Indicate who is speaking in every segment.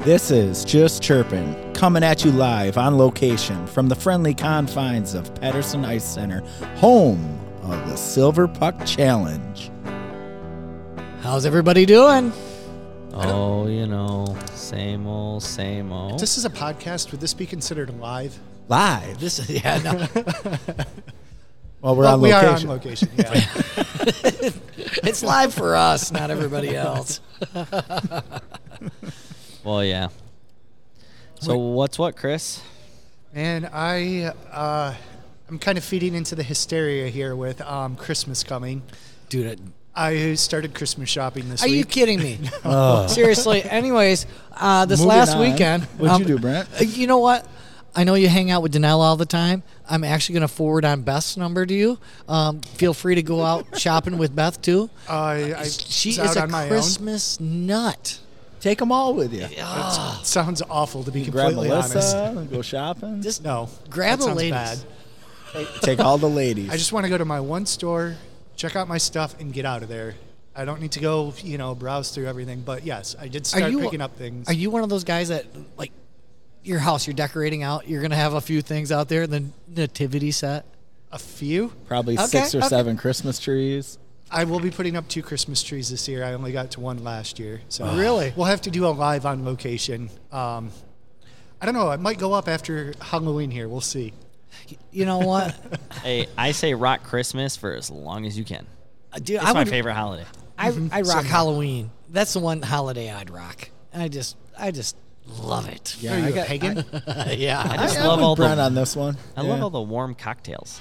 Speaker 1: This is Just Chirpin, coming at you live on location from the friendly confines of Patterson Ice Center, home of the Silver Puck Challenge.
Speaker 2: How's everybody doing?
Speaker 3: Oh, you know, same old, same old.
Speaker 4: This is a podcast. Would this be considered live?
Speaker 1: Live.
Speaker 2: This is yeah. No,
Speaker 1: Well, we're
Speaker 4: Well,
Speaker 1: on
Speaker 4: we
Speaker 1: location.
Speaker 4: are on location. Yeah.
Speaker 2: it's live for us, not everybody else.
Speaker 3: well, yeah. So what's what, Chris?
Speaker 4: and I, uh, I'm kind of feeding into the hysteria here with um, Christmas coming.
Speaker 2: Dude, it-
Speaker 4: I started Christmas shopping this
Speaker 2: are you
Speaker 4: week.
Speaker 2: kidding me? Seriously. Anyways, uh, this
Speaker 1: Moving
Speaker 2: last
Speaker 1: on.
Speaker 2: weekend,
Speaker 1: What'd you do, Brent?
Speaker 2: uh, You know what? I know you hang out with Danelle all the time. I'm actually going to forward on Beth's number to you. Um, feel free to go out shopping with Beth too.
Speaker 4: Uh, I
Speaker 2: She is
Speaker 4: was out
Speaker 2: a
Speaker 4: on my
Speaker 2: Christmas nut.
Speaker 1: Take them all with you.
Speaker 4: own. Sounds awful to be
Speaker 1: Grab
Speaker 4: completely honest.
Speaker 1: Melissa and go shopping.
Speaker 2: Just
Speaker 4: No,
Speaker 2: grab
Speaker 4: that
Speaker 2: a
Speaker 4: sounds
Speaker 2: ladies.
Speaker 4: bad.
Speaker 1: take all the ladies.
Speaker 4: I just want to go to my one store, check out my stuff, and get out of there. I don't need to go, you know, browse through everything. But yes, I did start picking up things.
Speaker 2: Are you one of those guys that like your house? You're decorating out. You're gonna have a few things out there. The nativity set.
Speaker 4: a few?
Speaker 1: Probably
Speaker 2: Okay,
Speaker 1: six or
Speaker 2: okay.
Speaker 1: seven Christmas trees.
Speaker 4: I will be putting up two Christmas trees this year. I only got to one last year. So
Speaker 2: Really?
Speaker 4: we'll have to do a live on location. Um, I don't know. I might go up after Halloween here. We'll see.
Speaker 2: You know what,
Speaker 3: Hey, I say rock Christmas for as long as you can.
Speaker 2: dude?
Speaker 3: It's
Speaker 2: I
Speaker 3: my
Speaker 2: would,
Speaker 3: favorite holiday.
Speaker 2: I, I rock Halloween. That's the one holiday I'd rock. I just I just love it.
Speaker 1: Yeah,
Speaker 4: Are you
Speaker 1: I
Speaker 4: a
Speaker 1: got-
Speaker 4: pagan?
Speaker 2: yeah.
Speaker 3: I just
Speaker 1: I,
Speaker 3: love
Speaker 1: I'm
Speaker 3: all
Speaker 1: with Brent
Speaker 3: the
Speaker 1: on this one.
Speaker 3: I love all the warm cocktails.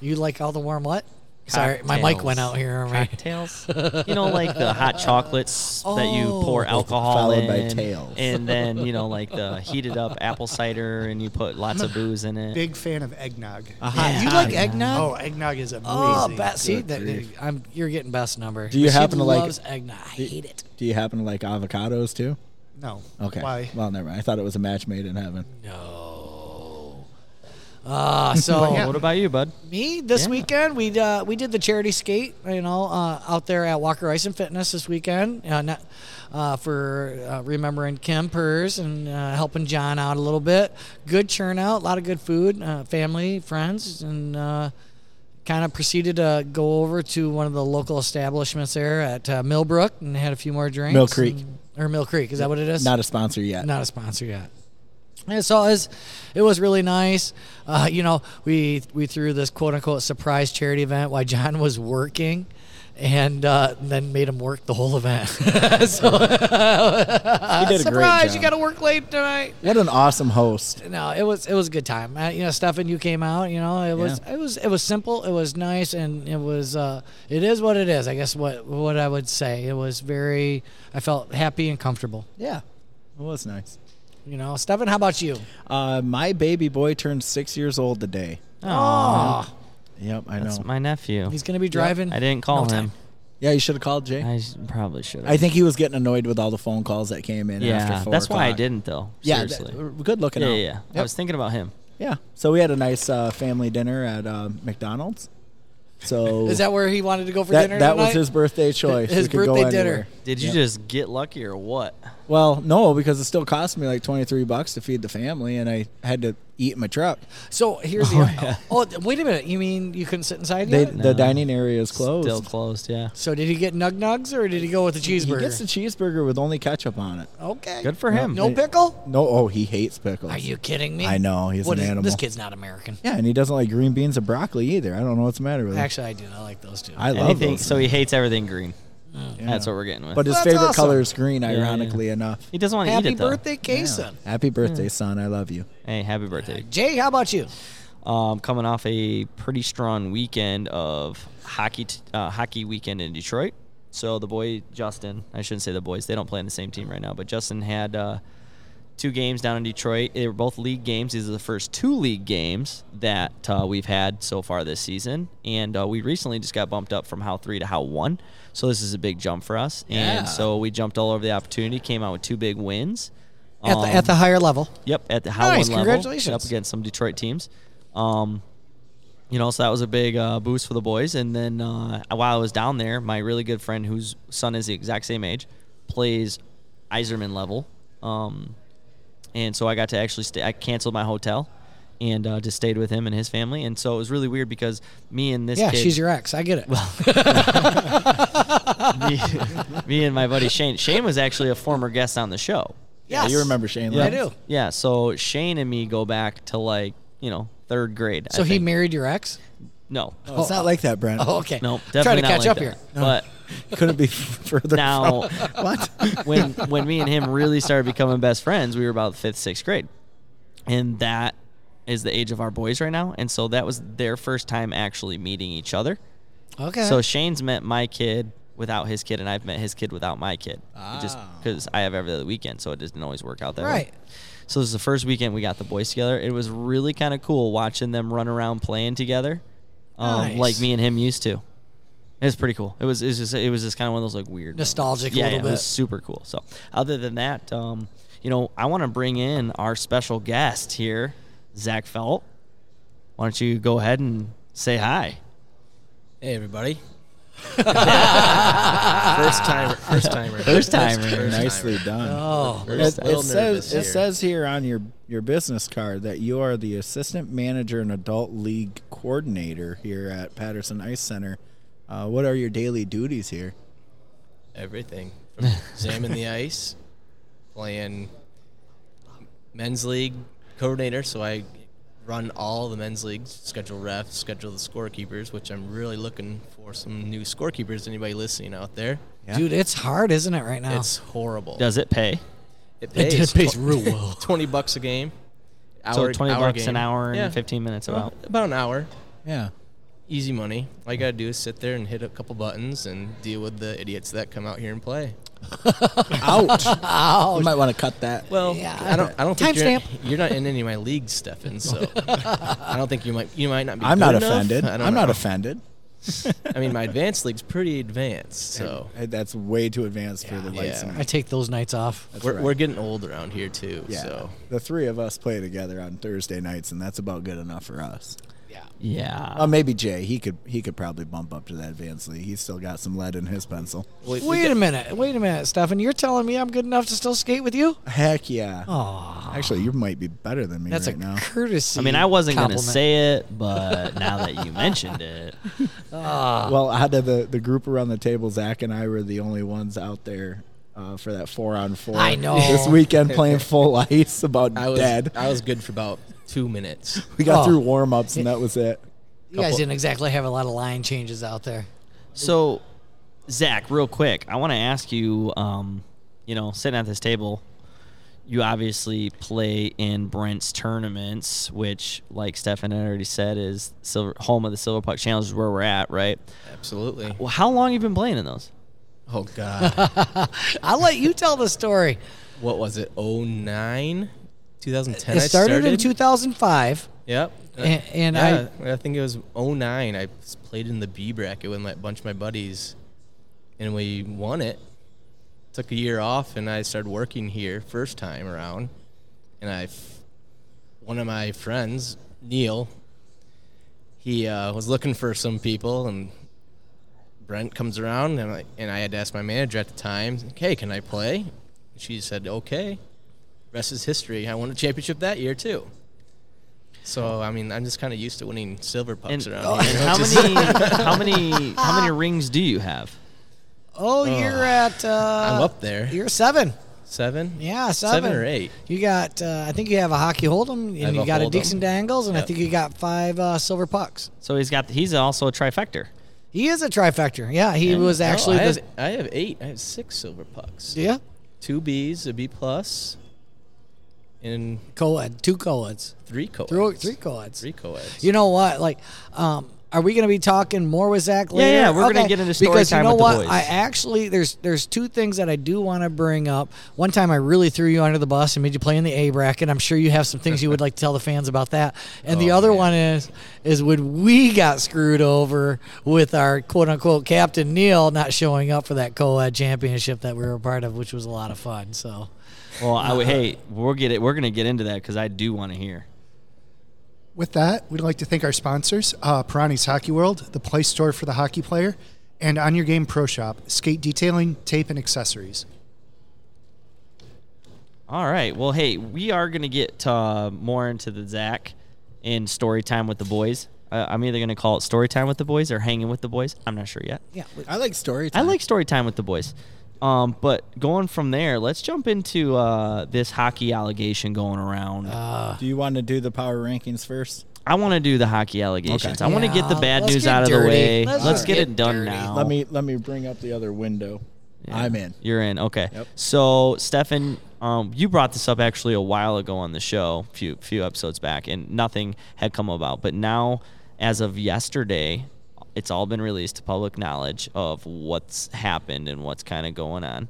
Speaker 2: you like all the warm what? Sorry, my mic went out here. on me.
Speaker 3: Cocktails, you know, like the hot chocolates that you pour
Speaker 2: Oh.
Speaker 3: alcohol
Speaker 1: Followed by
Speaker 3: in,
Speaker 1: tails.
Speaker 3: and then you know, like the heated up apple cider, and you put lots of booze in it.
Speaker 4: Big fan of eggnog.
Speaker 3: Uh-huh.
Speaker 2: You like eggnog?
Speaker 4: Oh, eggnog is amazing.
Speaker 2: Oh, Beth, see,
Speaker 1: Good
Speaker 2: that,
Speaker 1: grief.
Speaker 2: I'm, you're getting best number.
Speaker 1: Do you
Speaker 2: She
Speaker 1: happen to like-
Speaker 2: loves eggnog? I hate it.
Speaker 1: Do you happen to like avocados too?
Speaker 4: No.
Speaker 1: Okay.
Speaker 4: Why?
Speaker 1: Well, never mind. I thought it was a match made in heaven.
Speaker 2: No. Uh, so
Speaker 3: Oh, What about you, bud?
Speaker 2: me this
Speaker 3: Yeah.
Speaker 2: weekend we uh, we did the charity skate you know uh, out there at Walker Ice and Fitness this weekend uh, not, uh, for uh, remembering Kim Purrs and uh, helping John out a little bit good churnout a lot of good food uh, family friends and uh, kind of proceeded to go over to one of the local establishments there at uh, Millbrook and had a few more drinks
Speaker 1: Mill Creek.
Speaker 2: and- or Mill Creek is that what it is
Speaker 1: Not a sponsor yet.
Speaker 2: not a sponsor yet. And so it was, it was really nice. Uh, you know, we we threw this quote unquote surprise charity event while John was working, and uh, then made him work the whole event. so
Speaker 1: You did a great
Speaker 2: surprise, you
Speaker 1: job.
Speaker 2: got to work late tonight.
Speaker 1: What an awesome host.
Speaker 2: No, it was it was a good time. Uh, you know, Stefan, you came out. You know, it was
Speaker 1: Yeah.
Speaker 2: it was it was simple. It was nice, and it was uh, it is what it is. I guess what what I would say. It was very. I felt happy and comfortable.
Speaker 1: Yeah. It was nice.
Speaker 2: You know, Stefan, how about you?
Speaker 1: Uh, my baby boy turned six years old today.
Speaker 2: Oh,
Speaker 1: Yep, I
Speaker 3: That's
Speaker 1: know.
Speaker 3: my nephew.
Speaker 2: he's gonna be driving.
Speaker 3: I didn't call
Speaker 2: No
Speaker 3: him.
Speaker 1: yeah, you should have called Jay. I,
Speaker 3: I s- probably should have.
Speaker 1: think he was getting annoyed with all the phone calls that came in
Speaker 3: Yeah,
Speaker 1: after four
Speaker 3: that's why I
Speaker 1: o'clock.
Speaker 3: didn't though.
Speaker 1: Yeah,
Speaker 3: Seriously.
Speaker 1: that- good looking
Speaker 3: yeah,
Speaker 1: out.
Speaker 3: yeah, yeah. I
Speaker 1: Yep.
Speaker 3: was thinking about him.
Speaker 1: Yeah. So we had a nice uh, family dinner at uh, McDonald's. So
Speaker 2: Is that where he wanted to go for
Speaker 1: that,
Speaker 2: dinner?
Speaker 1: that was
Speaker 2: tonight?
Speaker 1: his birthday choice.
Speaker 2: His
Speaker 1: we could go
Speaker 2: birthday dinner.
Speaker 1: anywhere.
Speaker 3: Did you just get lucky or what?
Speaker 1: Well, no, because it still cost me like twenty three bucks to feed the family, and I had to eat in my truck.
Speaker 2: So here's the. Oh, th- wait a minute. You mean you couldn't sit inside
Speaker 1: They,
Speaker 2: yet?
Speaker 1: The dining area is closed.
Speaker 3: Still closed, yeah.
Speaker 2: So did he get nug nugs or did he go with the
Speaker 1: he
Speaker 2: cheeseburger?
Speaker 1: gets the cheeseburger with only ketchup on it.
Speaker 2: okay.
Speaker 3: Good for
Speaker 1: Yep.
Speaker 3: him.
Speaker 2: No pickle?
Speaker 1: No, oh, he hates pickles.
Speaker 2: Are you kidding me?
Speaker 1: I know, he's
Speaker 2: What
Speaker 1: an
Speaker 2: is-
Speaker 1: animal.
Speaker 2: This kid's not American.
Speaker 1: Yeah, and he doesn't like green beans and broccoli either. I don't know what's the matter with him.
Speaker 2: Actually, I do. I like those two.
Speaker 1: I love
Speaker 3: Anything.
Speaker 1: those.
Speaker 3: So he hates everything green.
Speaker 1: Yeah.
Speaker 3: That's what we're getting with.
Speaker 1: But his
Speaker 2: That's
Speaker 1: favorite
Speaker 2: awesome.
Speaker 1: color is green,
Speaker 3: yeah. Hmm.
Speaker 1: ironically enough.
Speaker 3: he doesn't want to eat
Speaker 2: Happy
Speaker 3: it though.
Speaker 2: birthday, Kason.
Speaker 1: Happy birthday, son. I love you.
Speaker 3: Hey, happy birthday.
Speaker 2: Jay, how about you?
Speaker 3: Um, coming off a pretty strong weekend of hockey, t- uh, hockey weekend in Detroit. So the boy Justin, I shouldn't say the boys. They don't play on the same team right now. But Justin had uh, two games down in Detroit. They were both league games. These are the first two league games that uh, we've had so far this season, and uh, we recently just got bumped up from how three to how one. So this is a big jump for us,
Speaker 2: Yeah.
Speaker 3: and so we jumped all over the opportunity. Came out with two big wins.
Speaker 2: At
Speaker 3: Um,
Speaker 2: the, at the higher level.
Speaker 3: Yep, at the how
Speaker 2: Nice,
Speaker 3: one level.
Speaker 2: congratulations.
Speaker 3: Up against some Detroit teams. Um, you know, so that was a big uh, boost for the boys. And then uh, while I was down there, my really good friend, whose son is the exact same age, plays Iserman level Um, and so I got to actually stay. I canceled my hotel and uh, just stayed with him and his family. And so it was really weird because me and this
Speaker 2: yeah,
Speaker 3: kid,
Speaker 2: she's your ex. I get it. Well,
Speaker 3: me, me and my buddy Shane. Shane was actually a former guest on the show.
Speaker 1: Yeah, you remember Shane?
Speaker 2: I
Speaker 1: right?
Speaker 2: do.
Speaker 3: Yeah, so Shane and me go back to like you know third grade. I
Speaker 2: So he
Speaker 3: think.
Speaker 2: married your ex?
Speaker 3: no,
Speaker 1: Oh, it's not like that, Brent.
Speaker 2: Oh, okay.
Speaker 3: no,
Speaker 2: I'm
Speaker 3: definitely
Speaker 2: trying to
Speaker 3: not
Speaker 2: catch
Speaker 3: like
Speaker 2: up
Speaker 3: that.
Speaker 2: here.
Speaker 3: But
Speaker 1: Couldn't be further.
Speaker 3: Now-
Speaker 1: from- what?
Speaker 3: when when me and him really started becoming best friends, we were about fifth, sixth grade, and that is the age of our boys right now. And so that was their first time actually meeting each other.
Speaker 2: Okay.
Speaker 3: So Shane's met my kid without his kid, and I've met his kid without my kid, just because I have every other weekend, so it doesn't always work out that way.
Speaker 2: Ah. right.
Speaker 3: So this is the first weekend we got the boys together. It was really kind of cool watching them run around playing together, um,
Speaker 2: Nice.
Speaker 3: like me and him used to. It was pretty cool. It was, it was just it was just kind of one of those like weird
Speaker 2: Nostalgic a
Speaker 3: Yeah,
Speaker 2: little
Speaker 3: yeah, it
Speaker 2: bit.
Speaker 3: was super cool. So other than that, um, you know, I want to bring in our special guest here, Zach Felt. Why don't you go ahead and say hi?
Speaker 5: Hey everybody.
Speaker 2: Ah.
Speaker 5: first timer. First timer.
Speaker 3: First timer.
Speaker 1: Nicely done.
Speaker 2: Oh,
Speaker 5: We're
Speaker 1: It,
Speaker 5: just a little
Speaker 1: it
Speaker 5: nervous
Speaker 1: says it
Speaker 5: here.
Speaker 1: says here on your your business card that you are the assistant manager and adult league coordinator here at Patterson Ice Center. Uh, what are your daily duties here?
Speaker 5: everything. From examining the ice, playing men's league coordinator, so I run all the men's leagues, schedule refs, schedule the scorekeepers, which I'm really looking for some new scorekeepers, anybody listening out there.
Speaker 1: Yeah.
Speaker 2: dude, it's hard, isn't it, right now?
Speaker 5: It's horrible.
Speaker 3: Does it pay?
Speaker 5: it
Speaker 2: it
Speaker 5: pays,
Speaker 2: pays
Speaker 5: tw-
Speaker 2: real well.
Speaker 5: twenty bucks a game.
Speaker 3: so twenty bucks
Speaker 5: game.
Speaker 3: an hour and
Speaker 5: Yeah,
Speaker 3: fifteen minutes about.
Speaker 5: about about an hour.
Speaker 1: Yeah.
Speaker 5: easy money. All you gotta do is sit there and hit a couple buttons and deal with the idiots that come out here and play.
Speaker 1: Ouch.
Speaker 2: Oh,
Speaker 1: You might want to cut that.
Speaker 5: Well,
Speaker 2: Yeah.
Speaker 5: I don't. I don't think you're,
Speaker 2: Timestamp.
Speaker 5: you're not in any of my leagues, Stefan. So I don't think you might. You might not be.
Speaker 1: I'm
Speaker 5: good
Speaker 1: not
Speaker 5: enough.
Speaker 1: offended.
Speaker 5: I don't
Speaker 1: I'm not
Speaker 5: know.
Speaker 1: offended.
Speaker 5: I mean, my advanced league's pretty advanced, so
Speaker 1: Hey, that's way too advanced for the lights.
Speaker 5: Oh. Yeah.
Speaker 1: and-
Speaker 2: I take those nights off.
Speaker 1: that's
Speaker 5: we're,
Speaker 1: right.
Speaker 5: we're getting old around here too.
Speaker 1: yeah.
Speaker 5: So
Speaker 1: The three of us play together on Thursday nights, and that's about good enough for us.
Speaker 3: Yeah.
Speaker 1: Uh, maybe Jay. He could he could probably bump up to that advanced league. He's still got some lead in his pencil.
Speaker 5: we, we
Speaker 2: Wait
Speaker 5: get-
Speaker 2: a minute. Wait a minute, Stefan. You're telling me I'm good enough to still skate with you?
Speaker 1: Heck yeah.
Speaker 2: Oh,
Speaker 1: Actually, you might be better than me
Speaker 2: that's
Speaker 1: right
Speaker 2: a
Speaker 1: now.
Speaker 2: courtesy.
Speaker 3: I mean, I wasn't going to
Speaker 2: compliment.
Speaker 3: say it, but now that you mentioned it,
Speaker 1: Well, out of the, the group around the table, Zach and I were the only ones out there uh, for that four on four.
Speaker 2: I know.
Speaker 1: This weekend playing full ice, about
Speaker 5: I was.
Speaker 1: dead.
Speaker 5: I was good for about two minutes.
Speaker 1: We got
Speaker 2: Oh.
Speaker 1: through warm ups, and that was it.
Speaker 2: You guys
Speaker 5: couple-
Speaker 2: didn't exactly have a lot of line changes out there.
Speaker 3: so Zach, real quick, I want to ask you. Um, you know, sitting at this table, you obviously play in Brent's tournaments, which, like Stefan had already said, is silver home of the Silver Puck Challenge, is where we're at, right?
Speaker 5: Absolutely.
Speaker 3: Well, how long you been playing in those?
Speaker 5: Oh God.
Speaker 2: I'll let you tell the story.
Speaker 5: what was it? 09? 2010.
Speaker 2: it
Speaker 5: I
Speaker 2: started, in
Speaker 5: started
Speaker 2: 2005.
Speaker 5: Yep.
Speaker 2: And- and
Speaker 5: Yeah, I think it was 09. I s- played in the B bracket with my bunch of my buddies, and we won it. Took a year off, and I started working here first time around. And I, f- one of my friends, Neil, he uh, was looking for some people, and Brent comes around, and I, and I had to ask my manager at the time, "Hey, can I play?" She said, "Okay." Rest is history. I won a championship that year too. So I mean, I'm just kind of used to winning silver pucks
Speaker 3: And,
Speaker 5: around
Speaker 2: oh,
Speaker 3: and
Speaker 5: here.
Speaker 3: how many, how many, how many rings do you have?
Speaker 2: Oh, you're at. Uh,
Speaker 5: I'm up there.
Speaker 2: You're seven.
Speaker 5: Seven.
Speaker 2: Yeah, seven.
Speaker 5: Seven or eight.
Speaker 2: You got. Uh, I think you have a hockey hold'em,
Speaker 5: have
Speaker 2: and you
Speaker 5: a
Speaker 2: got a
Speaker 5: hold'em.
Speaker 2: Dixon Dangles, and I
Speaker 5: Yep.
Speaker 2: think you got five uh, silver pucks.
Speaker 3: So he's got, he's also a trifecta.
Speaker 2: He is a trifecta. Yeah, he was
Speaker 5: No,
Speaker 2: actually.
Speaker 5: oh, I,
Speaker 2: the,
Speaker 5: have, I have eight. I have six silver pucks.
Speaker 2: yeah,
Speaker 5: Two B's, a B plus, and
Speaker 2: co-ed, two co-eds,
Speaker 5: three co.
Speaker 2: three, three co-eds.
Speaker 5: Three co-eds.
Speaker 2: You know what? Like, um, are we going to be talking more with Zach later?
Speaker 3: yeah, we're gonna get into story
Speaker 2: because
Speaker 3: time
Speaker 2: you know
Speaker 3: with the
Speaker 2: what?
Speaker 3: boys.
Speaker 2: I actually there's there's two things that I do want to bring up. One time I really threw you under the bus and made you play in the A bracket. I'm sure you have some things you would like to tell the fans about that. And the
Speaker 5: Oh,
Speaker 2: other
Speaker 5: man.
Speaker 2: one is is when we got screwed over with our quote unquote captain Neil not showing up for that co-ed championship that we were a part of, which was a lot of fun. So
Speaker 3: Well, I would, hey, we'll get it. We're gonna get into that because I do want to hear.
Speaker 4: With that, we'd like to thank our sponsors uh, Pirani's Hockey World, the play store for the hockey player, and On Your Game Pro Shop, skate detailing, tape, and accessories.
Speaker 3: All right. Well, hey, we are gonna get uh, more into the Zach in story time with the boys. Uh, I'm either gonna call it story time with the boys or hanging with the boys. I'm not sure yet.
Speaker 2: Yeah. we-
Speaker 1: I like story
Speaker 3: I
Speaker 1: time.
Speaker 3: like story time with the boys. Um, but going from there, let's jump into uh, this hockey allegation going around.
Speaker 2: Uh,
Speaker 1: Do you want to do the power rankings first?
Speaker 3: I want to do the hockey allegations. I want to get the
Speaker 2: Yeah,
Speaker 3: bad
Speaker 2: let's
Speaker 3: news
Speaker 2: get
Speaker 3: out of the
Speaker 2: dirty.
Speaker 3: way.
Speaker 2: Let's
Speaker 3: Let's,
Speaker 2: just
Speaker 3: get,
Speaker 2: get
Speaker 3: it done
Speaker 2: dirty.
Speaker 3: now.
Speaker 1: Let me let me bring up the other window.
Speaker 3: Yeah.
Speaker 1: I'm in.
Speaker 3: You're in. Okay.
Speaker 1: Yep.
Speaker 3: So, Stefan, um, you brought this up actually a while ago on the show, few few episodes back, and nothing had come about. But now, as of yesterday, it's all been released to public knowledge of what's happened and what's kind of going on.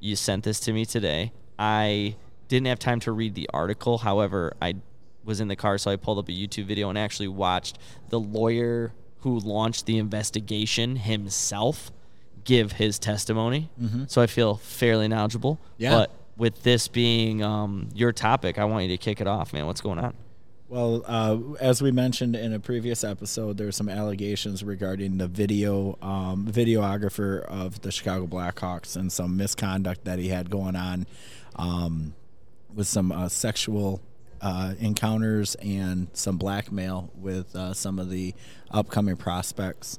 Speaker 3: You sent this to me today. I didn't have time to read the article. However, I was in the car, so I pulled up a YouTube video and actually watched the lawyer who launched the investigation himself give his testimony. So I feel fairly knowledgeable.
Speaker 1: Mm-hmm. Yeah.
Speaker 3: But with this being um, your topic, I want you to kick it off, man. What's going on?
Speaker 1: Well, uh, as we mentioned in a previous episode, there were some allegations regarding the video um, videographer of the Chicago Blackhawks and some misconduct that he had going on um, with some uh, sexual uh, encounters and some blackmail with uh, some of the upcoming prospects.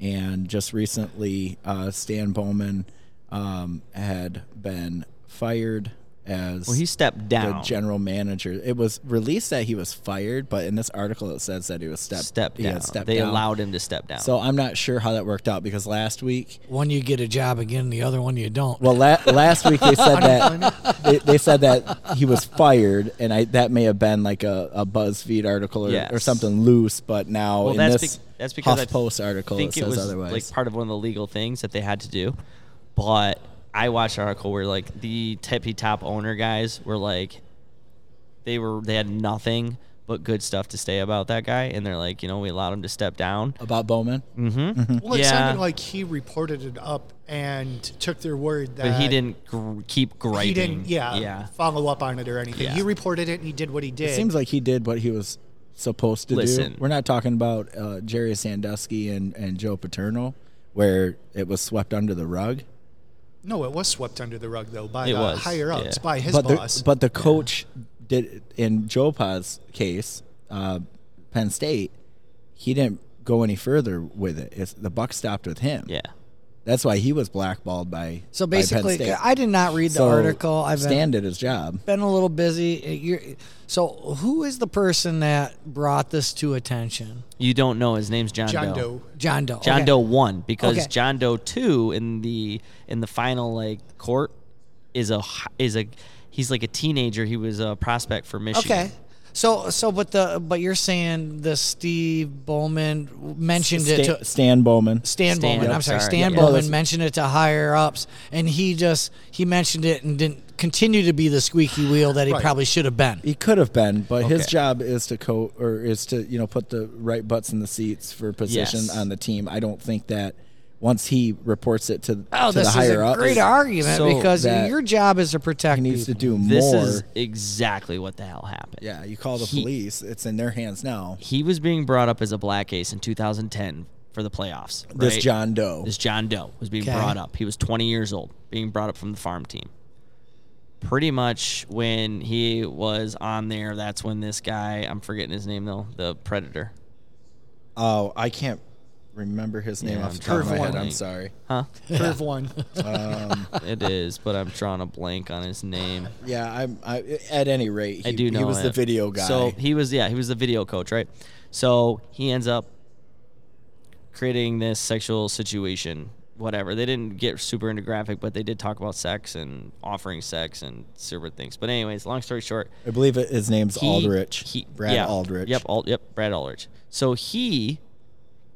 Speaker 1: And just recently, uh, Stan Bowman um, had been fired as
Speaker 3: Well, he stepped
Speaker 1: the
Speaker 3: down.
Speaker 1: general manager. It was released that he was fired, but in this article it says that he was stepped
Speaker 3: stepped
Speaker 1: he
Speaker 3: down.
Speaker 1: had stepped
Speaker 3: they
Speaker 1: down.
Speaker 3: allowed him to step down.
Speaker 1: So I'm not sure how that worked out because last week,
Speaker 2: One you get a job again, the other one you don't.
Speaker 1: well, la- last week they said that they, they said that he was fired, and I that may have been like a, a BuzzFeed article or, or
Speaker 3: Yes.
Speaker 1: something loose, but now
Speaker 3: well,
Speaker 1: in
Speaker 3: that's
Speaker 1: this
Speaker 3: bec- that's because I
Speaker 1: HuffPost article it
Speaker 3: think
Speaker 1: says
Speaker 3: it was
Speaker 1: otherwise.
Speaker 3: like part of one of the legal things that they had to do. But I watched an article where like the tippy top owner guys were like, they were they had nothing but good stuff to say about that guy, and they're like, you know, we allowed him to step down. Mm-hmm.
Speaker 1: about Bowman. Mm-hmm.
Speaker 4: Well, it
Speaker 3: Yeah.
Speaker 4: sounded like he reported it up and took their word that
Speaker 3: But he didn't gr- keep griping.
Speaker 4: Uh, He didn't, yeah,
Speaker 3: Yeah.
Speaker 4: follow up on it or anything.
Speaker 3: Yeah.
Speaker 4: He reported it and he did what he did.
Speaker 1: It seems like he did what he was supposed to
Speaker 3: Listen.
Speaker 1: do. We're not talking about uh, Jerry Sandusky and, and Joe Paterno, where it was swept under the rug.
Speaker 4: no, it was swept under the rug though by
Speaker 3: It
Speaker 4: the
Speaker 3: was,
Speaker 4: higher ups,
Speaker 3: yeah.
Speaker 4: by his
Speaker 1: but
Speaker 4: boss.
Speaker 1: the, but the coach did in Jopa's case, uh, Penn State, he didn't go any further with it. It's, the buck stopped with him.
Speaker 3: Yeah.
Speaker 1: that's why he was blackballed by
Speaker 2: so
Speaker 1: by Penn
Speaker 2: basically,
Speaker 1: State.
Speaker 2: I did not read the
Speaker 1: So
Speaker 2: article. I've been,
Speaker 1: Stan did his job.
Speaker 2: been a little busy. Uh, You're, so, who is the person that brought this to attention?
Speaker 3: You don't know his name's John,
Speaker 4: John
Speaker 3: Doe.
Speaker 4: Doe.
Speaker 2: John Doe.
Speaker 3: John
Speaker 2: Okay.
Speaker 3: Doe one because
Speaker 2: Okay.
Speaker 3: John Doe two in the in the final like court is a h- is a he's like a teenager. He was a prospect for Michigan.
Speaker 2: Okay. So, so, but the but you're saying the Steve Bowman mentioned it
Speaker 1: Stan,
Speaker 2: to
Speaker 1: Stan Bowman.
Speaker 2: Stan,
Speaker 3: Stan,
Speaker 2: Bowman. I'm sorry,
Speaker 3: sorry.
Speaker 2: Stan
Speaker 3: Yeah.
Speaker 1: No,
Speaker 2: Bowman
Speaker 1: that's-
Speaker 2: mentioned it to higher ups, and he just he mentioned it and didn't continue to be the squeaky wheel that he
Speaker 4: Right.
Speaker 2: probably should have been.
Speaker 1: He could have been, but his
Speaker 3: Okay.
Speaker 1: job is to co or is to you know put the right butts in the seats for position
Speaker 3: Yes.
Speaker 1: on the team. I don't think that once he reports it to,
Speaker 2: Oh,
Speaker 1: to the
Speaker 2: this is
Speaker 1: higher
Speaker 2: a
Speaker 1: up,
Speaker 2: great argument
Speaker 3: So
Speaker 2: because
Speaker 1: that-
Speaker 2: your job is to protect
Speaker 1: he needs to
Speaker 2: people.
Speaker 1: do
Speaker 3: This
Speaker 1: more.
Speaker 3: is exactly what the hell happened.
Speaker 1: yeah, you call the
Speaker 3: He-
Speaker 1: police; it's in their hands now.
Speaker 3: He was being brought up as a black ace in 2010 for the playoffs.
Speaker 1: This
Speaker 3: right?
Speaker 1: John Doe.
Speaker 3: This John Doe was being
Speaker 2: Okay.
Speaker 3: brought up. He was 20 years old, being brought up from the farm team. Pretty much when he was on there, that's when this guy, I'm forgetting his name though, the Predator.
Speaker 1: oh, I can't remember his name
Speaker 3: Yeah,
Speaker 1: off
Speaker 3: I'm
Speaker 1: the top of my
Speaker 4: drawing a
Speaker 1: head. I'm
Speaker 3: blank.
Speaker 1: sorry. Um,
Speaker 3: Huh?
Speaker 4: Curve one.
Speaker 2: Uh,
Speaker 3: it is, but I'm drawing a blank on his name.
Speaker 1: Yeah, I'm. I, at any rate, he,
Speaker 3: I do know
Speaker 1: he was the
Speaker 3: it.
Speaker 1: video guy.
Speaker 3: So he was, yeah, he was the video coach, right? So he ends up creating this sexual situation, whatever. They didn't get super into graphic, but they did talk about sex and offering sex and super things. But anyways, long story short,
Speaker 1: I believe it, his name's
Speaker 3: he-
Speaker 1: Aldrich. Brad
Speaker 3: yeah,
Speaker 1: Aldrich.
Speaker 3: Yep, Al, yep, Brad Aldrich. So he,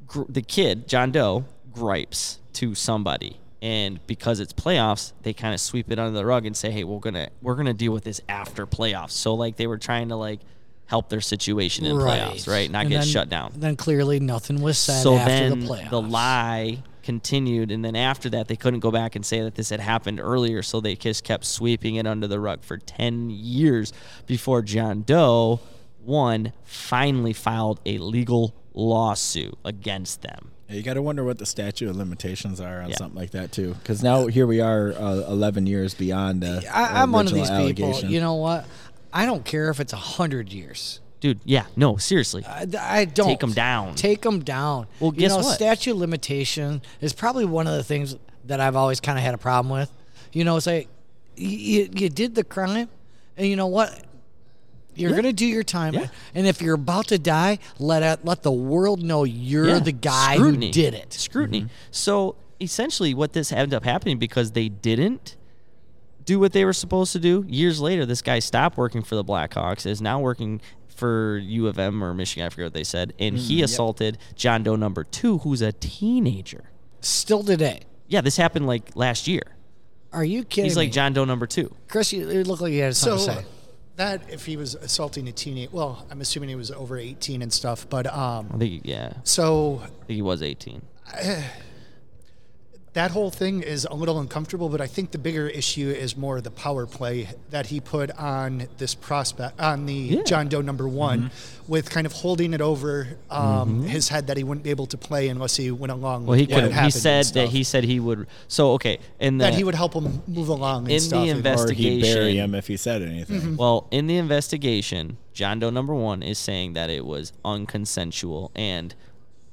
Speaker 3: gr- the kid John Doe, gripes to somebody, and because it's playoffs, they kind of sweep it under the rug and say, "Hey, we're gonna we're gonna deal with this after playoffs." So like they were trying to like help their situation in playoffs, right? Not
Speaker 2: And
Speaker 3: get
Speaker 2: then-
Speaker 3: shut down
Speaker 2: Then clearly nothing was said
Speaker 3: so
Speaker 2: after
Speaker 3: then
Speaker 2: the playoffs.
Speaker 3: lie continued and then after that they couldn't go back and say that this had happened earlier so they just kept sweeping it under the rug for 10 years before john doe one finally filed a legal lawsuit against them
Speaker 1: Yeah, you got to wonder what the statute of limitations are on
Speaker 3: Yeah.
Speaker 1: something like that too, because now here we are, uh, eleven years beyond the.
Speaker 2: I, I'm one of
Speaker 1: original
Speaker 2: these people.
Speaker 1: allegation.
Speaker 2: You know what? I don't care if it's a hundred years.
Speaker 3: dude. Yeah, no, seriously.
Speaker 2: I, I don't
Speaker 3: Take 'em down.
Speaker 2: Take them down.
Speaker 3: Well,
Speaker 2: you
Speaker 3: guess
Speaker 2: know,
Speaker 3: what?
Speaker 2: Statute of limitation is probably one of the things that I've always kind of had a problem with. You know, it's like you, you did the crime, and you know what? You're gonna do your time,
Speaker 3: Yeah.
Speaker 2: and if you're about to die, let it, let the world know you're
Speaker 3: Yeah.
Speaker 2: the guy who did it.
Speaker 3: Scrutiny. So essentially, what this ended up happening because they didn't do what they were supposed to do. Years later, this guy stopped working for the Blackhawks, is now working for U of M or Michigan. I forget what they said, and he assaulted John Doe number two, who's a teenager.
Speaker 2: Still today,
Speaker 3: Yeah, this happened like last year.
Speaker 2: are you kidding?
Speaker 3: He's
Speaker 2: me?
Speaker 3: like John Doe number two.
Speaker 2: Chris. You it looked like you had something to
Speaker 4: So
Speaker 2: say.
Speaker 4: that if he was assaulting a teenage, well, I'm assuming he was over 18 and stuff. But um,
Speaker 3: I think yeah, I
Speaker 4: so
Speaker 3: think he was eighteen.
Speaker 4: that whole thing is a little uncomfortable. But I think the bigger issue is more the power play that he put on this prospect, on the John Doe number one,
Speaker 3: Mm-hmm.
Speaker 4: with kind of holding it over um, his head that he wouldn't be able to play unless he went along.
Speaker 3: Well, he
Speaker 4: with what
Speaker 3: could.
Speaker 4: had
Speaker 3: He
Speaker 4: happened and
Speaker 3: said that
Speaker 4: stuff.
Speaker 3: he said he would. So okay, and
Speaker 4: that he would help him move along and
Speaker 3: in
Speaker 4: stuff.
Speaker 3: the
Speaker 4: and-
Speaker 3: invest-
Speaker 1: or he'd bury
Speaker 3: investigation.
Speaker 1: him if he said anything.
Speaker 2: Mm-hmm.
Speaker 3: Well, in the investigation, John Doe number one is saying that it was unconsensual, and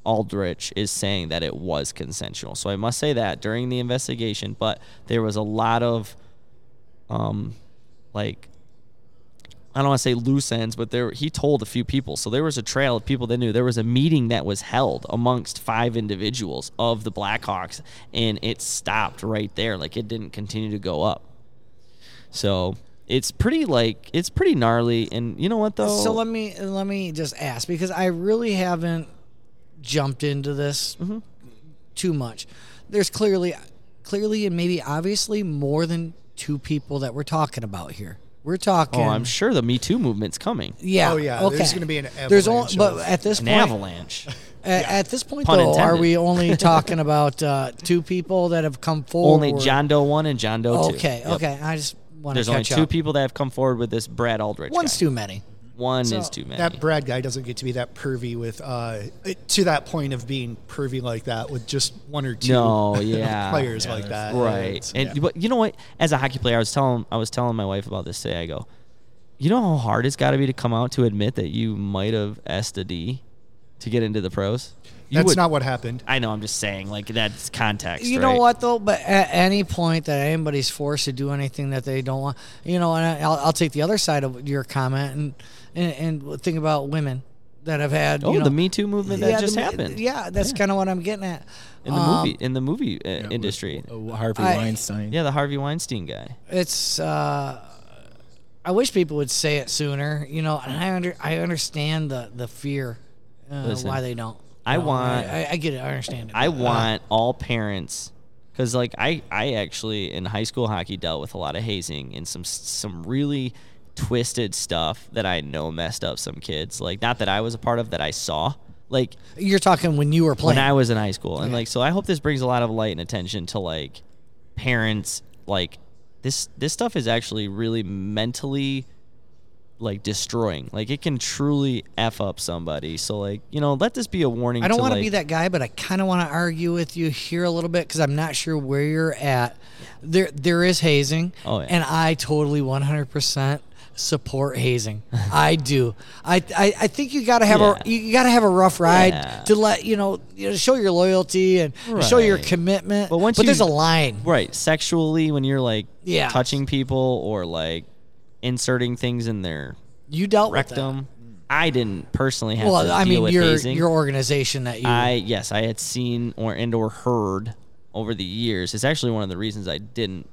Speaker 3: Aldrich is saying that it was consensual. So I must say that during the investigation, but there was a lot of, um, like, I don't want to say loose ends, but there he told a few people. So there was a trail of people that knew. There was a meeting that was held amongst five individuals of the Blackhawks, and it stopped right there. Like it didn't continue to go up. So it's pretty like it's pretty gnarly. And you know what
Speaker 4: Oh.
Speaker 3: though?
Speaker 2: So let me let me just ask because I really haven't jumped into this
Speaker 3: Mm-hmm.
Speaker 2: too much. There's clearly clearly and maybe obviously more than two people that we're talking about here. We're talking
Speaker 3: oh, I'm sure the Me Too movement's coming.
Speaker 2: Yeah.
Speaker 4: Oh, yeah,
Speaker 2: Okay.
Speaker 4: there's gonna be an
Speaker 2: There's only,
Speaker 4: avalanche
Speaker 2: but
Speaker 4: of-
Speaker 2: at this
Speaker 3: An
Speaker 2: point,
Speaker 3: avalanche.
Speaker 2: a- At, this point
Speaker 3: Pun
Speaker 2: though, are
Speaker 3: intended.
Speaker 2: we only talking about uh, two people that have come forward?
Speaker 3: only John Doe one and John Doe two.
Speaker 2: Okay.
Speaker 3: Yep.
Speaker 2: Okay. I just want to
Speaker 3: There's
Speaker 2: catch
Speaker 3: only two
Speaker 2: up.
Speaker 3: people that have come forward with this Brad Aldrich.
Speaker 2: One's
Speaker 3: guy.
Speaker 2: too many.
Speaker 3: One
Speaker 2: So
Speaker 3: is too many.
Speaker 4: that Brad guy doesn't get to be that pervy with uh, it- to that point of being pervy like that with just one or two
Speaker 3: No, yeah.
Speaker 4: players
Speaker 3: Yeah,
Speaker 4: like that.
Speaker 3: right.
Speaker 4: It's-
Speaker 3: And
Speaker 4: yeah.
Speaker 3: but you know what? As a hockey player, I was telling I was telling my wife about this today. I go, you know how hard it's got to be to come out to admit that you might have S'd a D to get into the pros. You
Speaker 4: that's
Speaker 3: would-
Speaker 4: not what happened.
Speaker 3: I know. I'm just saying, like that's context.
Speaker 2: You
Speaker 3: right?
Speaker 2: know what though? But at any point that anybody's forced to do anything that they don't want, you know, and I- I'll, I'll take the other side of your comment and and, and think about women that have had.
Speaker 3: Oh,
Speaker 2: you know,
Speaker 3: the Me Too movement that
Speaker 2: Yeah,
Speaker 3: just
Speaker 2: the-
Speaker 3: happened.
Speaker 2: Yeah, that's kind of what I'm getting at.
Speaker 3: in the
Speaker 2: Um,
Speaker 3: movie in the movie uh, industry.
Speaker 1: Uh, Harvey
Speaker 2: I-
Speaker 1: Weinstein.
Speaker 3: Yeah, the Harvey Weinstein guy.
Speaker 2: it's uh I wish people would say it sooner, you know, and I under I understand the the fear uh,
Speaker 3: Listen,
Speaker 2: why they don't.
Speaker 3: I
Speaker 2: You know,
Speaker 3: want-
Speaker 2: I, I get it, I understand it.
Speaker 3: I
Speaker 2: but, uh,
Speaker 3: want all parents because like I, I actually in high school hockey dealt with a lot of hazing and some some really twisted stuff that I know messed up some kids like not that I was a part of that I saw like
Speaker 2: you're talking when you were playing.
Speaker 3: when I was in high school and like so I hope this brings a lot of light and attention to like parents like this this stuff is actually really mentally like destroying like it can truly f up somebody so like you know let this be a warning
Speaker 2: I don't
Speaker 3: want to
Speaker 2: be that
Speaker 3: like-
Speaker 2: guy, but I kind of want to argue with you here a little bit because I'm not sure where you're at. There, there is hazing,
Speaker 3: Oh, yeah.
Speaker 2: and I totally 100% support hazing. I do. I, I, I think you got to have a
Speaker 3: Yeah.
Speaker 2: you got to have a rough ride
Speaker 3: Yeah.
Speaker 2: to let you know, you know, show your loyalty and show your
Speaker 3: Right.
Speaker 2: commitment.
Speaker 3: But once you-
Speaker 2: there's a line.
Speaker 3: right sexually when you're like
Speaker 2: Yeah.
Speaker 3: touching people or like inserting things in their
Speaker 2: You dealt with
Speaker 3: rectum i didn't personally
Speaker 2: that.
Speaker 3: have
Speaker 2: Well,
Speaker 3: to
Speaker 2: I
Speaker 3: deal
Speaker 2: mean
Speaker 3: with
Speaker 2: your
Speaker 3: hazing.
Speaker 2: your organization that you.
Speaker 3: i yes i had seen or and or heard over the years it's actually one of the reasons i didn't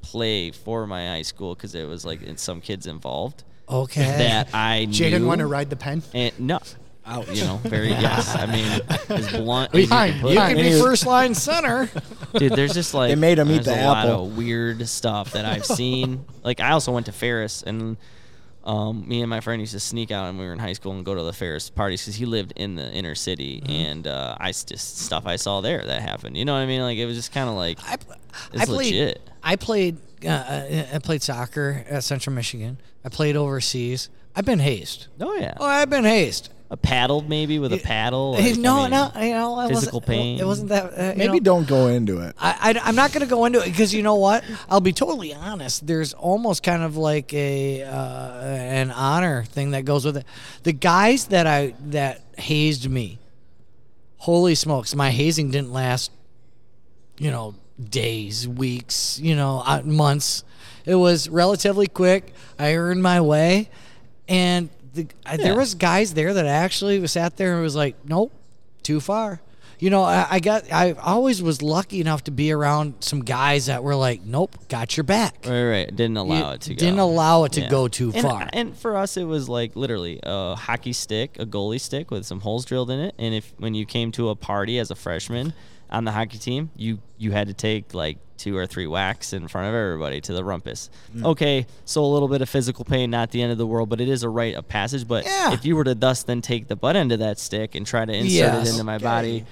Speaker 3: play for my high school because it was like it's some kids involved
Speaker 2: okay.
Speaker 3: that i
Speaker 4: Jay didn't
Speaker 3: knew
Speaker 4: want to ride the pen.
Speaker 3: and no you know very yes i mean as blunt as you
Speaker 4: Fine,
Speaker 3: can put it.
Speaker 4: fine.
Speaker 2: Could be first line center.
Speaker 3: dude. There's just like
Speaker 1: They made 'em eat
Speaker 3: there's
Speaker 1: the
Speaker 3: a lot
Speaker 1: apple.
Speaker 3: of weird stuff that I've seen. like I also went to Ferris, and um, me and my friend used to sneak out, and we were in high school and go to the Ferris parties because he lived in the inner city,
Speaker 1: Mm-hmm.
Speaker 3: and uh, I s- just stuff I saw there that happened. You know what I mean? Like it was just kind of like
Speaker 2: I,
Speaker 3: It's
Speaker 2: I played.
Speaker 3: legit.
Speaker 2: I played. Uh, uh, I played soccer at Central Michigan. I played overseas. I've been hazed.
Speaker 3: oh yeah,
Speaker 2: Oh, I've been hazed.
Speaker 3: a paddled maybe with a paddle. Like, I
Speaker 2: no,
Speaker 3: mean,
Speaker 2: no, you know, it
Speaker 3: physical
Speaker 2: wasn't,
Speaker 3: pain.
Speaker 2: It wasn't that. Uh, you
Speaker 1: Maybe
Speaker 2: know,
Speaker 1: don't go into it.
Speaker 2: I, I, am not going to go into it because you know what? I'll be totally honest. There's almost kind of like a uh, an honor thing that goes with it. The guys that I that hazed me, holy smokes, my hazing didn't last. You know, days, weeks, you know, uh, months. It was relatively quick. I earned my way, and the, I there
Speaker 3: Yeah.
Speaker 2: was guys there that actually was sat there and was like, "Nope, too far." You know, I, I got I always was lucky enough to be around some guys that were like, "Nope, got your back."
Speaker 3: Right, right. Didn't allow
Speaker 2: You
Speaker 3: it to go.
Speaker 2: didn't allow it to go too
Speaker 3: And-
Speaker 2: far.
Speaker 3: And for us, it was like literally a hockey stick, a goalie stick with some holes drilled in it. And if when you came to a party as a freshman on the hockey team, you you had to take like two or three whacks in front of everybody to the rumpus.
Speaker 2: Mm.
Speaker 3: Okay, so a little bit of physical pain, not the end of the world, but it is a rite of passage. But
Speaker 2: Yeah.
Speaker 3: if you were to thus then take the butt end of that stick and try to insert
Speaker 2: Yes.
Speaker 3: it into my body,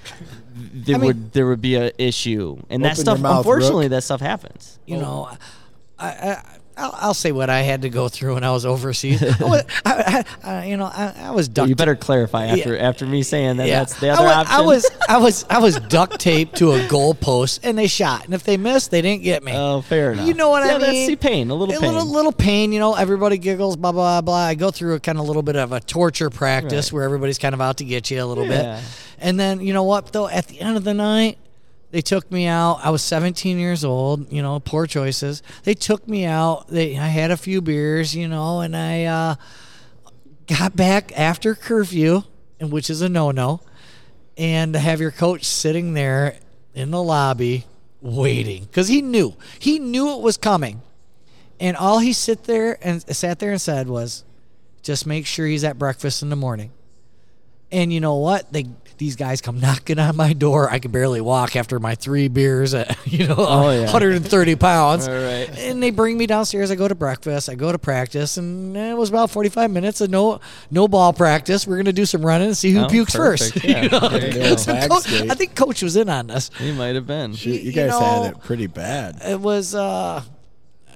Speaker 3: there
Speaker 2: mean-
Speaker 3: would there would be an issue. And that
Speaker 1: Open your
Speaker 3: stuff,
Speaker 1: mouth,
Speaker 3: unfortunately,
Speaker 1: Rook.
Speaker 3: that stuff happens.
Speaker 2: you know, I, I, I'll, I'll say what I had to go through when I was overseas. I was, I, I, I, you know, I, I was duct.
Speaker 3: You better clarify after after me saying that. That's the other
Speaker 2: I was,
Speaker 3: option.
Speaker 2: I was, I was, I was duct taped to a goalpost, and they shot. And if they missed, they didn't get me.
Speaker 3: Oh, fair enough.
Speaker 2: You know what
Speaker 3: yeah,
Speaker 2: I mean?
Speaker 3: That's the pain, a little pain.
Speaker 2: little, little pain. You know, everybody giggles, blah blah blah. I go through a kind of little bit of a torture practice
Speaker 3: Right.
Speaker 2: where everybody's kind of out to get you a little
Speaker 3: Yeah.
Speaker 2: bit, and then you know what though? At the end of the night, they took me out. I was 17 years old. You know, poor choices. They took me out. They I had a few beers. You know, and I uh, got back after curfew, and which is a no no, and to have your coach sitting there in the lobby waiting because he knew he knew it was coming and all he sit there and sat there and said was, just make sure he's at breakfast in the morning. And you know what? They these guys come knocking on my door. I can barely walk after my three beers at you know
Speaker 3: Oh, yeah.
Speaker 2: 130 pounds.
Speaker 3: All right.
Speaker 2: And they bring me downstairs. I go to breakfast. I go to practice, and it was about 45 minutes of no no ball practice. We're gonna do some running and see who
Speaker 3: Oh,
Speaker 2: pukes
Speaker 3: perfect.
Speaker 2: first.
Speaker 3: Yeah.
Speaker 2: You know?
Speaker 3: There you
Speaker 1: go.
Speaker 2: So
Speaker 1: Flag
Speaker 2: Coach-
Speaker 1: state.
Speaker 2: I think Coach was in on this.
Speaker 3: He might have been,
Speaker 1: You, you
Speaker 2: you
Speaker 1: guys
Speaker 2: know-
Speaker 1: had it pretty bad.
Speaker 2: It was uh,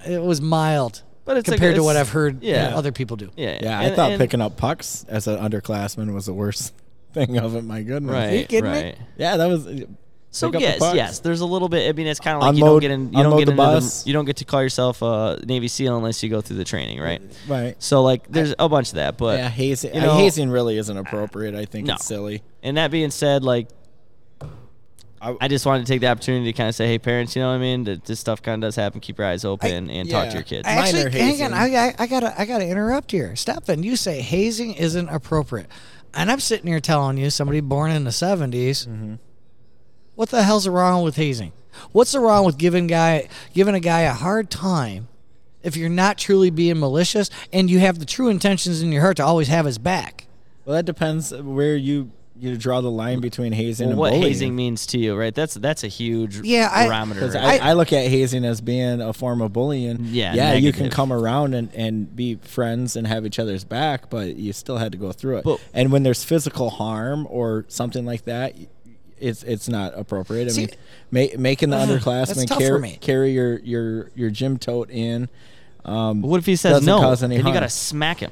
Speaker 2: it was mild.
Speaker 3: but it's like-
Speaker 2: compared to what
Speaker 3: it's-
Speaker 2: I've heard
Speaker 3: Yeah,
Speaker 2: other people do.
Speaker 3: Yeah,
Speaker 1: Yeah, I
Speaker 3: and-
Speaker 1: thought
Speaker 3: and-
Speaker 1: picking up pucks as an underclassman was the worst thing of it. My goodness.
Speaker 3: Right,
Speaker 2: kidding me?
Speaker 3: right.
Speaker 1: Yeah, that was. uh,
Speaker 3: So
Speaker 1: pick up the
Speaker 3: yes,
Speaker 1: pucks.
Speaker 3: yes. There's a little bit. I mean, it's kind of like you don't
Speaker 1: Unload-
Speaker 3: get in. You don't
Speaker 1: unload
Speaker 3: get
Speaker 1: the
Speaker 3: into the-
Speaker 1: bus.
Speaker 3: You don't get to call yourself a Navy SEAL unless you go through the training, right?
Speaker 1: Right.
Speaker 3: So like, there's a bunch of that. But
Speaker 1: yeah, hazing.
Speaker 3: you know-
Speaker 1: hazing really isn't appropriate. I think
Speaker 3: No.
Speaker 1: it's silly.
Speaker 3: and that being said, like,
Speaker 1: I-
Speaker 3: I, just wanted to take the opportunity to kind of say, hey, parents, you know what I mean? That this stuff kind of does happen. Keep your eyes open and talk
Speaker 1: yeah.
Speaker 3: to your kids.
Speaker 1: I-
Speaker 2: Actually,
Speaker 1: Minor
Speaker 2: hang on.
Speaker 1: hazing.
Speaker 2: I, I, I gotta I gotta interrupt here, Stefan. You say hazing isn't appropriate, and I'm sitting here telling you, somebody born in the '70s,
Speaker 3: Mm-hmm.
Speaker 2: what the hell's wrong with hazing? What's wrong with giving guy giving a guy a hard time if you're not truly being malicious and you have the true intentions in your heart to always have his back?
Speaker 1: Well, that depends where you you draw the line between hazing
Speaker 3: Well,
Speaker 1: and
Speaker 3: what
Speaker 1: bullying.
Speaker 3: hazing means to you, right? That's that's a huge
Speaker 2: Yeah, I-
Speaker 3: barometer.
Speaker 1: 'Cause
Speaker 3: right?
Speaker 1: I, I look at hazing as being a form of bullying.
Speaker 3: Yeah,
Speaker 1: yeah, you can
Speaker 3: negative.
Speaker 1: come around and, and be friends and have each other's back, but you still had to go through it.
Speaker 3: But-
Speaker 1: and when there's physical harm or something like that, it's it's not appropriate. I
Speaker 2: See- uh,
Speaker 1: mean, ma- making the
Speaker 2: that's
Speaker 1: underclassmen
Speaker 2: tough for
Speaker 1: carry
Speaker 2: me.
Speaker 1: carry your your your gym tote in,
Speaker 3: But what if he says
Speaker 1: Doesn't
Speaker 3: no?
Speaker 1: cause any
Speaker 3: then you
Speaker 1: harm.
Speaker 3: gotta smack him.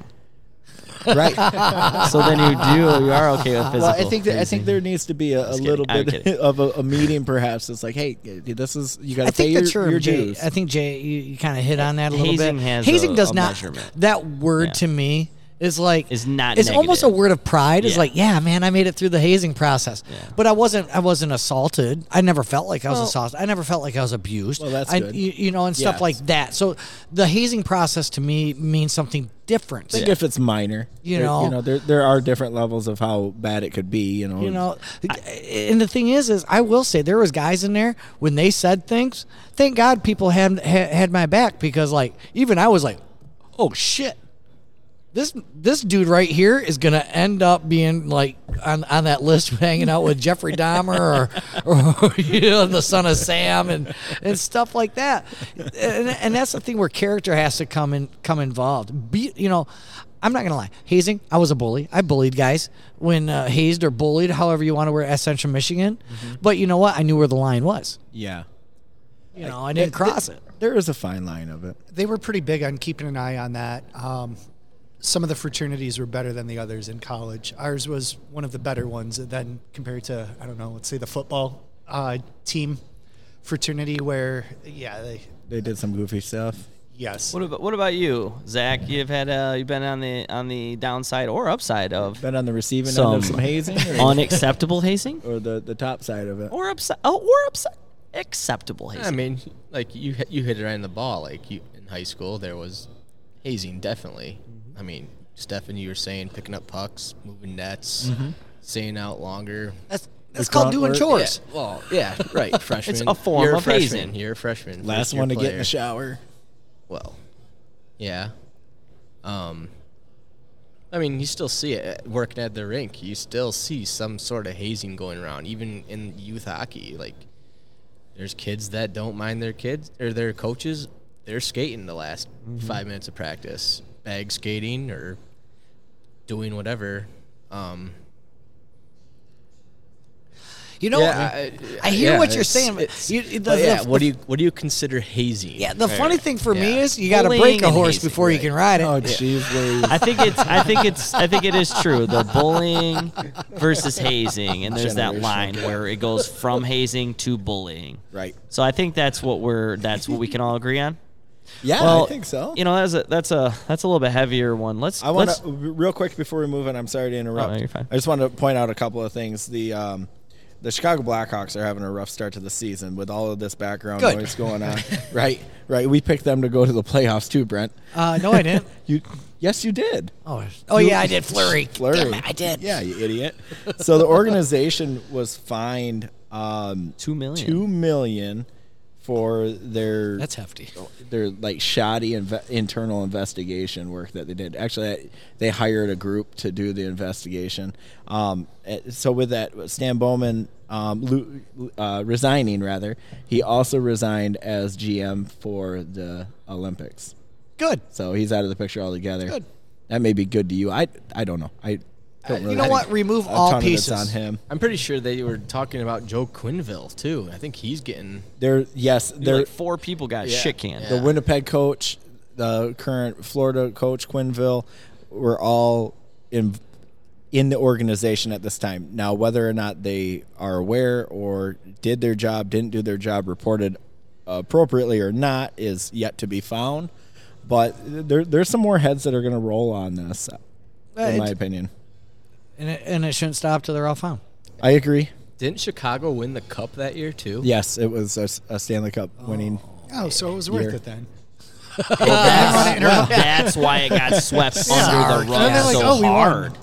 Speaker 1: right?
Speaker 3: So then you do. You are okay with physical.
Speaker 1: well, I think that, I think
Speaker 3: hazing.
Speaker 1: there needs to be a, a
Speaker 3: Just
Speaker 1: little
Speaker 3: kidding. I'm
Speaker 1: bit
Speaker 3: kidding.
Speaker 1: of a, a meeting, perhaps. It's like, hey, this is you got
Speaker 2: I
Speaker 1: to pay
Speaker 2: think
Speaker 1: your,
Speaker 2: the term
Speaker 1: your
Speaker 2: Jay,
Speaker 1: dues.
Speaker 2: I think Jay, you, you kind of hit on that a little
Speaker 3: Hazing
Speaker 2: bit.
Speaker 3: has
Speaker 2: hazing
Speaker 3: a-
Speaker 2: does
Speaker 3: a
Speaker 2: not.
Speaker 3: measurement.
Speaker 2: That word
Speaker 3: Yeah.
Speaker 2: to me is like
Speaker 3: Is not
Speaker 2: It's almost a
Speaker 3: negative.
Speaker 2: word of pride. It's
Speaker 3: Yeah.
Speaker 2: like, yeah, man, I made it through the hazing process,
Speaker 3: Yeah.
Speaker 2: but I wasn't. I wasn't assaulted. I never felt like I was
Speaker 3: Well-
Speaker 2: assaulted. I never felt like I was abused.
Speaker 1: Well, that's
Speaker 2: I,
Speaker 1: good.
Speaker 2: You, you know, and stuff
Speaker 1: Yes.
Speaker 2: like that. So the hazing process to me means something different.
Speaker 1: think if it's minor,
Speaker 2: You
Speaker 1: there,
Speaker 2: know.
Speaker 1: you know, there there are different levels of how bad it could be. You know,
Speaker 2: You know, and the thing is, is I will say there was guys in there when they said things. Thank God people had had, had my back because like even I was like, oh shit, this this dude right here is gonna end up being like on, on that list hanging out with Jeffrey Dahmer or, or you know the son of Sam and and stuff like that. And, and that's the thing where character has to come in come involved. Be you know. I'm not gonna lie. Hazing. I was a bully. I bullied guys when uh, hazed or bullied, however you want to wear at Central Michigan. But you know what? I knew where the line was.
Speaker 1: yeah,
Speaker 2: You know, I didn't cross it.
Speaker 1: There is a fine line of it.
Speaker 4: They were pretty big on keeping an eye on that. Um, some of the fraternities were better than the others in college. Ours was one of the better ones than compared to I don't know, let's say the football uh, team fraternity where yeah they
Speaker 1: They did some goofy stuff.
Speaker 4: yes
Speaker 3: What about what about you, Zach? You've had uh, you've been on the on the downside or upside of
Speaker 1: Been on the receiving end
Speaker 3: Some
Speaker 1: of some hazing or,
Speaker 3: unacceptable hazing,
Speaker 1: or the, the top side of it.
Speaker 3: or upside oh, or upside acceptable hazing.
Speaker 5: I mean, like you hit- you hit it right in the ball. Like you in high school, there was hazing definitely.
Speaker 3: Mm-hmm.
Speaker 5: I mean, Stefan, you were saying picking up pucks, moving nets,
Speaker 3: Mm-hmm.
Speaker 5: staying out longer.
Speaker 2: That's that's called
Speaker 1: grunt
Speaker 2: doing
Speaker 1: work.
Speaker 2: chores.
Speaker 5: Yeah, well, yeah, right. Freshman.
Speaker 3: a form
Speaker 5: You're a
Speaker 3: of
Speaker 5: freshman.
Speaker 3: hazing.
Speaker 5: You're a freshman.
Speaker 1: Last
Speaker 5: first-year
Speaker 1: one to get in
Speaker 5: player.
Speaker 1: the shower.
Speaker 5: Well, yeah. Um, I mean, you still see it uh, working at the rink. You still see some sort of hazing going around, even in youth hockey. Like, there's kids that don't mind their kids or their coaches. They're skating the last
Speaker 2: Mm-hmm.
Speaker 5: five minutes of practice, bag skating or doing whatever. Um,
Speaker 2: You know,
Speaker 5: yeah,
Speaker 2: I hear
Speaker 5: yeah,
Speaker 2: what you're
Speaker 5: it's-
Speaker 2: saying, but
Speaker 5: it's-
Speaker 2: you- the-
Speaker 5: but
Speaker 2: the-
Speaker 5: yeah,
Speaker 2: the-
Speaker 5: what do you what do you consider hazing?
Speaker 2: yeah. The funny thing for me
Speaker 5: Yeah.
Speaker 2: is you got to
Speaker 3: Bullying
Speaker 2: break a
Speaker 3: and
Speaker 2: horse
Speaker 5: hazing,
Speaker 2: before you
Speaker 5: right.
Speaker 2: can ride it.
Speaker 1: Oh, jeez, Louise.
Speaker 3: I think it's I think it's I think it is true the bullying versus hazing and there's that
Speaker 1: Generational
Speaker 3: line
Speaker 1: gap.
Speaker 3: where it goes from hazing to bullying.
Speaker 1: Right.
Speaker 3: So I think that's what we're that's what we can all agree on.
Speaker 1: Yeah,
Speaker 3: Well,
Speaker 1: I think so.
Speaker 3: You know, that's a that's a that's a little bit heavier one. Let's
Speaker 1: I want
Speaker 3: let's
Speaker 1: to real quick before we move on. I'm sorry to interrupt.
Speaker 3: Oh, no, you're fine.
Speaker 1: I just want to point out a couple of things. The um, the Chicago Blackhawks are having a rough start to the season with all of this background
Speaker 2: Good.
Speaker 1: noise going on. right, right. We picked them to go to the playoffs too, Brent.
Speaker 2: Uh, no, I didn't.
Speaker 1: You, yes, you did.
Speaker 2: Oh, oh
Speaker 1: You-
Speaker 2: yeah, I did. Flurry.
Speaker 1: Flurry.
Speaker 2: Damn it, I did.
Speaker 1: Yeah, you idiot. so the organization was fined um,
Speaker 3: two million.
Speaker 1: two million for their
Speaker 2: That's hefty.
Speaker 1: their like shoddy inve- internal investigation work that they did. Actually, I- they hired a group to do the investigation. Um, eh, so with that, Stan Bowman um, lo- uh, resigning, rather, he also resigned as GM for the Olympics.
Speaker 2: Good.
Speaker 1: So he's out of the picture altogether.
Speaker 2: Good.
Speaker 1: That may be good to you. I I don't know. I don't really
Speaker 2: You know
Speaker 1: think
Speaker 2: what? Remove
Speaker 1: a
Speaker 2: all
Speaker 1: ton of it's
Speaker 2: pieces.
Speaker 1: on him.
Speaker 5: I'm pretty sure they were talking about Joe Quinville too. I think he's getting
Speaker 1: There, yes,
Speaker 3: There
Speaker 1: there.
Speaker 3: like four people got
Speaker 5: Yeah.
Speaker 3: shit canned.
Speaker 1: the
Speaker 5: Yeah.
Speaker 1: Winnipeg coach, the current Florida coach Quinville, were all in in the organization at this time. Now, whether or not they are aware or did their job, didn't do their job, reported appropriately or not, is yet to be found. But there, there's some more heads that are going to roll on this, in
Speaker 2: Uh,
Speaker 1: my
Speaker 2: it-
Speaker 1: opinion.
Speaker 2: and, it, and it shouldn't stop till they're all found.
Speaker 1: I agree.
Speaker 5: Didn't Chicago win the cup that year too?
Speaker 1: Yes, it was a, a Stanley Cup winning.
Speaker 4: oh so it was worth
Speaker 1: You're-
Speaker 4: it then
Speaker 3: That's, that's why it got swept under
Speaker 4: Sorry.
Speaker 3: the rug
Speaker 4: And they're like,
Speaker 3: so
Speaker 4: "Oh, we won."
Speaker 3: hard.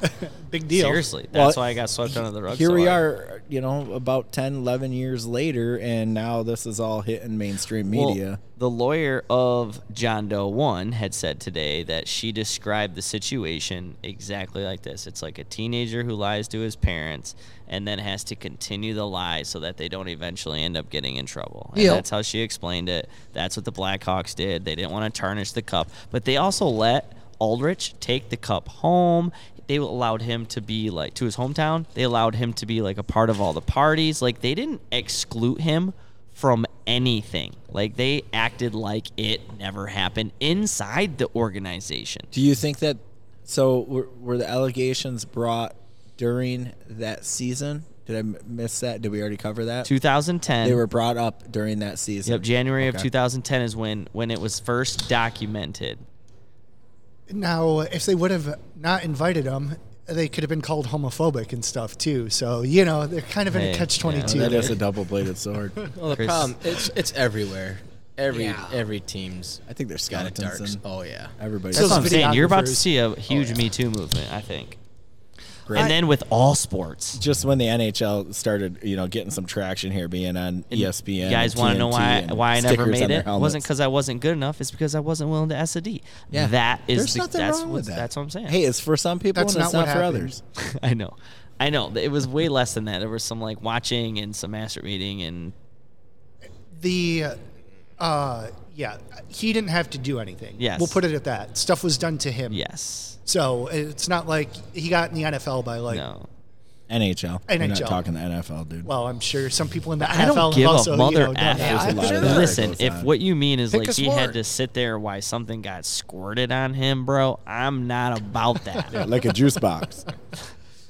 Speaker 4: big deal
Speaker 3: Seriously, that's
Speaker 1: Well,
Speaker 3: why I got swept under the rug.
Speaker 1: Here
Speaker 3: so
Speaker 1: we
Speaker 3: hard.
Speaker 1: are, you know, about 10, 11 years later, and now this is all hitting mainstream
Speaker 3: Well,
Speaker 1: media.
Speaker 3: the lawyer of John Doe 1 had said today that she described the situation exactly like this. It's like a teenager who lies to his parents and then has to continue the lie so that they don't eventually end up getting in trouble. And
Speaker 2: Yep.
Speaker 3: that's how she explained it. That's what the Blackhawks did. They didn't want to tarnish the cup, but they also let Aldrich take the cup home. They allowed him to be like to his hometown. They allowed him to be like a part of all the parties. Like they didn't exclude him from anything. Like they acted like it never happened inside the organization.
Speaker 1: Do you think that so were, were the allegations brought during that season? Did I m- miss that? Did we already cover that?
Speaker 3: 2010.
Speaker 1: They were brought up during that season.
Speaker 3: Yep, January of
Speaker 1: Okay.
Speaker 3: 2010 is when when it was first documented.
Speaker 4: Now, if they would have not invited him, they could have been called homophobic and stuff too. So you know, they're kind of in
Speaker 3: Hey,
Speaker 4: a catch
Speaker 3: yeah,
Speaker 4: twenty two.
Speaker 1: Oh, That is a double-bladed sword.
Speaker 5: Well, the
Speaker 3: Chris-
Speaker 5: problem it's it's everywhere. Every
Speaker 2: Yeah.
Speaker 5: every team's
Speaker 1: I think they're
Speaker 5: got a dark.
Speaker 1: skeletons.
Speaker 5: s-
Speaker 1: in
Speaker 5: Oh yeah.
Speaker 1: Everybody.
Speaker 4: So-
Speaker 3: That's what I'm saying. You're about to
Speaker 4: videographers.
Speaker 3: see a
Speaker 1: Oh,
Speaker 3: huge Me Too movement, I think.
Speaker 1: Great.
Speaker 3: And then with all sports.
Speaker 1: just when the NHL started, you know, getting some traction here, being on E ESPN.
Speaker 3: You guys want to know
Speaker 1: TNT,
Speaker 3: why
Speaker 1: and
Speaker 3: why I never
Speaker 1: stickers on
Speaker 3: made
Speaker 1: their
Speaker 3: it? It wasn't
Speaker 1: helmets.
Speaker 3: because I wasn't good enough. It's because I wasn't willing to SAD.
Speaker 1: Yeah.
Speaker 3: That is
Speaker 1: There's
Speaker 3: the,
Speaker 1: nothing
Speaker 3: that's
Speaker 1: wrong
Speaker 3: what,
Speaker 1: with that.
Speaker 3: That's what I'm saying.
Speaker 1: Hey, it's for some people
Speaker 4: That's
Speaker 1: and it's
Speaker 4: not
Speaker 1: not
Speaker 4: what
Speaker 1: for
Speaker 4: happened.
Speaker 1: others.
Speaker 3: I know. I know. It was way less than that. There was some like watching and some master meeting and
Speaker 4: The, uh, yeah, he didn't have to do anything.
Speaker 3: Yes.
Speaker 4: we'll put it at that. Stuff was done to him.
Speaker 3: yes.
Speaker 4: So it's not like he got in the NFL by like
Speaker 3: No.
Speaker 1: NHL. We're not
Speaker 4: NHL.
Speaker 1: talking the NFL, dude.
Speaker 4: Well, I'm sure some people in the
Speaker 3: I
Speaker 4: NFL
Speaker 3: don't
Speaker 4: have
Speaker 3: give
Speaker 4: also,
Speaker 3: a mother
Speaker 4: you know, done
Speaker 3: f.
Speaker 4: that.
Speaker 1: There's a lot of that.
Speaker 3: Listen,
Speaker 1: goes
Speaker 3: if
Speaker 1: on.
Speaker 3: what you mean is
Speaker 2: Pick
Speaker 3: like
Speaker 2: a
Speaker 3: he
Speaker 2: sport.
Speaker 3: had to sit there while something got squirted on him, bro, I'm not about that.
Speaker 1: Yeah, like a juice box.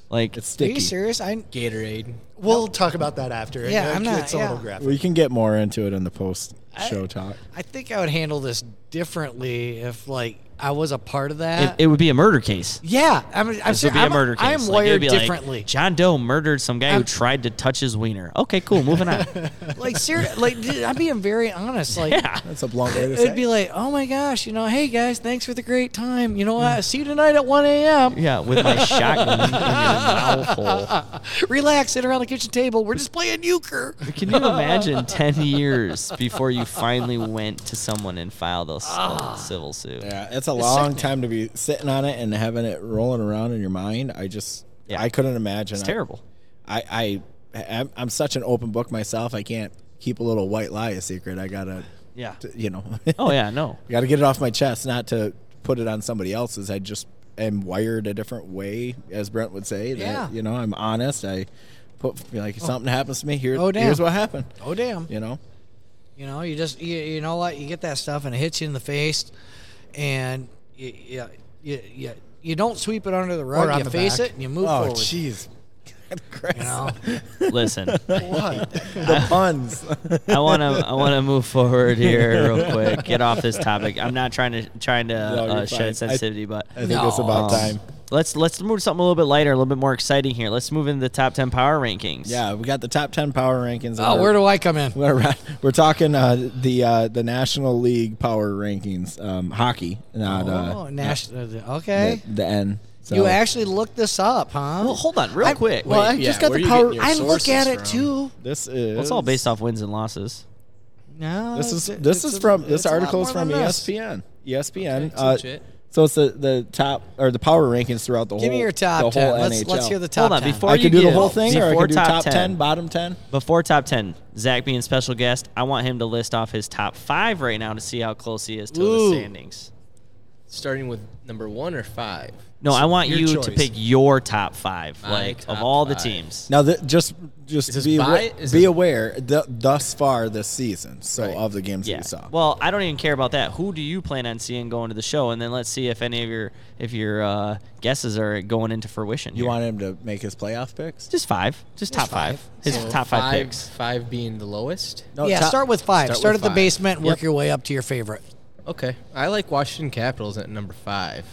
Speaker 3: like,
Speaker 1: It's
Speaker 2: Are
Speaker 1: sticky.
Speaker 2: you serious? I
Speaker 5: Gatorade.
Speaker 4: We'll talk about that after.
Speaker 2: Yeah,
Speaker 4: It-
Speaker 2: I'm not-
Speaker 4: It's a
Speaker 2: yeah.
Speaker 4: little graphic.
Speaker 1: We can get more into it in the post show talk.
Speaker 2: I think I would handle this differently if like I was a part of that.
Speaker 3: it, it would be a murder case.
Speaker 2: yeah, I'm. I'm,
Speaker 3: This would be
Speaker 2: I'm
Speaker 3: a murder case.
Speaker 2: I'm
Speaker 3: Like, it would
Speaker 2: wired
Speaker 3: be like,
Speaker 2: differently.
Speaker 3: John Doe murdered some guy
Speaker 2: I'm-
Speaker 3: who tried to touch his wiener. Okay, cool. Moving on.
Speaker 2: like serious. Like dude, I'm being very honest. Like
Speaker 3: yeah.
Speaker 1: That's a blunt way to
Speaker 2: it
Speaker 1: say.
Speaker 2: would be like, oh my gosh, you know, hey guys, thanks for the great time. You know what? See you tonight at 1 a.m.
Speaker 3: Yeah, with my shotgun in your mouth hole.
Speaker 2: Relax, sit around the kitchen table. We're just playing euchre.
Speaker 3: Can you imagine 10 years before you finally went to someone and filed a s- a civil suit?
Speaker 1: Ah. yeah, it's a long time to be sitting on it and having it rolling around in your mind. I just,
Speaker 3: Yeah.
Speaker 1: I couldn't imagine.
Speaker 3: It's
Speaker 1: I-
Speaker 3: terrible.
Speaker 1: I, I, I'm, I'm such an open book myself. I can't keep a little white lie a secret. I gotta,
Speaker 3: Yeah.
Speaker 1: t- you know,
Speaker 3: Oh, yeah, no.
Speaker 1: gotta get it off my chest, not to put it on somebody else's. I just am wired a different way, as Brent would say. That,
Speaker 2: Yeah.
Speaker 1: You know, I'm honest. I put like if something happens to me here.
Speaker 2: Oh, damn.
Speaker 1: Here's what happened.
Speaker 2: Oh damn.
Speaker 1: You know.
Speaker 2: You know, you just you, you know what you get that stuff and it hits you in the face, and you you you, you, you don't sweep it under the rug.
Speaker 4: Or on
Speaker 2: You
Speaker 4: the
Speaker 2: face
Speaker 4: back. Oh,
Speaker 2: it and you move forward.
Speaker 1: jeez.
Speaker 2: You know,
Speaker 3: Listen,
Speaker 4: What?
Speaker 1: the puns.
Speaker 3: I want to I want to move forward here real quick. Get off this topic. I'm not trying to trying to
Speaker 1: you're
Speaker 3: uh,
Speaker 1: fine. I-
Speaker 3: shed sensitivity, but
Speaker 1: I think it's about time.
Speaker 3: Um, Let's let's move to something a little bit lighter, a little bit more exciting here. Let's move into the top 10 power rankings.
Speaker 1: Yeah, we got the top ten power rankings.
Speaker 2: oh, where do I come in?
Speaker 1: We're, around- we're talking uh, the uh, the National League power rankings, um, hockey, not
Speaker 2: Oh,
Speaker 1: uh,
Speaker 2: national.
Speaker 1: the,
Speaker 2: Okay,
Speaker 1: the N. So
Speaker 2: you actually looked this up, huh?
Speaker 3: Well, hold on, real
Speaker 2: I-
Speaker 3: quick.
Speaker 2: Well, I
Speaker 5: Wait,
Speaker 2: just
Speaker 5: yeah,
Speaker 2: got
Speaker 5: where
Speaker 2: the
Speaker 5: are you
Speaker 2: power.
Speaker 5: getting your
Speaker 2: I look
Speaker 5: sources
Speaker 2: at it
Speaker 5: from?
Speaker 2: too.
Speaker 1: this is
Speaker 3: Well, it's all based off wins and losses.
Speaker 2: No,
Speaker 1: This is
Speaker 2: Oh, it's-
Speaker 1: this
Speaker 2: it's
Speaker 1: is
Speaker 2: a-
Speaker 1: from this
Speaker 2: it's a lot
Speaker 1: article is
Speaker 2: more
Speaker 1: from E
Speaker 2: than this.
Speaker 1: ESPN. ESPN.
Speaker 5: Okay, so
Speaker 1: uh,
Speaker 5: shit.
Speaker 1: so it's the, the top or the power rankings throughout the whole.
Speaker 2: Give me your top
Speaker 1: the
Speaker 2: ten.
Speaker 1: whole
Speaker 2: Let's, let's
Speaker 1: NHL.
Speaker 2: hear the top
Speaker 3: on,
Speaker 2: 10.
Speaker 3: before-
Speaker 1: I could do the
Speaker 3: you
Speaker 1: whole
Speaker 3: get-
Speaker 1: thing, or I
Speaker 3: before
Speaker 1: could do
Speaker 3: top
Speaker 1: top
Speaker 3: 10.
Speaker 1: ten, bottom ten.
Speaker 3: Before top 10, Zach being special guest, I want him to list off his top five right now to see how close he is to
Speaker 2: Ooh.
Speaker 3: the standings.
Speaker 5: Starting with number one or five.
Speaker 3: No, I want
Speaker 4: your
Speaker 3: you
Speaker 4: choice.
Speaker 3: to pick your top five,
Speaker 5: My
Speaker 3: like
Speaker 5: top
Speaker 3: of all the
Speaker 5: five.
Speaker 3: teams.
Speaker 1: Now, th- just just
Speaker 5: Is this
Speaker 1: be awa-
Speaker 5: by- is
Speaker 1: be
Speaker 5: this-
Speaker 1: aware th- thus far this season. So
Speaker 5: Right.
Speaker 1: of the games that
Speaker 3: yeah.
Speaker 1: we saw.
Speaker 3: Well, I don't even care about that. Who do you plan on seeing going to the show? And then let's see if any of your if your uh, guesses are going into fruition.
Speaker 1: you
Speaker 3: here.
Speaker 1: want him to make his playoff picks?
Speaker 3: just five, just top five,
Speaker 2: five.
Speaker 3: his
Speaker 5: So
Speaker 3: top five, picks.
Speaker 5: Five being the lowest.
Speaker 1: No,
Speaker 2: yeah,
Speaker 1: top-
Speaker 2: start with five. Start,
Speaker 5: start
Speaker 2: at
Speaker 5: with
Speaker 2: the
Speaker 5: five.
Speaker 2: basement. Work
Speaker 5: Yep.
Speaker 2: your way up to your favorite.
Speaker 5: Okay. I like Washington Capitals at number five.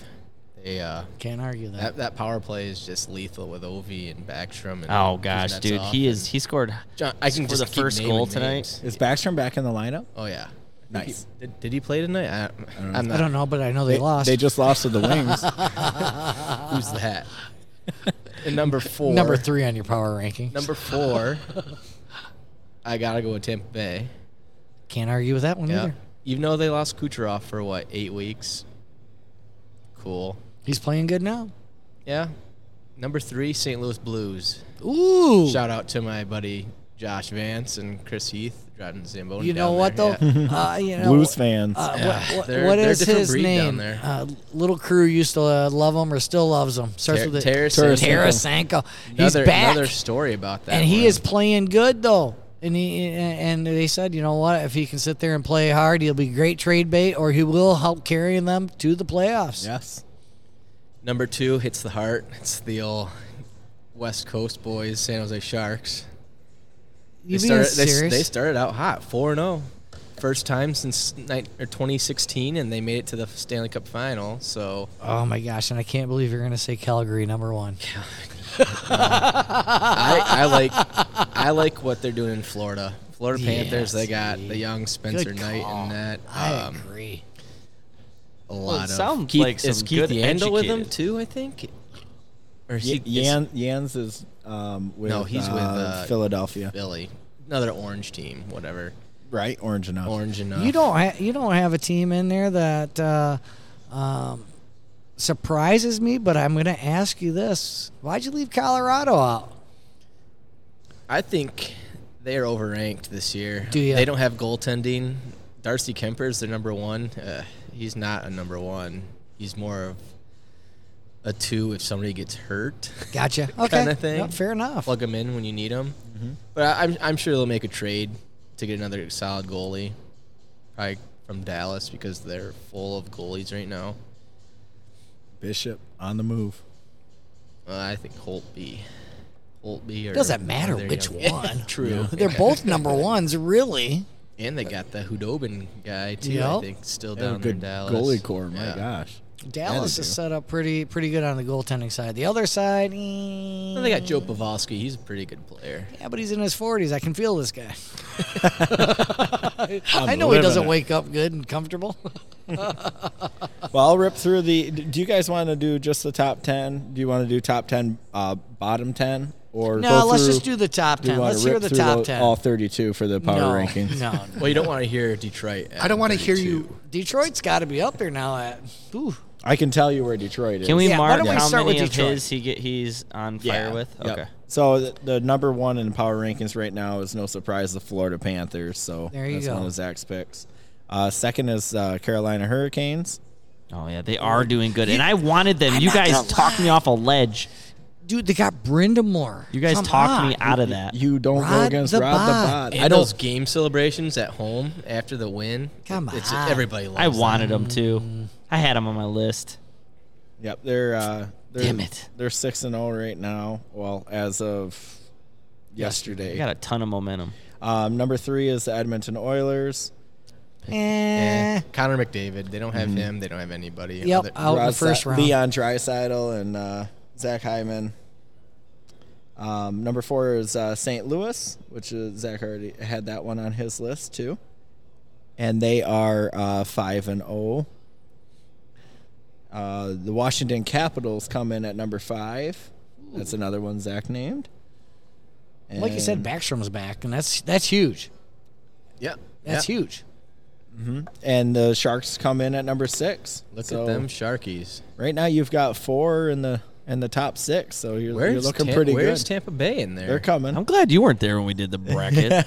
Speaker 5: They uh
Speaker 2: Can't argue that.
Speaker 5: that, that power play is just lethal with Ovi and Backstrom. And
Speaker 3: Oh gosh, dude,
Speaker 5: Kuznetsov
Speaker 3: he
Speaker 5: and-
Speaker 3: is he scored.
Speaker 5: John, I can
Speaker 3: scored
Speaker 5: just
Speaker 3: the
Speaker 5: keep
Speaker 3: first goal
Speaker 5: naming
Speaker 3: tonight.
Speaker 5: names.
Speaker 1: Is Backstrom back in the lineup?
Speaker 5: Oh yeah.
Speaker 1: Nice.
Speaker 5: Did, did he play tonight? I, I am
Speaker 2: I
Speaker 5: not.
Speaker 2: don't know, but I know they, lost.
Speaker 1: They just lost to the Wings.
Speaker 5: Who's that? and number four.
Speaker 2: number three on your power ranking.
Speaker 5: Number four. I gotta go with Tampa Bay.
Speaker 2: Can't argue with that one
Speaker 5: Yeah.
Speaker 2: either.
Speaker 5: Even though they lost Kucherov for what eight weeks. Cool.
Speaker 2: He's playing good now.
Speaker 5: Yeah. Number three, St. Louis Blues.
Speaker 2: Ooh.
Speaker 5: Shout out to my buddy Josh Vance and Chris Heath driving the Zamboni.
Speaker 2: you know
Speaker 5: down
Speaker 2: what
Speaker 5: there.
Speaker 2: though?
Speaker 5: Yeah.
Speaker 2: Uh, you know,
Speaker 1: Blues fans.
Speaker 2: uh,
Speaker 5: Yeah,
Speaker 2: what, what,
Speaker 5: they're-
Speaker 2: what
Speaker 5: they're a
Speaker 2: is
Speaker 5: different
Speaker 2: his
Speaker 5: breed down
Speaker 2: name?
Speaker 5: there.
Speaker 2: Uh, little crew used to uh, love him or still loves him. Starts
Speaker 5: Ter-
Speaker 2: with the
Speaker 5: Tarasenko.
Speaker 2: Tarasenko. He's
Speaker 5: Another,
Speaker 2: back,
Speaker 5: another story about that.
Speaker 2: and he
Speaker 5: one.
Speaker 2: is playing good though. And he and they said, you know what? If he can sit there and play hard, he'll be great trade bait, or he will help carrying them to the playoffs.
Speaker 1: yes.
Speaker 5: Number two hits the heart. It's the old West Coast boys, San Jose Sharks.
Speaker 2: You being
Speaker 5: started, they,
Speaker 2: serious?
Speaker 5: they started out hot, 4 0. First time since nine, or 2016, and they made it to the Stanley Cup final. So,
Speaker 2: oh my gosh! And I can't believe you're going to say Calgary number one. Ah.
Speaker 5: I, I like I like what they're doing in Florida. Florida
Speaker 2: Yeah,
Speaker 5: Panthers, they got
Speaker 2: see.
Speaker 5: the young Spencer
Speaker 2: Good
Speaker 5: Knight
Speaker 2: call.
Speaker 5: and that.
Speaker 2: I
Speaker 5: Um,
Speaker 2: agree.
Speaker 5: a
Speaker 3: it
Speaker 5: lot of
Speaker 3: sounds
Speaker 5: Keith,
Speaker 3: like
Speaker 5: is
Speaker 3: some
Speaker 5: Keith
Speaker 3: good
Speaker 5: Yandel with them
Speaker 3: educated-
Speaker 5: too, I think. Or is
Speaker 1: Y-
Speaker 5: he is
Speaker 1: Yan, Yans is um, with,
Speaker 5: No, he's
Speaker 1: uh,
Speaker 5: with, uh,
Speaker 1: Philadelphia,
Speaker 5: Philly. Another orange team, whatever.
Speaker 1: right? Orange enough.
Speaker 5: Orange enough.
Speaker 2: You don't ha- you don't have a team in there that uh, um, surprises me, but I'm going to ask you this: Why'd you leave Colorado out?
Speaker 5: I think they are overranked this year.
Speaker 2: Do ya?
Speaker 5: They don't have goaltending. Darcy Kemper is their number one. Uh, he's not a number one. He's more of a two if somebody gets hurt.
Speaker 2: Gotcha. Okay.
Speaker 5: Kinda thing.
Speaker 2: Yep, fair enough.
Speaker 5: Plug them in when you need them.
Speaker 2: Mm-hmm.
Speaker 5: But I, I'm I'm sure they'll make a trade to get another solid goalie, probably from Dallas because they're full of goalies right now.
Speaker 1: Bishop on the move.
Speaker 5: Uh, I think Holtby. Holtby or
Speaker 2: Doesn't matter
Speaker 5: they're
Speaker 2: which
Speaker 5: young.
Speaker 2: one.
Speaker 5: True.
Speaker 2: They're both number ones, really.
Speaker 5: And they got the Hudobin guy too. I
Speaker 2: Yep.
Speaker 5: think still
Speaker 1: They have a
Speaker 5: down there in
Speaker 1: good
Speaker 5: Dallas.
Speaker 1: goalie core. My
Speaker 5: Yeah.
Speaker 1: gosh.
Speaker 2: Dallas
Speaker 1: That'll
Speaker 2: is
Speaker 1: do.
Speaker 2: set up pretty pretty good on the goaltending side. The other side, eh,
Speaker 5: And they got Joe Pavelski. He's a pretty good player.
Speaker 2: yeah, but he's in his 40s. I can feel this guy.
Speaker 1: I'm
Speaker 2: I know he
Speaker 1: living
Speaker 2: doesn't
Speaker 1: it.
Speaker 2: wake up good and comfortable.
Speaker 1: Well, I'll rip through the. Do you guys want to do just the top ten? Do you want to do top ten, uh, bottom ten, or
Speaker 2: no,
Speaker 1: go
Speaker 2: let's
Speaker 1: through-
Speaker 2: just do the top
Speaker 1: do you
Speaker 2: 10.
Speaker 1: wanna
Speaker 2: Let's hear
Speaker 1: rip
Speaker 2: the
Speaker 1: through
Speaker 2: top
Speaker 1: tho-
Speaker 2: 10.
Speaker 1: All thirty-two for the power
Speaker 2: no,
Speaker 1: rankings.
Speaker 2: No, no.
Speaker 5: Well, you don't want to hear Detroit. at
Speaker 4: I don't want to hear
Speaker 5: 32.
Speaker 4: you.
Speaker 2: Detroit's got to be up there now. At ooh,
Speaker 1: I can tell you where Detroit is.
Speaker 3: Can we
Speaker 2: Yeah, why
Speaker 3: mark
Speaker 2: don't we
Speaker 3: how
Speaker 2: start with
Speaker 3: many of
Speaker 2: Detroit?
Speaker 3: his he get he's on fire
Speaker 1: Yeah.
Speaker 3: with?
Speaker 1: Yep.
Speaker 3: Okay.
Speaker 1: So the, the number one in power rankings right now is no surprise the Florida Panthers. So
Speaker 2: There you
Speaker 1: that's
Speaker 2: go.
Speaker 1: one of Zach's picks. Uh, second is uh, Carolina Hurricanes.
Speaker 3: Oh yeah, they are doing good, and I wanted them. you guys talked me off a ledge.
Speaker 2: dude, they got Brenda Moore.
Speaker 3: You guys
Speaker 2: Come
Speaker 3: talked me
Speaker 2: on.
Speaker 3: out of that.
Speaker 1: You don't go
Speaker 2: Rod
Speaker 1: against
Speaker 2: the
Speaker 1: Rod
Speaker 2: Bod.
Speaker 1: the Bod.
Speaker 5: And
Speaker 1: I
Speaker 5: those
Speaker 1: don't.
Speaker 5: game celebrations at home after the win.
Speaker 2: Come
Speaker 5: it's,
Speaker 2: on.
Speaker 5: everybody loves.
Speaker 3: I
Speaker 5: that.
Speaker 3: wanted them too. I had them on my list.
Speaker 1: Yep, they're. Uh, they're
Speaker 3: Damn it.
Speaker 1: They're six and zero right now. Well, as of
Speaker 3: I
Speaker 1: yesterday.
Speaker 3: got a ton of momentum.
Speaker 1: Um, number three is the Edmonton Oilers.
Speaker 2: Eh.
Speaker 5: Yeah. Connor McDavid. They don't have
Speaker 1: Mm-hmm.
Speaker 5: him. They don't have anybody.
Speaker 2: Yep,
Speaker 5: Other-
Speaker 2: I'll- Out in the
Speaker 1: Ross-
Speaker 2: first round.
Speaker 1: Leon Dreisidel and uh, Zach Hyman. Um, number four is uh, St. Louis, which is, Zach already had that one on his list too, and they are uh, five and zero. Uh, the Washington Capitals come in at number five. That's another one Zach named.
Speaker 2: Like you said,
Speaker 1: And-
Speaker 2: Backstrom's back, and that's that's huge.
Speaker 5: Yep.
Speaker 2: That's
Speaker 5: yep.
Speaker 2: huge.
Speaker 1: and the Sharks come in at number six.
Speaker 5: Look
Speaker 1: So
Speaker 5: at them Sharkies.
Speaker 1: Right now, you've got four in the in the top six, so you're, you're looking
Speaker 5: Tam-
Speaker 1: pretty
Speaker 5: Where's
Speaker 1: good.
Speaker 5: Tampa Bay in there?
Speaker 1: They're coming.
Speaker 3: I'm glad you weren't there when we did the bracket.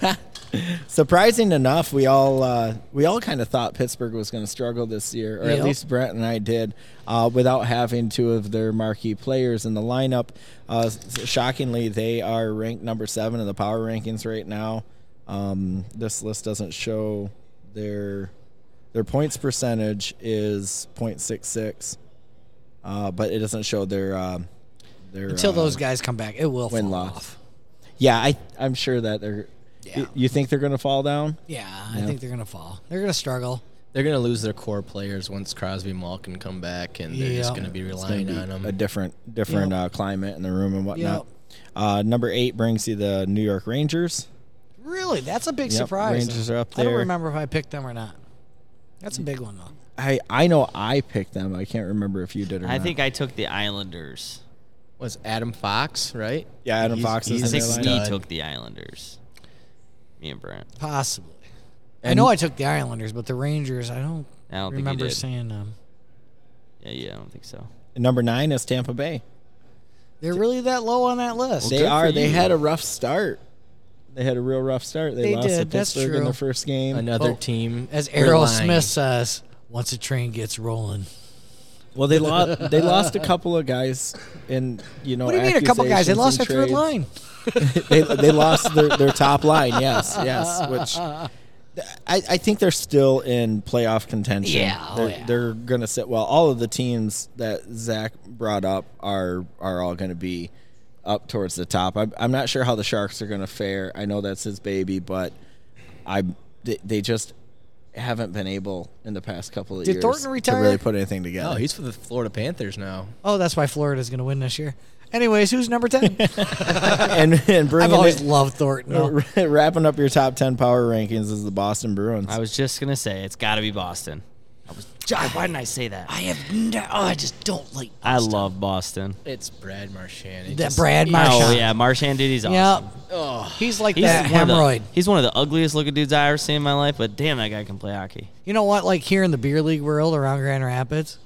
Speaker 1: Surprising enough, we all uh, we all kind of thought Pittsburgh was going to struggle this year, or
Speaker 2: Yep.
Speaker 1: at least Brent and I did, uh, without having two of their marquee players in the lineup. Uh, s- shockingly, they are ranked number seven in the power rankings right now. Um, this list doesn't show their their points percentage is .66, uh, but it doesn't show their uh, their
Speaker 2: Until
Speaker 1: uh,
Speaker 2: those guys come back, it will
Speaker 1: win
Speaker 2: fall
Speaker 1: loss.
Speaker 2: off.
Speaker 1: Yeah, I I'm sure that they're.
Speaker 2: Yeah.
Speaker 1: You think they're going to fall down?
Speaker 2: Yeah, I think they're gonna fall. They're gonna struggle.
Speaker 5: They're gonna lose their core players once Crosby and Malkin come back, and they're
Speaker 2: Yeah.
Speaker 5: just gonna be relying
Speaker 1: gonna
Speaker 5: on
Speaker 1: be
Speaker 5: them.
Speaker 1: a different different
Speaker 2: Yep.
Speaker 1: uh, climate in the room and whatnot. Uh, number eight brings you the New York Rangers.
Speaker 2: Really, that's a big
Speaker 1: Yep,
Speaker 2: surprise.
Speaker 1: Rangers are up
Speaker 2: I don't
Speaker 1: there.
Speaker 2: remember if I picked them or not. That's a big one though.
Speaker 1: I I know I picked them. I can't remember if you did or
Speaker 3: I
Speaker 1: not.
Speaker 3: think I took the Islanders.
Speaker 5: Was Adam Fox right?
Speaker 1: yeah, Adam
Speaker 5: He's-
Speaker 1: Fox
Speaker 5: he's
Speaker 1: is
Speaker 3: I
Speaker 1: in
Speaker 3: think
Speaker 1: their line.
Speaker 5: six-
Speaker 3: Snee
Speaker 5: lineup.
Speaker 3: took the Islanders. Me and Brent.
Speaker 2: Possibly. I
Speaker 1: And-
Speaker 2: know I took the Islanders, but the Rangers, I don't,
Speaker 3: I don't think you
Speaker 2: remember
Speaker 3: did.
Speaker 2: seeing them.
Speaker 3: Yeah, yeah, I don't think so.
Speaker 1: Number nine is Tampa Bay.
Speaker 2: They're really that low on that list.
Speaker 1: they
Speaker 5: good
Speaker 1: are.
Speaker 5: for
Speaker 1: They
Speaker 5: you.
Speaker 1: had a rough start. They had a real rough start. They,
Speaker 2: They
Speaker 1: lost to
Speaker 2: did, that's
Speaker 1: Pittsburgh in
Speaker 2: true.
Speaker 1: their first game.
Speaker 5: Another
Speaker 2: Well,
Speaker 5: team.
Speaker 2: As Errol
Speaker 5: relying-
Speaker 2: Smith says, once a train gets rolling.
Speaker 1: Well, they lost. They lost a couple of guys, in you know.
Speaker 2: What do you mean a couple guys? They
Speaker 1: accusations
Speaker 2: lost their
Speaker 1: and
Speaker 2: third
Speaker 1: trades.
Speaker 2: line.
Speaker 1: they, they lost their, their top line. Yes, yes. Which I, I think they're still in playoff contention.
Speaker 2: Yeah, oh,
Speaker 1: they're,
Speaker 2: yeah.
Speaker 1: they're going to sit well. All of the teams that Zach brought up are are all going to be up towards the top. I'm, I'm not sure how the Sharks are going to fare. I know that's his baby, but I they, they just haven't been able in the past couple of
Speaker 2: Did
Speaker 1: years
Speaker 2: Thornton
Speaker 1: to
Speaker 2: retire?
Speaker 1: really put anything together.
Speaker 5: Oh, he's for the Florida Panthers now.
Speaker 2: Oh, that's why Florida's going to win this year. Anyways, who's number 10?
Speaker 1: and and bringing
Speaker 2: I've always
Speaker 1: it-
Speaker 2: loved Thornton. though.
Speaker 1: wrapping up your top 10 power rankings is the Boston Bruins.
Speaker 3: I was just gonna say it's got to be Boston. I was. God, why didn't I say that?
Speaker 2: I have no, oh, I just don't like
Speaker 3: I love Boston.
Speaker 5: It's Brad Marchand. It
Speaker 2: that
Speaker 5: just-
Speaker 2: Brad Marchand.
Speaker 3: Oh yeah, Marchand dude, he's awesome.
Speaker 2: Yep.
Speaker 5: Oh,
Speaker 2: He's like
Speaker 3: He's
Speaker 2: that
Speaker 3: one of the-
Speaker 2: hemorrhoid.
Speaker 3: he's one of the ugliest looking dudes I ever seen in my life, but damn, that guy can play hockey.
Speaker 2: You know what? Like here in the beer league world around Grand Rapids,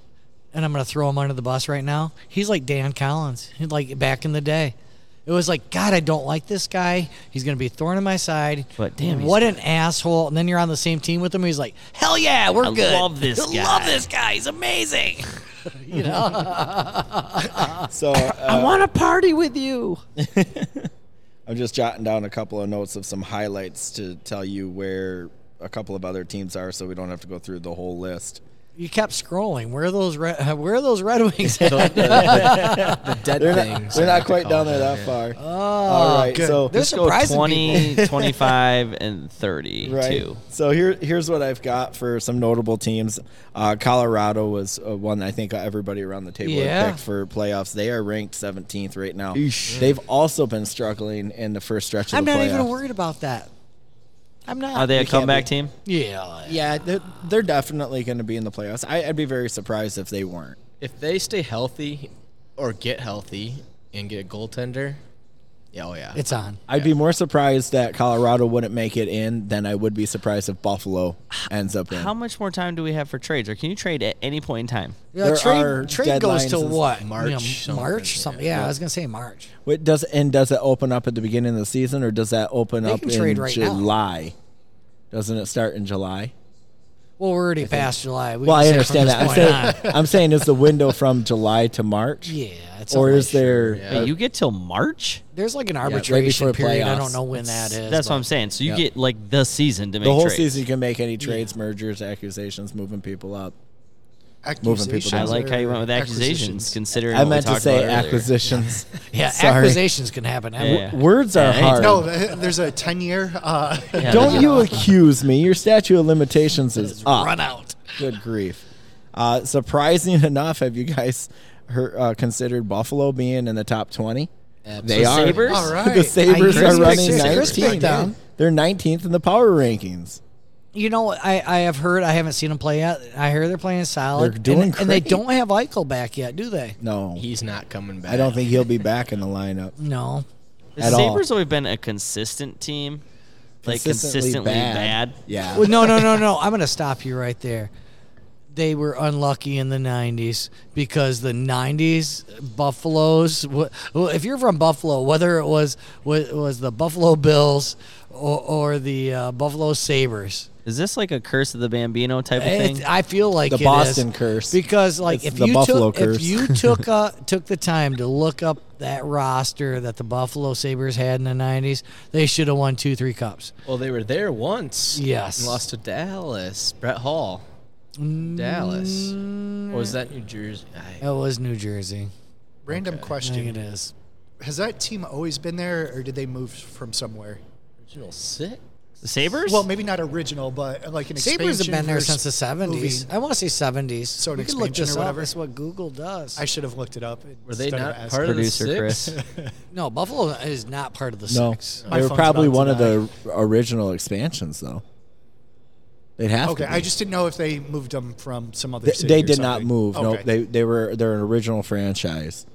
Speaker 2: and I'm gonna throw him under the bus right now. He's like Dan Collins. He's like back in the day. It was like, God, I don't like this guy. He's gonna be a thorn in my side.
Speaker 3: But damn, he's
Speaker 2: what an asshole! And then you're on the same team with him. He's like, Hell yeah, we're
Speaker 3: I
Speaker 2: good.
Speaker 3: love this
Speaker 2: I
Speaker 3: guy.
Speaker 2: Love this guy. He's amazing. you know,
Speaker 1: So uh,
Speaker 2: want to party with you.
Speaker 1: I'm just jotting down a couple of notes of some highlights to tell you where a couple of other teams are, so we don't have to go through the whole list.
Speaker 2: You kept scrolling. Where are those red? Where are those Red Wings? at?
Speaker 5: the, the- the dead
Speaker 1: They're not,
Speaker 5: things.
Speaker 1: they're
Speaker 5: I
Speaker 1: not
Speaker 5: like to
Speaker 1: quite
Speaker 5: call
Speaker 1: down
Speaker 5: them,
Speaker 1: there that
Speaker 5: yeah.
Speaker 1: far.
Speaker 2: Uh,
Speaker 1: All right,
Speaker 4: good.
Speaker 1: so
Speaker 2: Oh, They're
Speaker 3: Let's go
Speaker 2: surprising
Speaker 3: 20, 25, and 30 too.
Speaker 1: So here, here's what I've got for some notable teams. Uh, Colorado was uh, one I think everybody around the table had
Speaker 2: Yeah.
Speaker 1: picked for playoffs. They are ranked 17th right now. They've also been struggling in the first stretch of
Speaker 2: I'm
Speaker 1: the
Speaker 2: not
Speaker 1: playoffs.
Speaker 2: even worried about that. I'm not.
Speaker 3: Are they a
Speaker 1: You can't
Speaker 3: comeback
Speaker 1: be-
Speaker 3: team?
Speaker 2: Yeah.
Speaker 1: Yeah, they're, they're definitely going to be in the playoffs. I, I'd be very surprised if they weren't.
Speaker 5: If they stay healthy or get healthy and get a goaltender, yeah, oh yeah.
Speaker 2: It's on.
Speaker 1: I'd be more surprised that Colorado wouldn't make it in than I would be surprised if Buffalo ends up in.
Speaker 3: How much more time do we have for trades, or can you trade at any point in time?
Speaker 2: Yeah,
Speaker 1: There are
Speaker 2: trade trade goes
Speaker 1: deadlines
Speaker 2: to
Speaker 1: in
Speaker 2: what?
Speaker 5: March
Speaker 2: You know,
Speaker 5: something,
Speaker 2: March
Speaker 5: yeah.
Speaker 2: something. Yeah, I was gonna say March.
Speaker 1: Wait, does and does it open up at the beginning of the season, or does that open
Speaker 2: They
Speaker 1: up
Speaker 2: can
Speaker 1: in
Speaker 2: trade right now.
Speaker 1: July? Doesn't it start in July?
Speaker 2: Well, we're already past July. We
Speaker 1: Well,
Speaker 2: can
Speaker 1: I
Speaker 2: say
Speaker 1: understand that.
Speaker 2: from
Speaker 1: I'm
Speaker 2: this point on.
Speaker 1: saying, I'm saying is the window from July to March,
Speaker 2: Yeah, it's
Speaker 1: or
Speaker 2: something
Speaker 1: is
Speaker 2: like-
Speaker 1: there?
Speaker 5: Yeah.
Speaker 3: Wait, you get till March.
Speaker 2: There's like an
Speaker 1: right
Speaker 2: arbitration
Speaker 1: before
Speaker 2: period. I
Speaker 1: playoffs.
Speaker 2: don't know when that is.
Speaker 3: That's
Speaker 2: but-
Speaker 3: what I'm saying. So you
Speaker 1: Yeah.
Speaker 3: get like the season to make
Speaker 1: The whole
Speaker 3: trades.
Speaker 1: season you can make any trades, mergers, accusations, moving people up. Moving people down.
Speaker 3: I like how you went with accusations,
Speaker 4: Acquisitions.
Speaker 3: considering
Speaker 1: I
Speaker 3: what we
Speaker 1: meant to
Speaker 3: talked
Speaker 1: say
Speaker 3: about earlier.
Speaker 1: acquisitions.
Speaker 2: Yeah,
Speaker 1: Sorry.
Speaker 2: accusations can happen.
Speaker 3: Yeah.
Speaker 1: Words are
Speaker 3: Yeah,
Speaker 1: hard.
Speaker 3: ain't
Speaker 4: No, there's a 10 year. Uh,
Speaker 3: Yeah,
Speaker 1: Don't
Speaker 3: there's-
Speaker 1: you accuse me. Your statute of limitations is up.
Speaker 2: Run out.
Speaker 1: Good grief. Uh, surprising enough, have you guys heard, uh, considered Buffalo being in the top 20?
Speaker 5: Absolutely.
Speaker 1: They are.
Speaker 3: Sabres?
Speaker 4: All right.
Speaker 1: the Sabres
Speaker 2: I-
Speaker 1: are
Speaker 2: Chris
Speaker 1: running
Speaker 2: picked- Chris
Speaker 1: 19th.
Speaker 2: picked them.
Speaker 1: They're 19th in the power rankings.
Speaker 2: You know, I, I have heard. I haven't seen them play yet. I hear they're playing solid.
Speaker 1: They're doing
Speaker 2: and, and they
Speaker 1: great.
Speaker 2: don't have Eichel back yet, do they?
Speaker 1: No,
Speaker 5: He's not coming back.
Speaker 1: I don't think he'll be back in the lineup.
Speaker 2: No.
Speaker 3: The
Speaker 1: at all.
Speaker 3: Sabres always been a consistent team, like consistently bad.
Speaker 1: Yeah.
Speaker 2: Well, no, no, no, no. I'm going to stop you right there. They were unlucky in the 90s because the 90s Buffaloes. wh- Well, if you're from Buffalo, whether it was was, was the Buffalo Bills or, or the uh, Buffalo Sabers,
Speaker 3: Is this like a curse of the Bambino type of
Speaker 2: It's-
Speaker 3: thing?
Speaker 2: I feel like
Speaker 1: The
Speaker 2: it is.
Speaker 1: Boston curse.
Speaker 2: because like
Speaker 1: It's
Speaker 2: if
Speaker 1: the
Speaker 2: you
Speaker 1: Buffalo
Speaker 2: took
Speaker 1: curse.
Speaker 2: if you took uh, took the time to look up that roster that the Buffalo Sabers had in the '90s, they should have won two three cups.
Speaker 5: Well, they were there once.
Speaker 2: Yes.
Speaker 5: And lost to Dallas. Brett Hall. Dallas. Or
Speaker 2: Mm.
Speaker 5: was that New Jersey? I,
Speaker 2: It was New Jersey.
Speaker 4: Random
Speaker 2: I think it
Speaker 4: question.
Speaker 2: is.
Speaker 4: Has that team always been there, or did they move from somewhere?
Speaker 5: original six.
Speaker 3: the Sabres?
Speaker 4: Well, maybe not original, but uh, like an
Speaker 2: Sabers have
Speaker 4: expansion
Speaker 2: been there since
Speaker 4: versus
Speaker 2: the '70s.
Speaker 4: moving.
Speaker 2: I want to say '70s. So
Speaker 4: an
Speaker 2: you can look
Speaker 4: expansion or
Speaker 2: this up.
Speaker 4: whatever?
Speaker 2: That's what Google does.
Speaker 4: I should have looked it up.
Speaker 5: Were they
Speaker 4: instead of
Speaker 5: not
Speaker 4: asking.
Speaker 5: part of the
Speaker 3: producer
Speaker 5: six?
Speaker 3: Chris.
Speaker 2: no, Buffalo is not part of the
Speaker 1: No.
Speaker 2: six.
Speaker 4: My
Speaker 1: They were
Speaker 4: phone's
Speaker 1: probably
Speaker 4: about
Speaker 1: one
Speaker 4: to
Speaker 1: of the original expansions, though. They'd have
Speaker 4: Okay,
Speaker 1: to. be.
Speaker 4: I just didn't know if they moved them from some other.
Speaker 1: They,
Speaker 4: city
Speaker 1: they
Speaker 4: or
Speaker 1: did not
Speaker 4: something.
Speaker 1: move. No,
Speaker 4: Okay. E
Speaker 1: they they were they're an original franchise.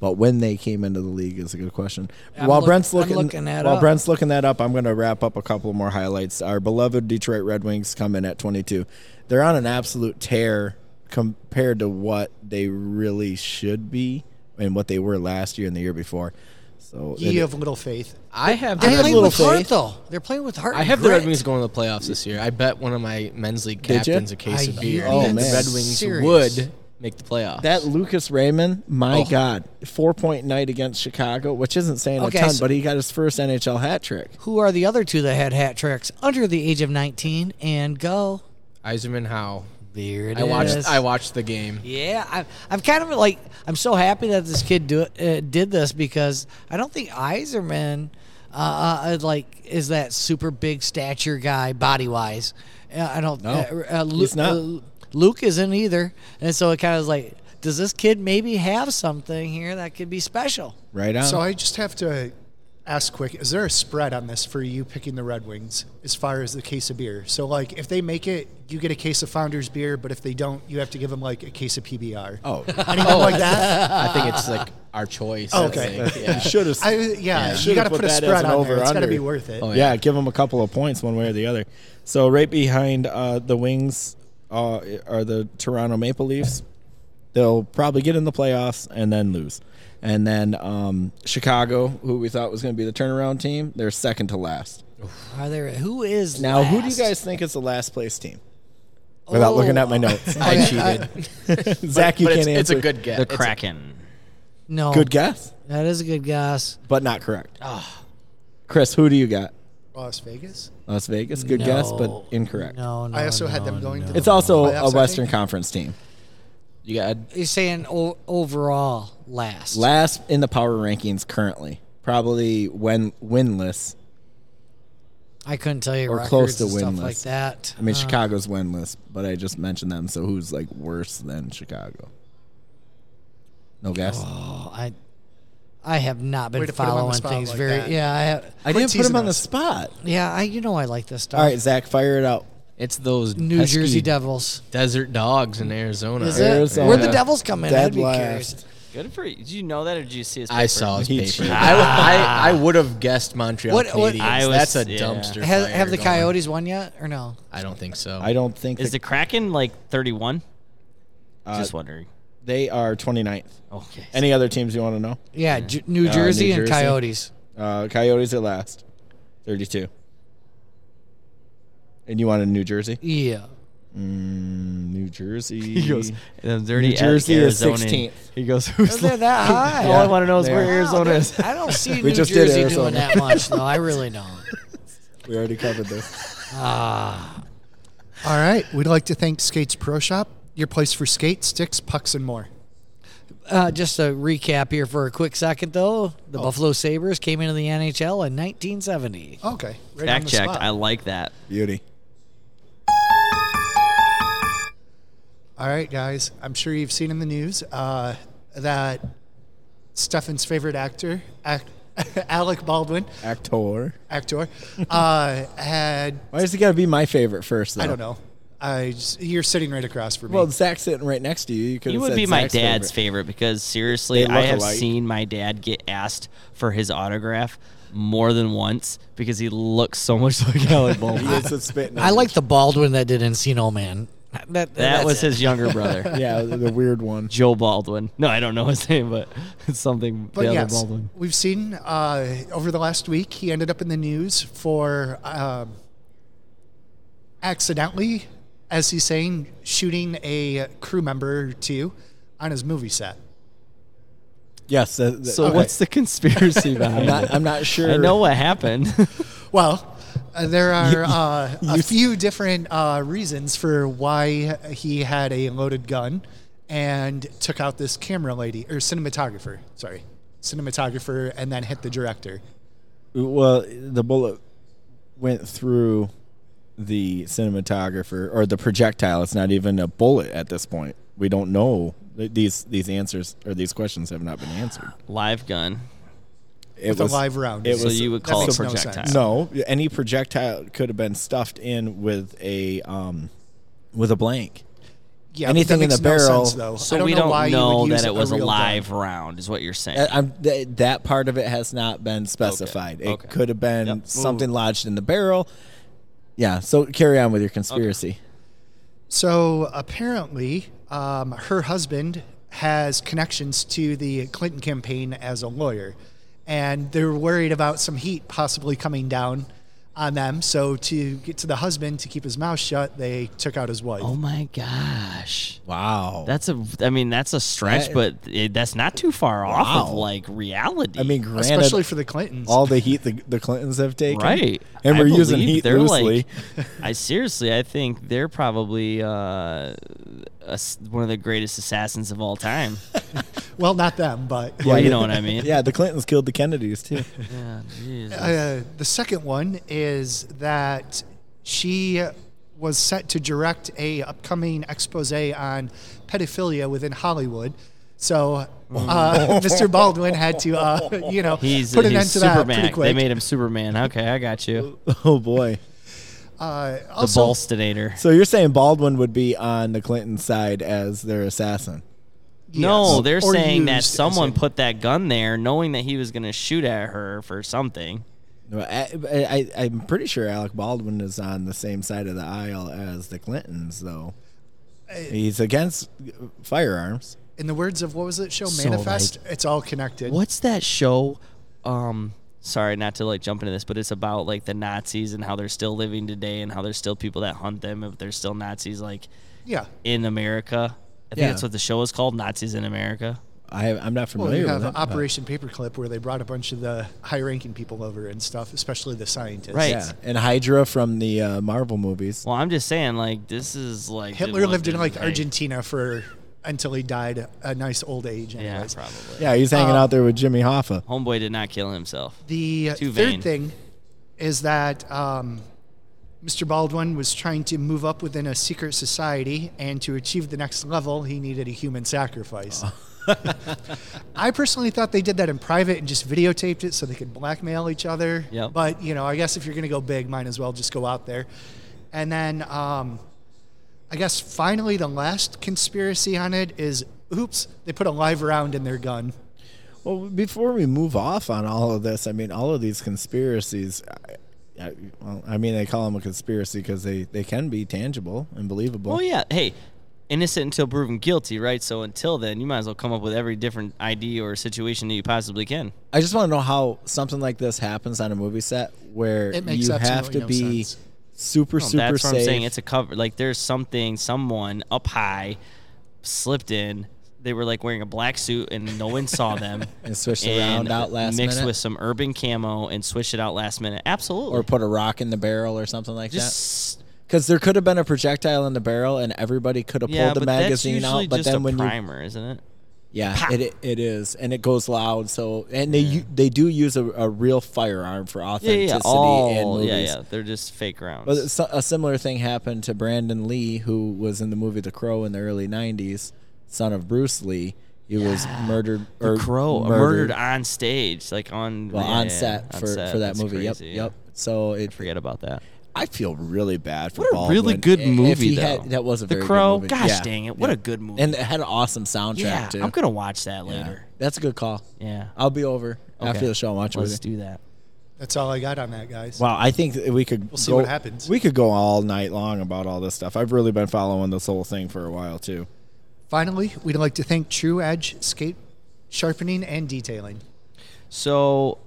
Speaker 1: But when they came into the league is a good question.
Speaker 2: I'm
Speaker 1: while
Speaker 2: look-
Speaker 1: Brent's
Speaker 2: I'm
Speaker 1: looking,
Speaker 2: looking that
Speaker 1: while
Speaker 2: up.
Speaker 1: Brent's looking that up, I'm going to wrap up a couple more highlights. Our beloved Detroit Red Wings come in at 22. They're on an absolute tear compared to what they really should be and what they were last year and the year before. So
Speaker 4: Ye
Speaker 1: it-
Speaker 4: of little faith.
Speaker 5: I have.
Speaker 2: They're
Speaker 5: the Red
Speaker 2: playing
Speaker 1: little
Speaker 2: with heart,
Speaker 1: faith.
Speaker 2: though. They're playing with heart.
Speaker 5: I
Speaker 2: and
Speaker 5: have the Red
Speaker 2: grit.
Speaker 5: Wings going to the playoffs this year. I bet one of my men's league
Speaker 1: Did ya?
Speaker 5: captains a case
Speaker 2: I
Speaker 5: of beer.
Speaker 2: hear
Speaker 1: Oh,
Speaker 5: that the
Speaker 1: man.
Speaker 5: Red Wings
Speaker 2: Serious.
Speaker 5: would make the playoffs.
Speaker 1: that Lucas Raymond, my
Speaker 5: Oh.
Speaker 1: God, four point night against Chicago, which isn't saying
Speaker 2: Okay,
Speaker 1: a ton,
Speaker 2: so-
Speaker 1: but he got his first NHL hat trick.
Speaker 2: Who are the other two that had hat tricks under the age of 19 and go?
Speaker 5: Eiserman Howe.
Speaker 2: There it
Speaker 5: I watched.
Speaker 2: is.
Speaker 5: I watched the game.
Speaker 2: yeah, I'm, I'm kind of like, I'm so happy that this kid do, it- uh, did this because I don't think Iserman, uh, uh, like, is that super big stature guy body wise. Uh, I don't.
Speaker 1: No,
Speaker 2: uh, uh, Lu-
Speaker 1: he's not.
Speaker 2: uh, Luke isn't either. And so it kind of is like, does this kid maybe have something here that could be special?
Speaker 1: Right on.
Speaker 4: So I just have to ask quick: Is there a spread on this for you picking the Red Wings as far as the case of beer? So like, if they make it, you get a case of Founder's beer, but if they don't, you have to give them like a case of PBR.
Speaker 1: oh,
Speaker 4: Anything like that?
Speaker 5: I think it's like our choice.
Speaker 4: Oh,
Speaker 5: I
Speaker 4: okay.
Speaker 5: think. Yeah.
Speaker 1: should have.
Speaker 4: I, yeah, you
Speaker 1: Should've
Speaker 4: got to
Speaker 1: put
Speaker 4: put, a
Speaker 1: that as
Speaker 4: spread
Speaker 1: an
Speaker 4: on there. It's got to
Speaker 1: over-under.
Speaker 4: be worth it.
Speaker 5: Oh,
Speaker 1: yeah.
Speaker 5: yeah.
Speaker 1: give them a couple of points one way or the other. So right behind uh, the Wings uh, are the Toronto Maple Leafs. They'll probably get in the playoffs and then lose. And then um, Chicago, who we thought was going to be the turnaround team, they're second to last.
Speaker 2: Are there? Who is
Speaker 1: Now, who do you
Speaker 2: last?
Speaker 1: guys think is the last place team? without
Speaker 2: Oh.
Speaker 1: looking at my notes.
Speaker 5: I cheated.
Speaker 1: Zach, you
Speaker 5: but
Speaker 1: can't
Speaker 5: it's,
Speaker 1: answer.
Speaker 5: it's a good guess.
Speaker 3: The
Speaker 5: It's a-
Speaker 3: Kraken.
Speaker 2: No.
Speaker 1: Good guess,
Speaker 2: That is a good guess.
Speaker 1: but not correct.
Speaker 5: Ah.
Speaker 1: Chris, who do you got?
Speaker 4: Las Vegas.
Speaker 1: Las Vegas. Good guess, but
Speaker 2: No.
Speaker 1: incorrect.
Speaker 2: No, no.
Speaker 4: I also had
Speaker 2: no,
Speaker 4: them going
Speaker 2: no.
Speaker 4: to-
Speaker 1: It's also
Speaker 4: Playoffs, I
Speaker 1: a
Speaker 4: think?
Speaker 1: Western Conference team.
Speaker 5: you got
Speaker 2: You're saying o- overall last.
Speaker 1: Last in the power rankings currently, probably when winless.
Speaker 2: I couldn't tell you
Speaker 1: Or
Speaker 2: records
Speaker 1: close to
Speaker 2: and stuff
Speaker 1: winless.
Speaker 2: like that.
Speaker 1: I mean,
Speaker 2: Uh,
Speaker 1: Chicago's winless, but I just mentioned them. So who's like worse than Chicago? No guess.
Speaker 2: Oh, I, I have not been
Speaker 4: Way to put 'em on the
Speaker 2: following
Speaker 4: spot
Speaker 2: things
Speaker 4: like
Speaker 2: very.
Speaker 4: that.
Speaker 2: Yeah, I have.
Speaker 1: I didn't put
Speaker 4: teasing
Speaker 1: him on the
Speaker 4: us.
Speaker 1: spot.
Speaker 2: Yeah, I. You know, I like this stuff.
Speaker 1: All right, Zach, fire it out.
Speaker 5: it's those
Speaker 2: New
Speaker 5: pesky
Speaker 2: Jersey Devils.
Speaker 5: desert dogs in Arizona.
Speaker 2: Is
Speaker 1: Arizona.
Speaker 2: it? Where the Devils come in?
Speaker 1: Dead
Speaker 2: I'd be
Speaker 1: last.
Speaker 2: curious.
Speaker 3: Good for you. Did you know that or did you see his
Speaker 5: I saw his
Speaker 1: He
Speaker 5: paper.
Speaker 1: cheated.
Speaker 5: I, I, I would have guessed Montreal
Speaker 2: What- what-
Speaker 5: Canadiens.
Speaker 3: I was-
Speaker 5: That's a
Speaker 3: yeah.
Speaker 5: dumpster.
Speaker 2: Has,
Speaker 5: fire
Speaker 2: have the
Speaker 5: going.
Speaker 2: Coyotes won yet or no?
Speaker 5: I don't think so.
Speaker 1: I don't think
Speaker 3: Is the
Speaker 1: that-
Speaker 3: Kraken like 31?
Speaker 1: uh,
Speaker 3: Just wondering.
Speaker 1: they are 29th.
Speaker 3: Okay.
Speaker 1: Any other teams you want to know?
Speaker 2: Yeah, Ju- New
Speaker 1: Uh,
Speaker 2: Jersey
Speaker 1: New
Speaker 2: and
Speaker 1: Jersey.
Speaker 2: Coyotes.
Speaker 1: Uh, Coyotes at last, 32. And you wanted New Jersey?
Speaker 2: Yeah.
Speaker 1: Mm, New Jersey.
Speaker 3: he goes, the dirty
Speaker 1: New Jersey is
Speaker 3: Arizona.
Speaker 1: 16th.
Speaker 3: He goes, who's
Speaker 2: Is it that high?
Speaker 3: All I want to know is
Speaker 1: They
Speaker 3: where
Speaker 1: are.
Speaker 3: Arizona is.
Speaker 2: I don't see
Speaker 1: We
Speaker 2: New
Speaker 1: just did
Speaker 2: Jersey
Speaker 1: Arizona.
Speaker 2: doing that much, though. I really don't.
Speaker 1: We already covered this.
Speaker 4: All right. We'd like to thank Skates Pro Shop, your place for skates, sticks, pucks, and more.
Speaker 2: Uh, just to recap here for a quick second, though, the
Speaker 1: Oh.
Speaker 2: Buffalo Sabres came into the NHL in 1970.
Speaker 4: Okay. Right on
Speaker 3: Fact
Speaker 4: the
Speaker 3: checked.
Speaker 4: spot.
Speaker 3: I like that.
Speaker 1: Beauty.
Speaker 4: All right, guys. I'm sure you've seen in the news uh, that Stefan's favorite actor, ac- Alec Baldwin,
Speaker 1: Actor.
Speaker 4: actor, uh, had
Speaker 1: Why does he got to be my favorite first, though?
Speaker 4: I don't know. I just- you're sitting right across from me.
Speaker 1: Well, Zach's sitting right next to you. You could
Speaker 3: He
Speaker 1: have
Speaker 3: would
Speaker 1: said
Speaker 3: be my
Speaker 1: Zach's
Speaker 3: dad's
Speaker 1: favorite.
Speaker 3: favorite, because seriously,
Speaker 1: They
Speaker 3: I
Speaker 1: look
Speaker 3: have
Speaker 1: alike.
Speaker 3: seen my dad get asked for his autograph more than once because he looks so much like Alec Baldwin.
Speaker 1: He gets a spit.
Speaker 2: I like the Baldwin that did Encino Man. That,
Speaker 3: that
Speaker 2: that's
Speaker 3: was
Speaker 2: it.
Speaker 3: his younger brother,
Speaker 1: Yeah, the the weird one.
Speaker 3: Joe Baldwin. No, I don't know his name, but it's something
Speaker 4: but
Speaker 3: the
Speaker 4: yes,
Speaker 3: other Baldwin.
Speaker 4: we've seen uh, over the last week he ended up in the news for um, accidentally, as he's saying, shooting a crew member or two on his movie set.
Speaker 1: Yes. the- the-
Speaker 3: So
Speaker 1: okay.
Speaker 3: what's the conspiracy
Speaker 1: I'm
Speaker 3: behind
Speaker 1: not,
Speaker 3: it?
Speaker 1: I'm not sure.
Speaker 3: I know what happened.
Speaker 4: Well, uh, there are uh, a few different uh, reasons for why he had a loaded gun and took out this camera lady or cinematographer. Sorry, cinematographer, and then hit the director.
Speaker 1: Well, the bullet went through the cinematographer or the projectile. It's not even a bullet at this point. We don't know. Th- These these answers or these questions have not been answered.
Speaker 3: Live gun.
Speaker 1: It
Speaker 4: With a live round.
Speaker 1: It
Speaker 3: So
Speaker 1: was
Speaker 3: you would
Speaker 4: that
Speaker 3: call it
Speaker 4: makes no sense.
Speaker 3: projectile.
Speaker 1: no any projectile could have been stuffed in with a um with a blank.
Speaker 4: Yeah, but
Speaker 1: Anything
Speaker 4: that
Speaker 1: in the
Speaker 4: makes no
Speaker 1: barrel.
Speaker 4: sense, though.
Speaker 3: So
Speaker 4: I don't
Speaker 3: we
Speaker 4: know
Speaker 3: don't
Speaker 4: why you
Speaker 3: know
Speaker 4: would use
Speaker 3: that it was a
Speaker 4: real
Speaker 3: live
Speaker 4: gun.
Speaker 3: round, is what you're saying.
Speaker 1: I- Uh, I'm, th- that part of it has not been specified. It
Speaker 3: Okay.
Speaker 1: could have been
Speaker 3: Yep.
Speaker 1: something
Speaker 3: Ooh.
Speaker 1: lodged in the barrel. Yeah. So carry on with your conspiracy.
Speaker 4: So apparently, um, her husband has connections to the Clinton campaign as a lawyer, and they're worried about some heat possibly coming down on them. So to get to the husband to keep his mouth shut, they took out his wife.
Speaker 3: oh my gosh.
Speaker 1: Wow.
Speaker 3: That's a, I mean, that's a stretch,
Speaker 4: Eh,
Speaker 1: That-
Speaker 3: but it, that's not too far off
Speaker 1: Wow.
Speaker 3: of like reality.
Speaker 1: I mean, granted,
Speaker 4: Especially for the Clintons.
Speaker 1: all the heat the, the Clintons have taken,
Speaker 3: right?
Speaker 1: And
Speaker 3: I
Speaker 1: we're using
Speaker 3: believe
Speaker 1: heat
Speaker 3: they're
Speaker 1: loosely.
Speaker 3: Like, I seriously, I think they're probably uh, a s one of the greatest assassins of all time.
Speaker 4: well, not them, but
Speaker 3: Well, you
Speaker 1: the-
Speaker 3: know what I mean.
Speaker 1: yeah, the Clintons killed the Kennedys too.
Speaker 3: Yeah, Jesus.
Speaker 4: Uh, the second one is that she was set to direct a upcoming expose on pedophilia within Hollywood. So uh, Mr. Baldwin had to, uh, you know,
Speaker 3: he's
Speaker 4: put an
Speaker 3: he's
Speaker 4: end to that
Speaker 3: Superman.
Speaker 4: pretty
Speaker 3: they
Speaker 4: quick.
Speaker 3: made him Superman. Okay, I got you.
Speaker 1: oh boy.
Speaker 4: uh,
Speaker 3: The
Speaker 4: also,
Speaker 3: Bolstonator.
Speaker 1: So you're saying Baldwin would be on the Clinton side as their assassin?
Speaker 3: No,
Speaker 4: yes,
Speaker 3: they're
Speaker 4: or
Speaker 3: saying that
Speaker 4: used as
Speaker 3: someone
Speaker 4: a-
Speaker 3: put that gun there, knowing that he was going to shoot at her for something.
Speaker 1: No, I, I, I- I'm pretty sure Alec Baldwin is on the same side of the aisle as the Clintons, though. He's against firearms.
Speaker 4: in the words of what was it show
Speaker 3: So,
Speaker 4: Manifest? it's all connected.
Speaker 3: What's that show? Um, sorry not to like jump into this, but it's about like the Nazis and how they're still living today and how there's still people that hunt them if they're still Nazis like
Speaker 4: Yeah.
Speaker 3: in America. I think
Speaker 1: Yeah.
Speaker 3: that's what the show is called, Nazis in America.
Speaker 1: I, I'm not
Speaker 4: Well, you
Speaker 1: familiar
Speaker 4: have
Speaker 1: with it. but-
Speaker 4: Operation Paperclip where they brought a bunch of the high-ranking people over and stuff, especially the scientists.
Speaker 3: Right.
Speaker 1: Yeah, and Hydra from the uh, Marvel movies.
Speaker 3: Well, I'm just saying like this is like
Speaker 4: Hitler
Speaker 3: didn't
Speaker 4: lived in
Speaker 3: live
Speaker 4: like
Speaker 3: hey,
Speaker 4: Argentina for until he died a nice old age.
Speaker 3: Yeah,
Speaker 4: Anyways.
Speaker 3: probably.
Speaker 1: Yeah,
Speaker 4: Um,
Speaker 1: he's hanging out there with Jimmy Hoffa.
Speaker 3: Homeboy did not kill himself.
Speaker 4: The
Speaker 3: Too
Speaker 4: third
Speaker 3: vain.
Speaker 4: thing is that um, Mr. Baldwin was trying to move up within a secret society, and to achieve the next level, he needed a human sacrifice.
Speaker 3: Oh.
Speaker 4: I personally thought they did that in private and just videotaped it so they could blackmail each other.
Speaker 3: Yep.
Speaker 4: But, you know, I guess if you're going to go big, might as well just go out there. And then um, I guess finally, the last conspiracy on it is oops, they put a live round in their gun.
Speaker 1: Well, before we move off on all of this, I mean, all of these conspiracies. I, I, well, I mean, they call them a conspiracy because they, they can be tangible and believable.
Speaker 3: Well, yeah. Hey, innocent until proven guilty, right? So until then, you might as well come up with every different ID or situation that you possibly can.
Speaker 1: I just want to know how something like this happens on a movie set where
Speaker 4: It makes
Speaker 1: you have
Speaker 4: absolutely
Speaker 1: to
Speaker 4: no
Speaker 1: be
Speaker 4: sense.
Speaker 1: super,
Speaker 3: No,
Speaker 1: super
Speaker 3: Oh, that's
Speaker 1: safe.
Speaker 3: what I'm saying. It's a cover. Like there's something, someone up high slipped in. They were like wearing a black suit and no one saw them.
Speaker 1: And switched around out last
Speaker 3: mixed
Speaker 1: minute?
Speaker 3: with some urban camo and switched it out last minute. Absolutely.
Speaker 1: or put a rock in the barrel or something like that.
Speaker 3: just
Speaker 1: Because there could have been a projectile in the barrel and everybody could have
Speaker 3: yeah,
Speaker 1: pulled the
Speaker 3: but that's
Speaker 1: magazine
Speaker 3: usually
Speaker 1: out. But
Speaker 3: just
Speaker 1: then
Speaker 3: a
Speaker 1: when you
Speaker 3: primer, isn't it?
Speaker 1: Yeah, it, it is, and it goes loud. So, and they u- they do use a, a real firearm for
Speaker 3: Yeah,
Speaker 1: authenticity
Speaker 3: yeah, yeah.
Speaker 1: in
Speaker 3: All,
Speaker 1: movies.
Speaker 3: yeah, yeah. They're just fake rounds.
Speaker 1: But it's- a similar thing happened to Brandon Lee, who was in the movie The Crow in the early '90s, son of Bruce Lee. He was murdered or
Speaker 3: the crow murdered,
Speaker 1: murdered,
Speaker 3: on stage, like on
Speaker 1: well,
Speaker 3: yeah,
Speaker 1: on
Speaker 3: yeah,
Speaker 1: set
Speaker 3: on
Speaker 1: for
Speaker 3: set.
Speaker 1: for that
Speaker 3: That's
Speaker 1: movie.
Speaker 3: crazy,
Speaker 1: yep,
Speaker 3: yeah.
Speaker 1: yep. So it,
Speaker 3: Forget about that.
Speaker 1: I feel really bad for
Speaker 3: What a
Speaker 1: Baldwin.
Speaker 3: really good
Speaker 1: I- if he
Speaker 3: movie,
Speaker 1: had-
Speaker 3: though.
Speaker 1: that was a
Speaker 3: The
Speaker 1: very good
Speaker 3: Crow?
Speaker 1: movie.
Speaker 3: Gosh
Speaker 1: Yeah,
Speaker 3: dang it, what
Speaker 1: yeah.
Speaker 3: a good movie.
Speaker 1: And it had an awesome soundtrack
Speaker 3: Yeah,
Speaker 1: too.
Speaker 3: I'm gonna watch that later.
Speaker 1: That's a good call.
Speaker 3: Yeah,
Speaker 1: I'll be over after
Speaker 3: Okay.
Speaker 1: the show and watch it with
Speaker 3: let's
Speaker 1: you.
Speaker 3: do that.
Speaker 4: That's all I got on that, guys.
Speaker 1: Wow, I think that we could
Speaker 4: We'll see
Speaker 1: go-
Speaker 4: what happens.
Speaker 1: We could go all night long about all this stuff. I've really been following this whole thing for a while too.
Speaker 4: Finally, we'd like to thank True Edge Skate Sharpening and Detailing.
Speaker 3: So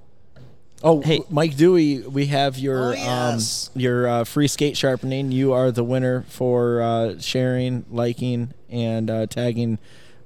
Speaker 1: Oh,
Speaker 3: Hey.
Speaker 1: Mike Dewey, we have your
Speaker 4: Oh, yes.
Speaker 1: um, your uh, free skate sharpening. You are the winner for uh, sharing, liking, and uh, tagging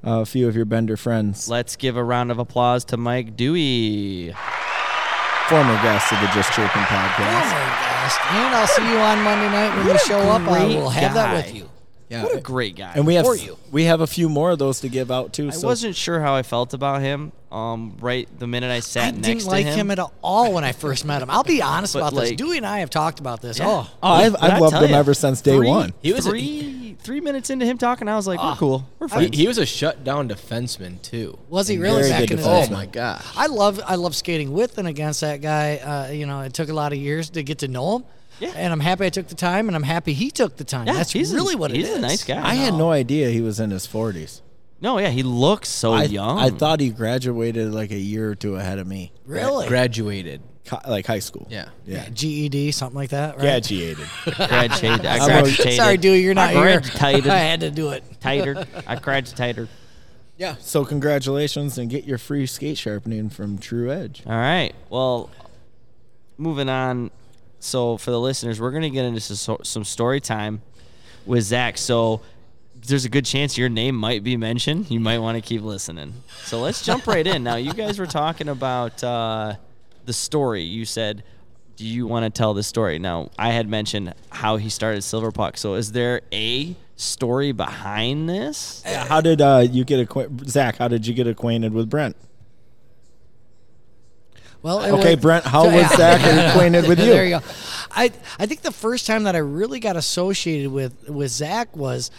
Speaker 1: uh, a few of your bender friends,
Speaker 3: let's give a round of applause to Mike Dewey.
Speaker 1: former guests of the Just Chirping
Speaker 2: Oh
Speaker 1: podcast.
Speaker 2: my gosh. And I'll see you on Monday night when you show up. I
Speaker 3: great
Speaker 2: will have that
Speaker 3: guy.
Speaker 2: with you.
Speaker 1: Yeah,
Speaker 3: What a great guy!
Speaker 1: and we have
Speaker 2: for you.
Speaker 1: we have a few more of those to give out too.
Speaker 3: I
Speaker 1: so
Speaker 3: wasn't sure how I felt about him. Um, right the minute I sat
Speaker 2: I
Speaker 3: next
Speaker 2: didn't
Speaker 3: to
Speaker 2: like
Speaker 3: him.
Speaker 2: him. at all when I first met him. I'll be honest
Speaker 3: But,
Speaker 2: about this.
Speaker 3: like-
Speaker 2: Dewey and I have talked about this.
Speaker 3: Yeah.
Speaker 2: Oh,
Speaker 1: Oh, I've-
Speaker 3: But
Speaker 1: I've
Speaker 3: I
Speaker 1: loved
Speaker 3: tell
Speaker 1: him
Speaker 3: ya,
Speaker 1: ever since day
Speaker 3: three-
Speaker 1: one.
Speaker 5: He was a-
Speaker 3: three three minutes into him talking. I was like, we're cool. We're
Speaker 5: He,
Speaker 3: fine.
Speaker 5: he was a shut down defenseman too.
Speaker 2: was he really
Speaker 1: very
Speaker 2: back
Speaker 1: good
Speaker 2: in the
Speaker 1: defenseman.
Speaker 2: day?
Speaker 5: Oh my god.
Speaker 2: I love I love skating with and against that guy. Uh, you know, it took a lot of years to get to know him.
Speaker 3: Yeah.
Speaker 2: And I'm happy I took the time, and I'm happy he took the time.
Speaker 3: Yeah,
Speaker 2: That's
Speaker 3: he's a-
Speaker 2: really what it is.
Speaker 3: he's a nice guy.
Speaker 1: I had no idea he was in his forties.
Speaker 3: No, yeah, he looks so
Speaker 1: I,
Speaker 3: Oh, young.
Speaker 1: I thought he graduated like a year or two ahead of me,
Speaker 2: Really?
Speaker 5: Graduated.
Speaker 1: Co- like high school.
Speaker 5: Yeah.
Speaker 1: yeah,
Speaker 2: GED, something like that, right?
Speaker 1: graduated.
Speaker 3: graduated. I
Speaker 1: sorry.
Speaker 3: graduated.
Speaker 2: Sorry, Dewey, you're not
Speaker 3: I
Speaker 2: here.
Speaker 3: graduated.
Speaker 2: I had to do it.
Speaker 3: Tater. I graduated.
Speaker 1: yeah. So congratulations and get your free skate sharpening from True Edge.
Speaker 3: All right. Well, moving on. So for the listeners, we're gonna get into so- some story time with Zach. So there's a good chance your name might be mentioned. You might want to keep listening. So let's jump right in. Now you guys were talking about uh, the story. You said, "Do you want to tell the story?" Now I had mentioned how he started Silver Puck. So is there a story behind this?
Speaker 1: Yeah, how did uh, you get acquainted, Zach? How did you get acquainted with Brent?
Speaker 2: Well, it
Speaker 1: Okay,
Speaker 2: was-
Speaker 1: Brent, how
Speaker 2: Yeah.
Speaker 1: was Zach acquainted with
Speaker 2: There you
Speaker 1: you?
Speaker 2: go. I I think the first time that I really got associated with with Zach was,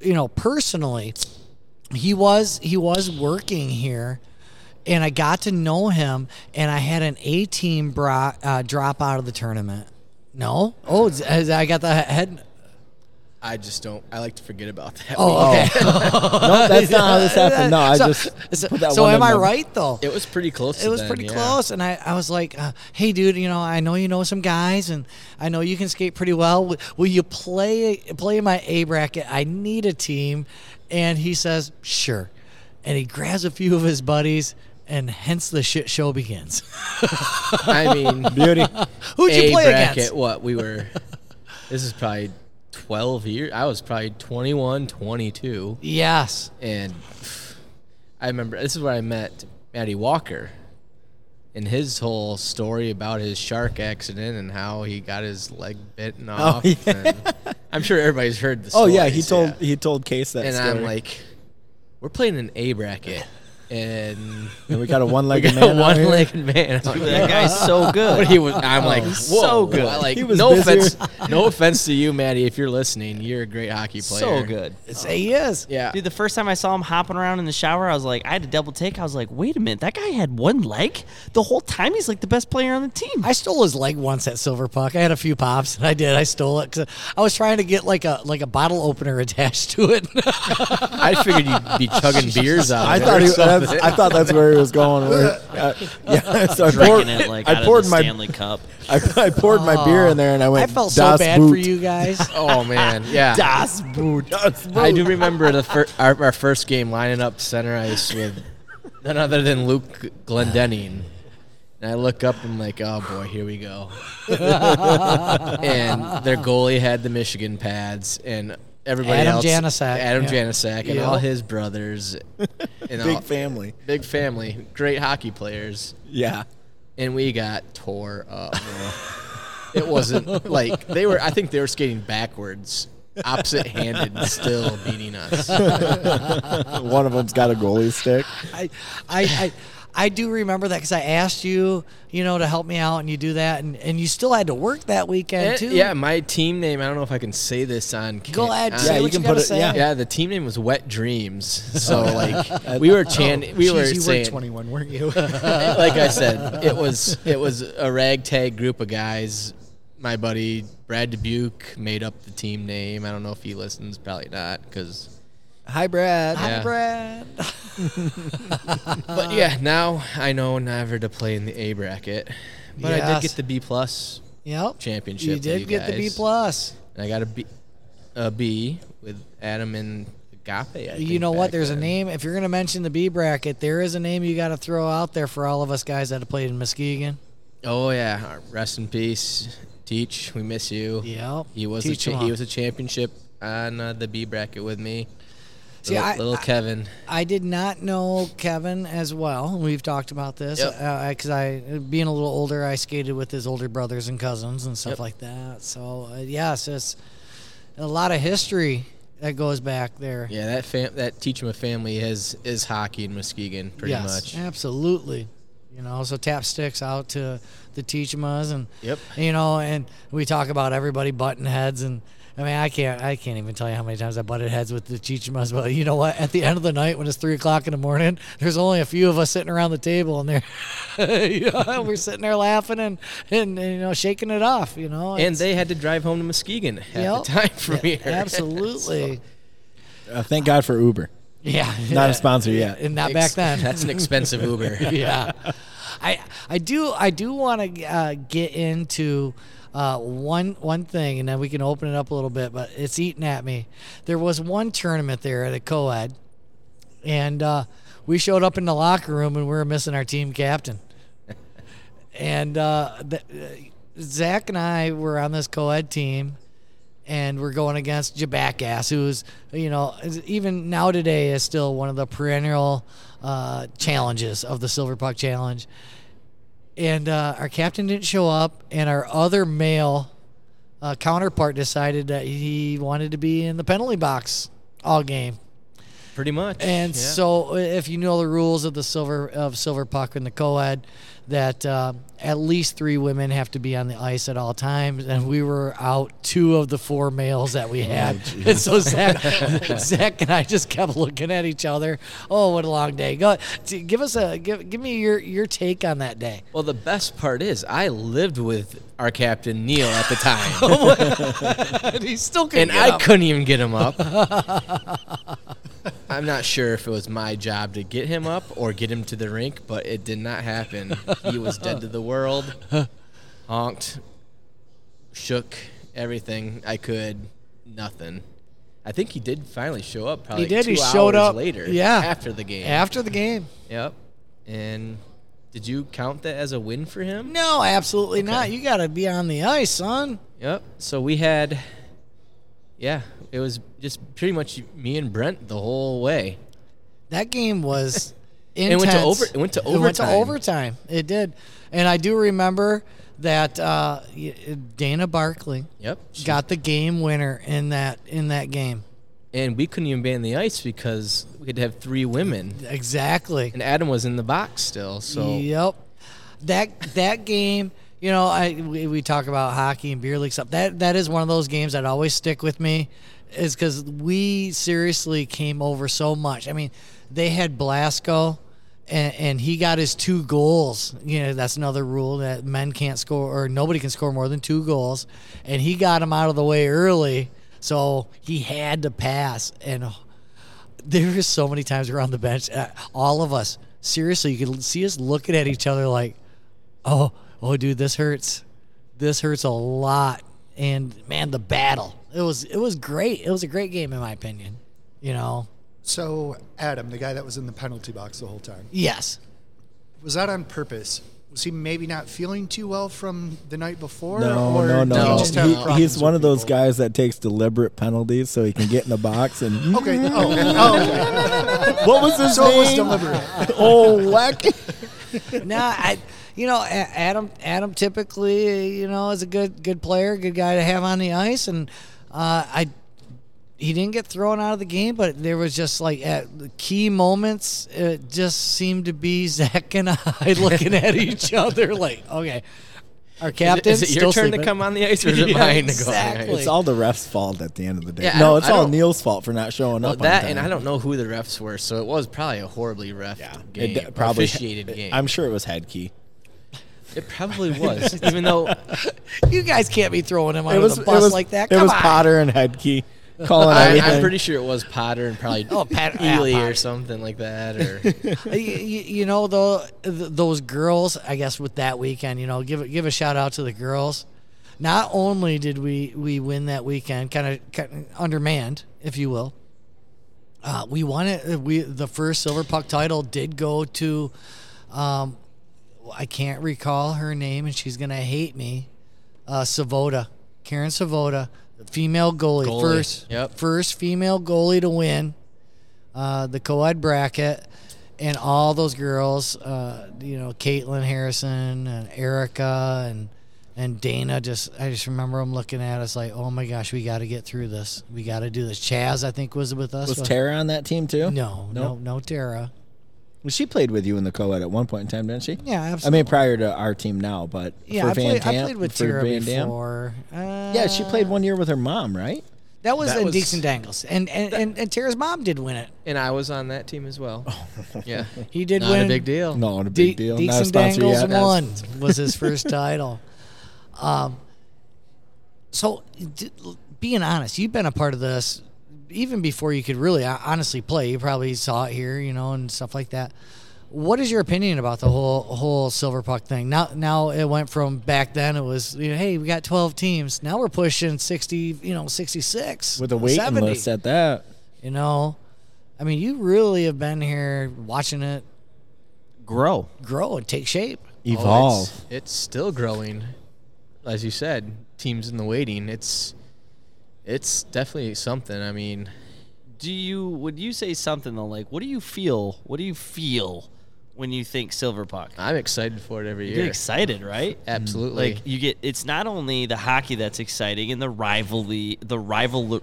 Speaker 2: you know, personally, he was he was working here, and I got to know him, and I had an A team bra, uh, drop out of the tournament. No, oh, Z- I got the head.
Speaker 5: I just don't. I like to forget about that.
Speaker 2: Oh, okay.
Speaker 1: No, that's not how this happened. No, I
Speaker 2: so,
Speaker 1: just
Speaker 2: so,
Speaker 1: put that
Speaker 2: so
Speaker 1: one
Speaker 2: am
Speaker 1: in
Speaker 2: I
Speaker 1: the-
Speaker 2: right though?
Speaker 5: It was pretty close.
Speaker 2: it was pretty close and I, I was like uh, hey dude you know i know you know some guys and i know you can skate pretty well will, will you play play in my a bracket i need a team and he says sure and he grabs a few of his buddies and hence the shit show begins.
Speaker 5: I mean,
Speaker 1: Beauty.
Speaker 2: Who'd you
Speaker 5: A
Speaker 2: play
Speaker 5: bracket,
Speaker 2: against?
Speaker 5: What we were. this is probably 12 years. I was probably 21, 22.
Speaker 2: Yes.
Speaker 5: And I remember this is where I met Maddie Walker and his whole story about his shark accident and how he got his leg bitten off.
Speaker 1: Oh, yeah.
Speaker 5: and I'm sure everybody's heard the
Speaker 1: Oh
Speaker 5: story.
Speaker 1: yeah, he told he told Case that
Speaker 5: and
Speaker 1: story.
Speaker 5: I'm like, we're playing an A bracket. And
Speaker 1: and we got a one-legged man. out
Speaker 5: one
Speaker 1: here.
Speaker 5: legged man. out here.
Speaker 3: That guy's so
Speaker 5: But
Speaker 3: good.
Speaker 5: he was. I'm like, whoa.
Speaker 3: so good.
Speaker 5: I Like,
Speaker 1: Oh, He was
Speaker 5: no
Speaker 1: busier.
Speaker 5: offense, no offense to you, Maddie. If you're listening, you're a great hockey player.
Speaker 3: so good.
Speaker 2: Say he is.
Speaker 5: Yeah.
Speaker 3: Dude, the first time I saw him hopping around in the shower, I was like, I had to double take. I was like, wait a minute, that guy had one leg the whole time. He's like the best player on the team.
Speaker 2: I stole his leg once at Silver Puck. I had a few pops, and I did. I stole it 'cause I was trying to get like a like a bottle opener attached to it.
Speaker 5: I figured you'd be chugging beers out.
Speaker 1: I
Speaker 5: of it
Speaker 1: thought
Speaker 5: or
Speaker 1: he,
Speaker 5: something.
Speaker 1: that's, I thought that's where he was going. with it. Uh, yeah, so I poured,
Speaker 3: Drinking it like out
Speaker 1: I
Speaker 3: of
Speaker 1: poured
Speaker 3: the
Speaker 1: my
Speaker 3: Stanley Cup.
Speaker 1: I, I poured my beer in there and I
Speaker 2: I
Speaker 1: went.
Speaker 2: felt so
Speaker 1: "Das
Speaker 2: bad for
Speaker 1: Boot."
Speaker 2: you guys.
Speaker 5: Oh man, yeah.
Speaker 3: Das Boot.
Speaker 5: I do remember the fir- our, our first game lining up center ice with none other than Luke Glendenning. And I look up and I'm like, oh boy, here we go. and their goalie had the Michigan pads and everybody
Speaker 2: Adam
Speaker 5: else.
Speaker 2: Janicek,
Speaker 5: Adam
Speaker 2: yeah.
Speaker 5: Janicek and
Speaker 2: Yeah.
Speaker 5: all his brothers. And all,
Speaker 1: Big family.
Speaker 5: big family, great hockey players.
Speaker 1: Yeah.
Speaker 5: And we got tore up. it wasn't like they were, I think they were skating backwards. Opposite handed, still beating us.
Speaker 1: One of them's got a goalie stick.
Speaker 2: I, I, I, I do remember that because I asked you, you know, to help me out, and you do that, and, and you still had to work that weekend
Speaker 5: Eh,
Speaker 2: too.
Speaker 5: Yeah, my team name. I don't know if I can say this on. ca-
Speaker 2: Go ahead,
Speaker 5: on-
Speaker 2: say
Speaker 1: Yeah, you
Speaker 2: what you
Speaker 1: can
Speaker 2: gotta
Speaker 1: put it-
Speaker 2: say.
Speaker 1: yeah.
Speaker 5: Yeah, the team name was Wet Dreams. So like
Speaker 1: Oh,
Speaker 5: we were chan, we
Speaker 4: Jeez,
Speaker 5: were
Speaker 4: you
Speaker 5: saying,
Speaker 4: were 21, weren't you?
Speaker 5: like I said, it was it was a ragtag group of guys. My buddy Brad Dubuque made up the team name. I don't know if he listens, probably not, because.
Speaker 1: Hi, Brad.
Speaker 2: Hi,
Speaker 5: Yeah.
Speaker 2: Brad. Um,
Speaker 5: But yeah, now I know never to play in the A bracket. But I
Speaker 2: Yes.
Speaker 5: did get the B plus,
Speaker 2: Yep.
Speaker 5: Championship
Speaker 2: You
Speaker 5: with
Speaker 2: did
Speaker 5: you
Speaker 2: get the B
Speaker 5: guys.
Speaker 2: plus.
Speaker 5: and I got a B, a B with Adam and Agape. I
Speaker 2: You
Speaker 5: think,
Speaker 2: know what?
Speaker 5: back
Speaker 2: There's a
Speaker 5: then.
Speaker 2: name. If you're going to mention the B bracket, there is a name you got to throw out there for all of us guys that have played in Muskegon.
Speaker 5: Oh yeah, rest in peace, Teach. We miss you.
Speaker 2: Yep.
Speaker 5: He was
Speaker 2: Teach
Speaker 5: a
Speaker 2: him
Speaker 5: cha-
Speaker 2: all.
Speaker 5: he was a championship on uh, the B bracket with me.
Speaker 2: See,
Speaker 5: little,
Speaker 2: I-
Speaker 5: little
Speaker 2: I-
Speaker 5: Kevin.
Speaker 2: I did not know Kevin as well. We've talked about this
Speaker 5: Yep.
Speaker 2: because I, being a little older, I skated with his older brothers and cousins and stuff
Speaker 5: Yep.
Speaker 2: like that. So uh, yes, it's a lot of history that goes back there.
Speaker 5: Yeah, that fam- that Teach him a family is is hockey in Muskegon pretty
Speaker 2: yes,
Speaker 5: much.
Speaker 2: absolutely. You know, so tap sticks out to the Teachmas and
Speaker 5: Yep.
Speaker 2: you know, and we talk about everybody butting heads and. I mean, I can't. I can't even tell you how many times I butted heads with the Cheechemas. But you know what? At the end of the night, when it's three o'clock in the morning, there's only a few of us sitting around the table, and they're, you know, we're sitting there laughing and, and and, you know shaking it off. You know,
Speaker 5: And
Speaker 2: It's-
Speaker 5: they had to drive home to Muskegon half
Speaker 2: Yep.
Speaker 5: the time from here.
Speaker 2: absolutely,
Speaker 1: Uh, thank God for Uber.
Speaker 2: yeah,
Speaker 1: Not a sponsor yet.
Speaker 2: and not back then.
Speaker 5: That's an expensive Uber.
Speaker 2: yeah. I I do I do want to uh, get into uh, one one thing, and then we can open it up a little bit. But it's eating at me. There was one tournament there at a co-ed, and uh, we showed up in the locker room, and we were missing our team captain. and uh, the, Zach and I were on this co-ed team. And we're going against Jabackass, who's you know is- even now today is still one of the perennial uh, challenges of the Silver Puck Challenge and uh, our captain didn't show up, and our other male uh, counterpart decided that he wanted to be in the penalty box all game.
Speaker 5: pretty much.
Speaker 2: And
Speaker 5: yeah.
Speaker 2: so, if you know the rules of the silver of silver puck and the co-ed, that uh, at least three women have to be on the ice at all times, and we were out two of the four males that we had. and so Zach, Zach and I just kept looking at each other. Oh, what a long day! Go, t- give us a give, give me your your take on that day.
Speaker 5: Well, the best part is I lived with our captain Neil at the
Speaker 2: Oh,
Speaker 5: time,
Speaker 2: And he still couldn't
Speaker 5: and
Speaker 2: get
Speaker 5: I
Speaker 2: up.
Speaker 5: couldn't even get him up. I'm not sure if it was my job to get him up or get him to the rink, but it did not happen. He was dead to the world, honked, shook everything I could, nothing. I think he did finally show up. Probably
Speaker 2: did.
Speaker 5: Two
Speaker 2: He showed
Speaker 5: hours
Speaker 2: up,
Speaker 5: later.
Speaker 2: yeah.
Speaker 5: After the game.
Speaker 2: after the game.
Speaker 5: Yep. And did you count that as a win for him?
Speaker 2: No, absolutely not. You got to be on the ice, son.
Speaker 5: Yep. So we had, yeah, it was just pretty much me and Brent the whole way.
Speaker 2: That game was
Speaker 5: And it
Speaker 2: intense.
Speaker 5: went to over- it went to
Speaker 2: It went to
Speaker 5: overtime.
Speaker 2: overtime. It did, and I do remember that uh, y- Dana Barkley
Speaker 5: Yep. She-
Speaker 2: got the game winner in that in that game.
Speaker 5: And we couldn't even be on the ice because we had to have three women,
Speaker 2: Exactly.
Speaker 5: and Adam was in the box still. So
Speaker 2: Yep. That that game, you know, I we, we talk about hockey and beer league stuff. That that is one of those games that always stick with me, is because we seriously came over so much. I mean, they had Blasco. And, and he got his two goals. You know that's another rule that men can't score or nobody can score more than two goals. And he got him out of the way early, so he had to pass. And oh, there were so many times around the bench, uh, all of us seriously, you could see us looking at each other like, "Oh, oh, dude, this hurts. This hurts a lot." And man, the battle. It was it was great. It was a great game in my opinion. You know.
Speaker 4: So Adam, the guy that was in the penalty box the whole time,
Speaker 2: Yes.
Speaker 4: was that on purpose? Was he maybe not feeling too well from the night before?
Speaker 1: No, no,
Speaker 4: or did he
Speaker 1: no.
Speaker 4: just have
Speaker 1: He-
Speaker 4: problems
Speaker 1: he's
Speaker 4: with
Speaker 1: one of those
Speaker 4: people?
Speaker 1: guys that takes deliberate penalties so he can get in the box and.
Speaker 4: Okay. Oh, oh, okay.
Speaker 1: what was his
Speaker 4: so it was
Speaker 1: name?
Speaker 4: deliberate.
Speaker 1: oh, Leck.
Speaker 2: no, I you know, A- Adam Adam typically, you know, is a good good player, good guy to have on the ice and uh, I he didn't get thrown out of the game, but there was just like at the key moments, it just seemed to be Zach and I looking at each other like, okay, our captain.
Speaker 5: is it
Speaker 2: still
Speaker 5: your turn
Speaker 2: sleeping.
Speaker 5: to come on the ice or is it
Speaker 2: Yeah,
Speaker 5: mine to go on
Speaker 2: exactly.
Speaker 5: the ice?
Speaker 1: It's all the ref's fault at the end of the day.
Speaker 5: Yeah, I
Speaker 1: no,
Speaker 5: don't-
Speaker 1: it's
Speaker 5: I
Speaker 1: all
Speaker 5: don't-
Speaker 1: Neil's fault for not showing
Speaker 5: Well,
Speaker 1: up.
Speaker 5: that
Speaker 1: on time.
Speaker 5: and I don't know who the refs were, so it was probably a horribly ref
Speaker 1: It
Speaker 5: game,
Speaker 1: d- probably
Speaker 5: officiated game.
Speaker 1: I'm sure it was Headkey.
Speaker 5: it probably was, even though
Speaker 2: You guys can't be throwing him
Speaker 1: It
Speaker 2: under
Speaker 1: was
Speaker 2: the
Speaker 1: it
Speaker 2: bus
Speaker 1: was
Speaker 2: like that.
Speaker 1: It
Speaker 2: Come
Speaker 1: was
Speaker 2: on.
Speaker 1: Potter and Headkey calling
Speaker 5: I,
Speaker 1: everything.
Speaker 5: I'm pretty sure it was Potter and probably
Speaker 2: Oh, Pat- yeah,
Speaker 5: Ely
Speaker 2: Potter.
Speaker 5: or something like that. Or
Speaker 2: you, you know though th- those girls i guess with that weekend you know give a- give a shout out to the girls not only did we we win that weekend kind of undermanned if you will uh, we won it we the first silver puck title did go to um, i can't recall her name and she's gonna hate me uh, Savoda, Karen Savoda, female goalie,
Speaker 5: Goalie,
Speaker 2: first
Speaker 5: yep.
Speaker 2: first female goalie to win uh, the co-ed bracket, and all those girls, uh, you know, Caitlin Harrison and Erica and and Dana. Just I just remember them looking at us like, oh my gosh, we got to get through this. We got to do this. Chaz, I think, was with us.
Speaker 1: was
Speaker 2: Well,
Speaker 1: Tara on that team too?
Speaker 2: No, no,
Speaker 1: Nope.
Speaker 2: no, Tara.
Speaker 1: Well, She played with you in the co-ed at one point in time, didn't she?
Speaker 2: Yeah,
Speaker 1: I
Speaker 2: absolutely.
Speaker 1: mean, prior to our team now, but
Speaker 2: yeah,
Speaker 1: for
Speaker 2: I
Speaker 1: Van
Speaker 2: played, I
Speaker 1: Dam-
Speaker 2: played with
Speaker 1: for
Speaker 2: Tara
Speaker 1: Van Dam.
Speaker 2: before. Uh,
Speaker 1: Yeah, she played one year with her mom, right?
Speaker 2: That was
Speaker 5: That
Speaker 2: in
Speaker 5: was-
Speaker 2: Deeks and Dangles, and and, and and Tara's mom did win it.
Speaker 5: and I was on that team as well. Yeah,
Speaker 2: He did
Speaker 5: not
Speaker 2: win.
Speaker 5: a big deal. Oh,
Speaker 1: No, not a
Speaker 2: De-
Speaker 1: big deal.
Speaker 2: Deeks
Speaker 1: Not a
Speaker 2: and
Speaker 1: sponsor
Speaker 2: Dangles
Speaker 1: yet.
Speaker 2: won was his first title. Um, so, d- being honest, you've been a part of this even before you could really uh, honestly play. You probably saw it here, you know, and stuff like that. What is your opinion about the whole whole silver puck thing? Now, now it went from back then it was you know, hey we got twelve teams. Now we're pushing sixty, you know, sixty six
Speaker 1: With a waiting
Speaker 2: 70.
Speaker 1: list at that.
Speaker 2: You know, I mean, you really have been here watching it
Speaker 3: Grow.
Speaker 2: grow and take shape.
Speaker 5: Oh,
Speaker 1: Evolve.
Speaker 5: it's, it's still growing, as you said. Teams in the waiting. It's it's definitely something. I mean,
Speaker 3: Do you would you say something though like what do you feel? What do you feel when you think silver puck?
Speaker 5: I'm excited for it every
Speaker 3: You get
Speaker 5: year.
Speaker 3: excited, right?
Speaker 5: Absolutely.
Speaker 3: Like you get it's not only the hockey that's exciting and the rivalry the rival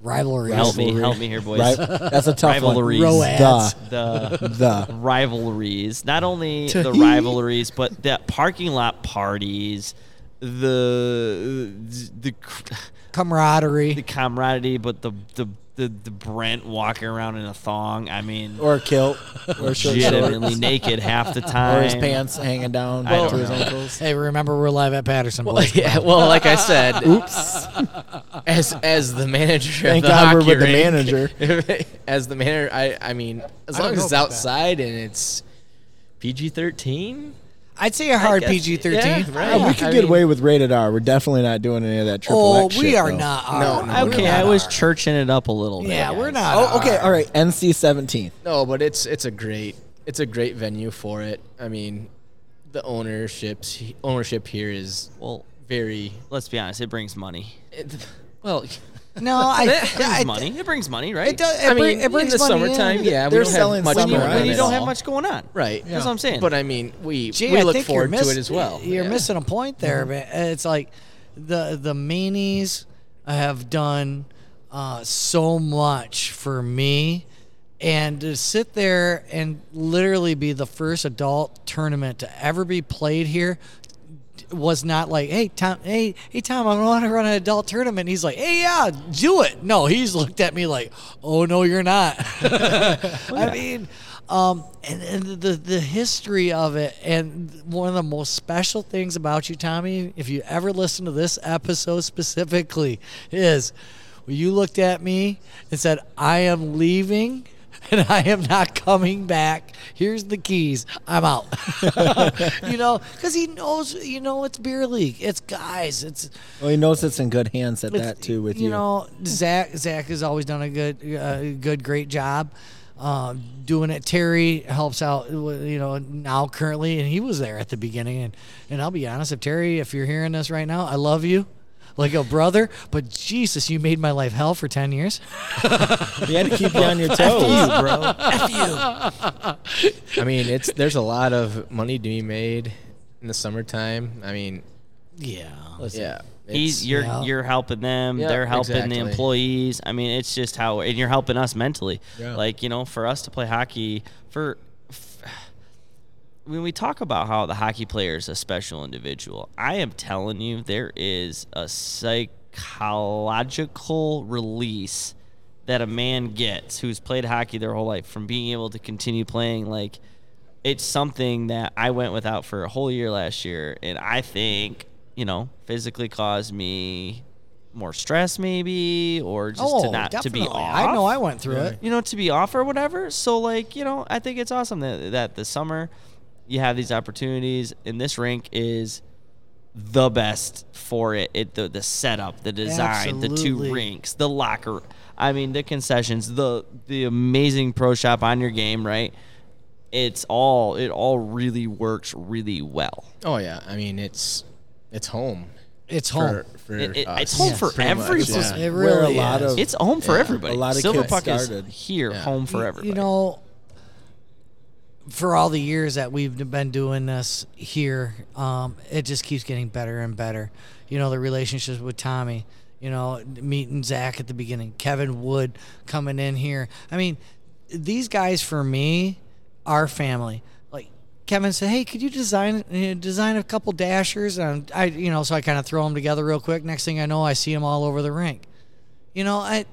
Speaker 2: Rivalries.
Speaker 3: help me help me here boys.
Speaker 1: Right? That's a tough
Speaker 3: Rivalries.
Speaker 1: one.
Speaker 2: Roads.
Speaker 1: Duh.
Speaker 3: The
Speaker 1: The
Speaker 3: rivalries. Not only the rivalries, but the parking lot parties, the the the
Speaker 2: Camaraderie.
Speaker 3: camaraderie, but the the the, the Brent walking around in a thong. I mean,
Speaker 1: or a kilt or short shorts.
Speaker 3: legitimately naked half the time.
Speaker 1: or his pants hanging down
Speaker 3: I don't
Speaker 1: to his
Speaker 3: know.
Speaker 1: ankles.
Speaker 2: Hey, remember we're live at Patterson.
Speaker 5: Well,
Speaker 2: boys.
Speaker 5: yeah, well, like I said, oops. As as the manager,
Speaker 1: Thank
Speaker 5: of the
Speaker 1: God we're
Speaker 5: hockey
Speaker 1: with the
Speaker 5: rink- as the manager, I I mean, as
Speaker 4: I don't
Speaker 5: long as
Speaker 4: know
Speaker 5: it's
Speaker 4: about that.
Speaker 5: outside and it's PG thirteen,
Speaker 2: I'd say a hard
Speaker 5: guess-
Speaker 2: PG thirteen.
Speaker 5: yeah, right.
Speaker 1: Uh, we could
Speaker 5: I
Speaker 1: get
Speaker 5: mean-
Speaker 1: away with rated R. We're definitely not doing any of that triple
Speaker 2: Oh,
Speaker 1: X shit,
Speaker 2: we are
Speaker 1: though.
Speaker 2: not.
Speaker 5: No,
Speaker 2: our-
Speaker 5: no,
Speaker 2: we're
Speaker 3: Okay,
Speaker 2: not
Speaker 3: I was
Speaker 2: our-
Speaker 3: churching it up a little bit.
Speaker 2: Yeah, we're
Speaker 3: guys.
Speaker 2: not. uh,
Speaker 1: Oh, okay,
Speaker 2: our-
Speaker 1: all right. NC seventeen.
Speaker 5: No, but it's it's a great it's a great venue for it. I mean, the ownerships ownership here is
Speaker 3: Well,
Speaker 5: very.
Speaker 3: let's be honest. It brings money.
Speaker 5: It, well,
Speaker 2: No, I.
Speaker 3: It brings
Speaker 2: I-
Speaker 3: money. It brings money, right?
Speaker 2: It does. It,
Speaker 5: I
Speaker 2: bring-
Speaker 5: mean,
Speaker 2: it brings
Speaker 5: in the
Speaker 2: money
Speaker 5: summertime,
Speaker 2: in.
Speaker 5: yeah,
Speaker 1: They're
Speaker 5: we don't
Speaker 1: selling
Speaker 5: have much
Speaker 1: summer
Speaker 5: going
Speaker 1: Right.
Speaker 3: When
Speaker 5: on.
Speaker 3: you
Speaker 5: at
Speaker 3: don't have
Speaker 5: all.
Speaker 3: much going on.
Speaker 5: right?
Speaker 3: That's what I'm saying.
Speaker 5: But I mean, we
Speaker 2: Gee,
Speaker 5: we
Speaker 2: I
Speaker 5: look
Speaker 2: think you're
Speaker 5: forward to
Speaker 2: miss-
Speaker 5: it as well.
Speaker 2: You're
Speaker 5: Yeah. Mm-hmm.
Speaker 2: missing a point there, man. It's like the the Manies have done uh, so much for me, and to sit there and literally be the first adult tournament to ever be played here was not like, hey Tom, hey hey Tom, I want to run an adult tournament. And he's like, hey yeah, do it. No, he's looked at me like, oh no, you're not. I mean, um, and, and the the history of it, and one of the most special things about you, Tommy, if you ever listen to this episode specifically, is when you looked at me and said, I am leaving. And I am not coming back. Here's the keys. I'm out. you know, because he knows. You know, it's beer league. It's guys. It's
Speaker 1: Well, he knows it's in good hands at that too with you.
Speaker 2: you know, Zach Zach has always done a good, uh, good, great job uh, doing it. Terry helps out, uh, you know, now currently, and he was there at the beginning. And and I'll be honest, if Terry, if you're hearing this right now, I love you. Like a brother, but Jesus, you made my life hell for ten years.
Speaker 1: he had to keep you on your toes.
Speaker 5: bro. I mean, it's there's a lot of money to be made in the summertime. I mean,
Speaker 2: Yeah,
Speaker 5: yeah,
Speaker 3: He's,
Speaker 5: it's-
Speaker 3: you're
Speaker 2: Yeah.
Speaker 3: you're helping them.
Speaker 5: Yeah,
Speaker 3: they're helping
Speaker 5: exactly.
Speaker 3: the employees. I mean, it's just how, and you're helping us mentally.
Speaker 1: Yeah.
Speaker 3: Like you know, for us to play hockey, for f- when we talk about how the hockey player is a special individual, I am telling you, there is a psychological release that a man gets who's played hockey their whole life from being able to continue playing. Like it's something that I went without for a whole year last year, and I think you know physically caused me more stress, maybe, or just to not to be off.
Speaker 2: Oh, I know I went through it.
Speaker 3: you know to be off or whatever. So like you know, I think it's awesome that that the summer you have these opportunities, and this rink is the best for it. It the the setup, the design, the
Speaker 2: Absolutely.
Speaker 3: two rinks, the locker. I mean, the concessions, the the amazing pro shop on your game, right? It's all it all really works really well.
Speaker 5: oh yeah. I mean, it's it's home.
Speaker 2: It's home.
Speaker 5: For, for
Speaker 3: It- it-
Speaker 5: us.
Speaker 3: it's home for
Speaker 5: Pretty much,
Speaker 3: everyone.
Speaker 5: yeah.
Speaker 2: It's-
Speaker 1: Where
Speaker 2: it
Speaker 1: a
Speaker 2: really
Speaker 1: lot
Speaker 2: is.
Speaker 1: of
Speaker 3: It's home for
Speaker 5: Yeah.
Speaker 3: everybody.
Speaker 1: A lot of
Speaker 3: Silver
Speaker 1: kids
Speaker 3: Puck
Speaker 1: started.
Speaker 3: is here,
Speaker 5: Yeah.
Speaker 3: home for
Speaker 2: Y-
Speaker 3: everybody.
Speaker 2: You know, for all the years that we've been doing this here, um, it just keeps getting better and better. You know, the relationships with Tommy, you know, meeting Zach at the beginning, Kevin Wood coming in here. I mean, these guys for me are family. Like Kevin said, "Hey, could you design uh, design a couple dashers?" And I, you know, so I kind of throw them together real quick. Next thing I know, I see them all over the rink. You know, I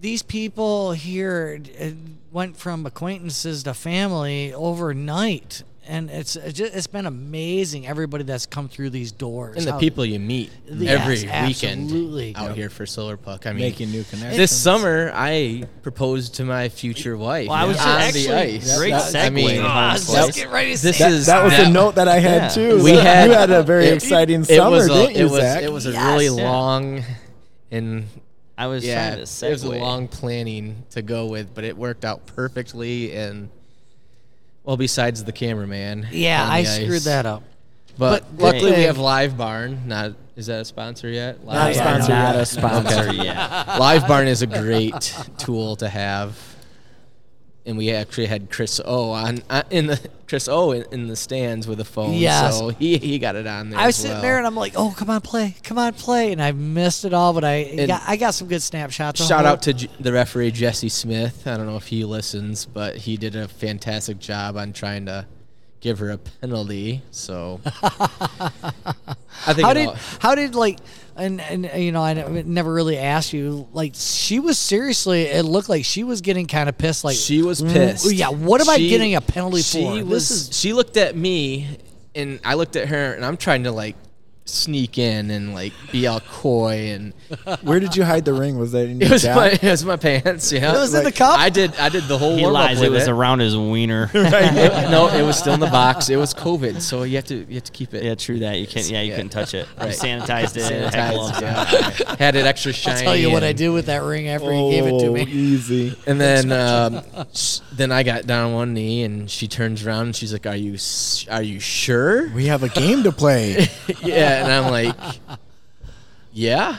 Speaker 2: these people here uh, went from acquaintances to family overnight, and it's it's ju- it's been amazing. Everybody that's come through these doors
Speaker 5: and the
Speaker 2: How-
Speaker 5: people you meet
Speaker 2: Yes,
Speaker 5: every
Speaker 2: absolutely.
Speaker 5: weekend out here for Silver Puck. I mean,
Speaker 1: making new connections.
Speaker 5: this summer I proposed to my future wife
Speaker 3: Well, I was
Speaker 5: on
Speaker 3: just-
Speaker 5: the
Speaker 3: actually,
Speaker 5: ice.
Speaker 3: great
Speaker 5: I
Speaker 3: segue.
Speaker 5: mean,
Speaker 3: Ah,
Speaker 5: this
Speaker 1: let's
Speaker 2: get ready to
Speaker 5: this
Speaker 2: say
Speaker 5: is
Speaker 1: that was a
Speaker 5: that-
Speaker 1: note that I had
Speaker 3: yeah.
Speaker 1: too.
Speaker 5: We had
Speaker 1: you had a very
Speaker 5: it-
Speaker 1: exciting
Speaker 5: it
Speaker 1: summer,
Speaker 5: was a,
Speaker 1: didn't you,
Speaker 5: it was,
Speaker 1: Zach?
Speaker 5: It was a
Speaker 2: Yes.
Speaker 5: really
Speaker 2: Yeah.
Speaker 5: long and
Speaker 3: I was
Speaker 5: yeah,
Speaker 3: trying to
Speaker 5: it was a
Speaker 3: segue.
Speaker 5: long planning to go with, but it worked out perfectly. And well, besides the cameraman,
Speaker 2: yeah,
Speaker 5: on
Speaker 2: I
Speaker 5: the ice.
Speaker 2: screwed that up.
Speaker 5: But,
Speaker 2: But
Speaker 5: luckily,
Speaker 2: good
Speaker 5: we
Speaker 2: thing-
Speaker 5: have Live Barn. Not is that a sponsor yet? Live
Speaker 1: Not a
Speaker 5: Barn.
Speaker 1: sponsor
Speaker 3: Not
Speaker 1: yet.
Speaker 3: a sponsor yet.
Speaker 5: Live Barn is a great tool to have. And we actually had Chris O on uh, in the Chris O in, in the stands with a phone,
Speaker 2: Yes.
Speaker 5: so he, he got it on there.
Speaker 2: I was
Speaker 5: as
Speaker 2: sitting
Speaker 5: well.
Speaker 2: there and I'm like, "Oh, come on, play, come on, play," and I missed it all, but I
Speaker 5: And-
Speaker 2: got, I got some good snapshots. Uh-huh. The
Speaker 5: Shout
Speaker 2: whole-
Speaker 5: out to J- the referee Jesse Smith. I don't know if he listens, but he did a fantastic job on trying to give her a penalty. So I think
Speaker 2: how
Speaker 5: it
Speaker 2: did
Speaker 5: all-
Speaker 2: how did like and and you know I ne- never really asked you like she was seriously it looked like she was getting kind of pissed like
Speaker 5: she was
Speaker 2: "Mm,
Speaker 5: pissed.
Speaker 2: yeah what am I
Speaker 5: She-
Speaker 2: getting a penalty
Speaker 5: she
Speaker 2: for
Speaker 5: Was,
Speaker 2: this is
Speaker 5: she looked at me, and I looked at her, and I'm trying to like sneak in and like be all coy and
Speaker 1: Where did you hide the ring? Was that in your
Speaker 5: it was
Speaker 1: job?
Speaker 5: my it was my pants. Yeah,
Speaker 2: It was in the cup?
Speaker 5: I did I did the whole
Speaker 3: He
Speaker 5: warm
Speaker 3: lies.
Speaker 5: Up
Speaker 3: It
Speaker 5: with
Speaker 3: was
Speaker 5: it.
Speaker 3: around his wiener.
Speaker 5: It- no, it was still in the box. It was COVID, so you have to you have to keep it.
Speaker 3: yeah, true that. You can't. Yeah, you
Speaker 5: Yeah.
Speaker 3: couldn't touch it. I
Speaker 5: Right.
Speaker 3: sanitized it.
Speaker 5: Sanitized,
Speaker 3: had gloves.
Speaker 5: yeah. Had it extra shiny.
Speaker 2: I'll tell you what I
Speaker 5: and-
Speaker 2: did with that ring after he gave it to
Speaker 1: Oh,
Speaker 2: me.
Speaker 1: Easy.
Speaker 5: And then um, s- then I got down on one knee, and she turns around and she's like, "Are you s- are you sure?"
Speaker 1: We have a game to play.
Speaker 5: yeah, and I'm like, yeah.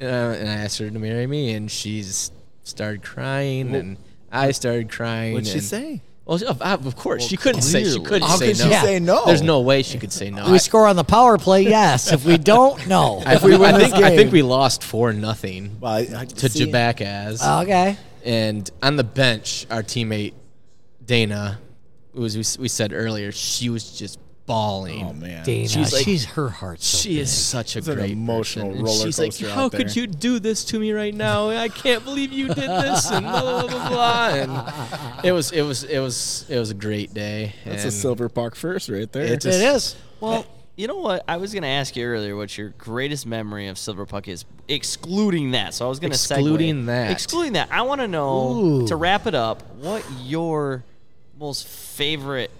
Speaker 5: Uh, and I asked her to marry me, and she's started crying, and I started crying.
Speaker 1: What'd she
Speaker 5: and-
Speaker 1: say?
Speaker 5: Well, of, of course, she couldn't say. She
Speaker 3: clearly.
Speaker 5: couldn't
Speaker 1: How
Speaker 5: say
Speaker 1: could
Speaker 5: no.
Speaker 1: she say no?
Speaker 5: There's no way she could say no.
Speaker 2: We score on the power play, yes. If we don't, no.
Speaker 5: I, I think-
Speaker 1: win
Speaker 5: I
Speaker 1: this
Speaker 5: think, I
Speaker 1: game.
Speaker 5: think we lost four nothing
Speaker 1: Well, I- I-
Speaker 5: to
Speaker 1: see, Uh,
Speaker 5: Jabacaz.
Speaker 2: Okay.
Speaker 5: And on the bench, our teammate Dana, who was we, we said earlier, she was just bawling.
Speaker 1: Oh man.
Speaker 2: Dana, she's,
Speaker 5: She's like-
Speaker 2: her heart's so
Speaker 5: She is such a
Speaker 1: an
Speaker 5: great
Speaker 1: emotional
Speaker 5: person. And
Speaker 1: roller
Speaker 5: she's
Speaker 1: coaster
Speaker 5: like,
Speaker 1: out
Speaker 5: "How
Speaker 1: there."
Speaker 5: could you do this to me right now? I can't believe you did this." And blah blah blah. blah. And it was it was it was it was a great day.
Speaker 1: That's a
Speaker 5: and
Speaker 1: Silver Park first right there.
Speaker 5: It's
Speaker 2: It
Speaker 5: just-
Speaker 2: is.
Speaker 3: Well, you know what? I was going to ask you earlier what your greatest memory of Silver Puck is, excluding that. So I was going to
Speaker 5: Excluding that.
Speaker 3: Excluding that. I want to know,
Speaker 2: Ooh.
Speaker 3: to wrap it up, what your most favorite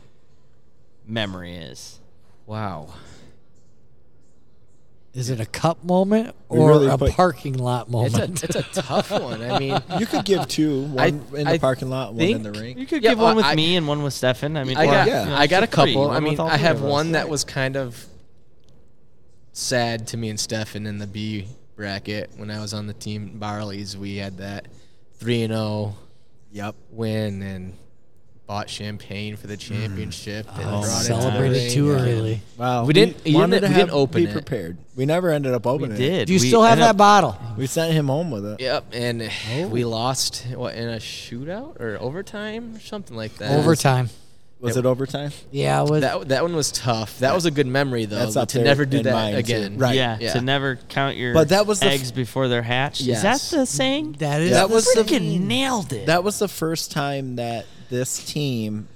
Speaker 3: memory is.
Speaker 5: Wow.
Speaker 2: Is it a cup moment
Speaker 1: We
Speaker 2: or
Speaker 1: really
Speaker 2: a
Speaker 1: put-
Speaker 2: parking lot
Speaker 5: It's a
Speaker 2: moment?
Speaker 5: it's a tough one. I mean,
Speaker 1: you could give two, one
Speaker 5: I-
Speaker 1: in the
Speaker 5: I
Speaker 1: parking lot, one in the
Speaker 5: think-
Speaker 1: rink.
Speaker 3: You could
Speaker 5: Yeah,
Speaker 3: give
Speaker 5: well,
Speaker 3: one with
Speaker 5: I-
Speaker 3: me and one with Stefan. I mean, or,
Speaker 5: I got
Speaker 3: you
Speaker 1: yeah.
Speaker 3: know,
Speaker 5: I got a
Speaker 3: just three,
Speaker 5: couple. I
Speaker 3: one with
Speaker 5: mean,
Speaker 3: all
Speaker 5: I
Speaker 3: three
Speaker 5: have
Speaker 3: of us.
Speaker 5: one that was kind of sad to me and Stefan in the B bracket when I was on the team Barley's. We had that three and zero
Speaker 1: Yep.
Speaker 5: win and bought champagne for the championship and
Speaker 2: Oh,
Speaker 5: brought it to the
Speaker 2: celebrated
Speaker 5: ring.
Speaker 2: too
Speaker 5: Yeah.
Speaker 2: early.
Speaker 1: Wow.
Speaker 5: We didn't- you
Speaker 1: wanted
Speaker 5: didn't-
Speaker 1: to
Speaker 5: we didn't
Speaker 1: have-
Speaker 5: open
Speaker 1: Be
Speaker 5: it.
Speaker 1: prepared. We never ended up
Speaker 3: We
Speaker 1: opening it.
Speaker 3: did.
Speaker 2: Do you
Speaker 3: We
Speaker 2: still have
Speaker 3: ended
Speaker 2: that
Speaker 3: up-
Speaker 2: bottle?
Speaker 1: We sent him home with it.
Speaker 5: Yep, and we lost what in a shootout or overtime or something like that.
Speaker 2: Overtime.
Speaker 1: Was it overtime?
Speaker 2: Yeah, it was.
Speaker 5: That that one was tough. That was a good memory though.
Speaker 1: That's
Speaker 5: but
Speaker 1: up
Speaker 5: to
Speaker 1: there
Speaker 5: never do
Speaker 1: in mine,
Speaker 5: that
Speaker 1: too.
Speaker 5: again.
Speaker 1: Right.
Speaker 3: Yeah,
Speaker 5: Yeah.
Speaker 3: to never count your
Speaker 1: But that was the f-
Speaker 3: eggs before they're hatched.
Speaker 5: Yes.
Speaker 3: Is that the saying?
Speaker 2: that is
Speaker 1: that was the-
Speaker 3: freaking nailed it.
Speaker 1: That was the first time that this team,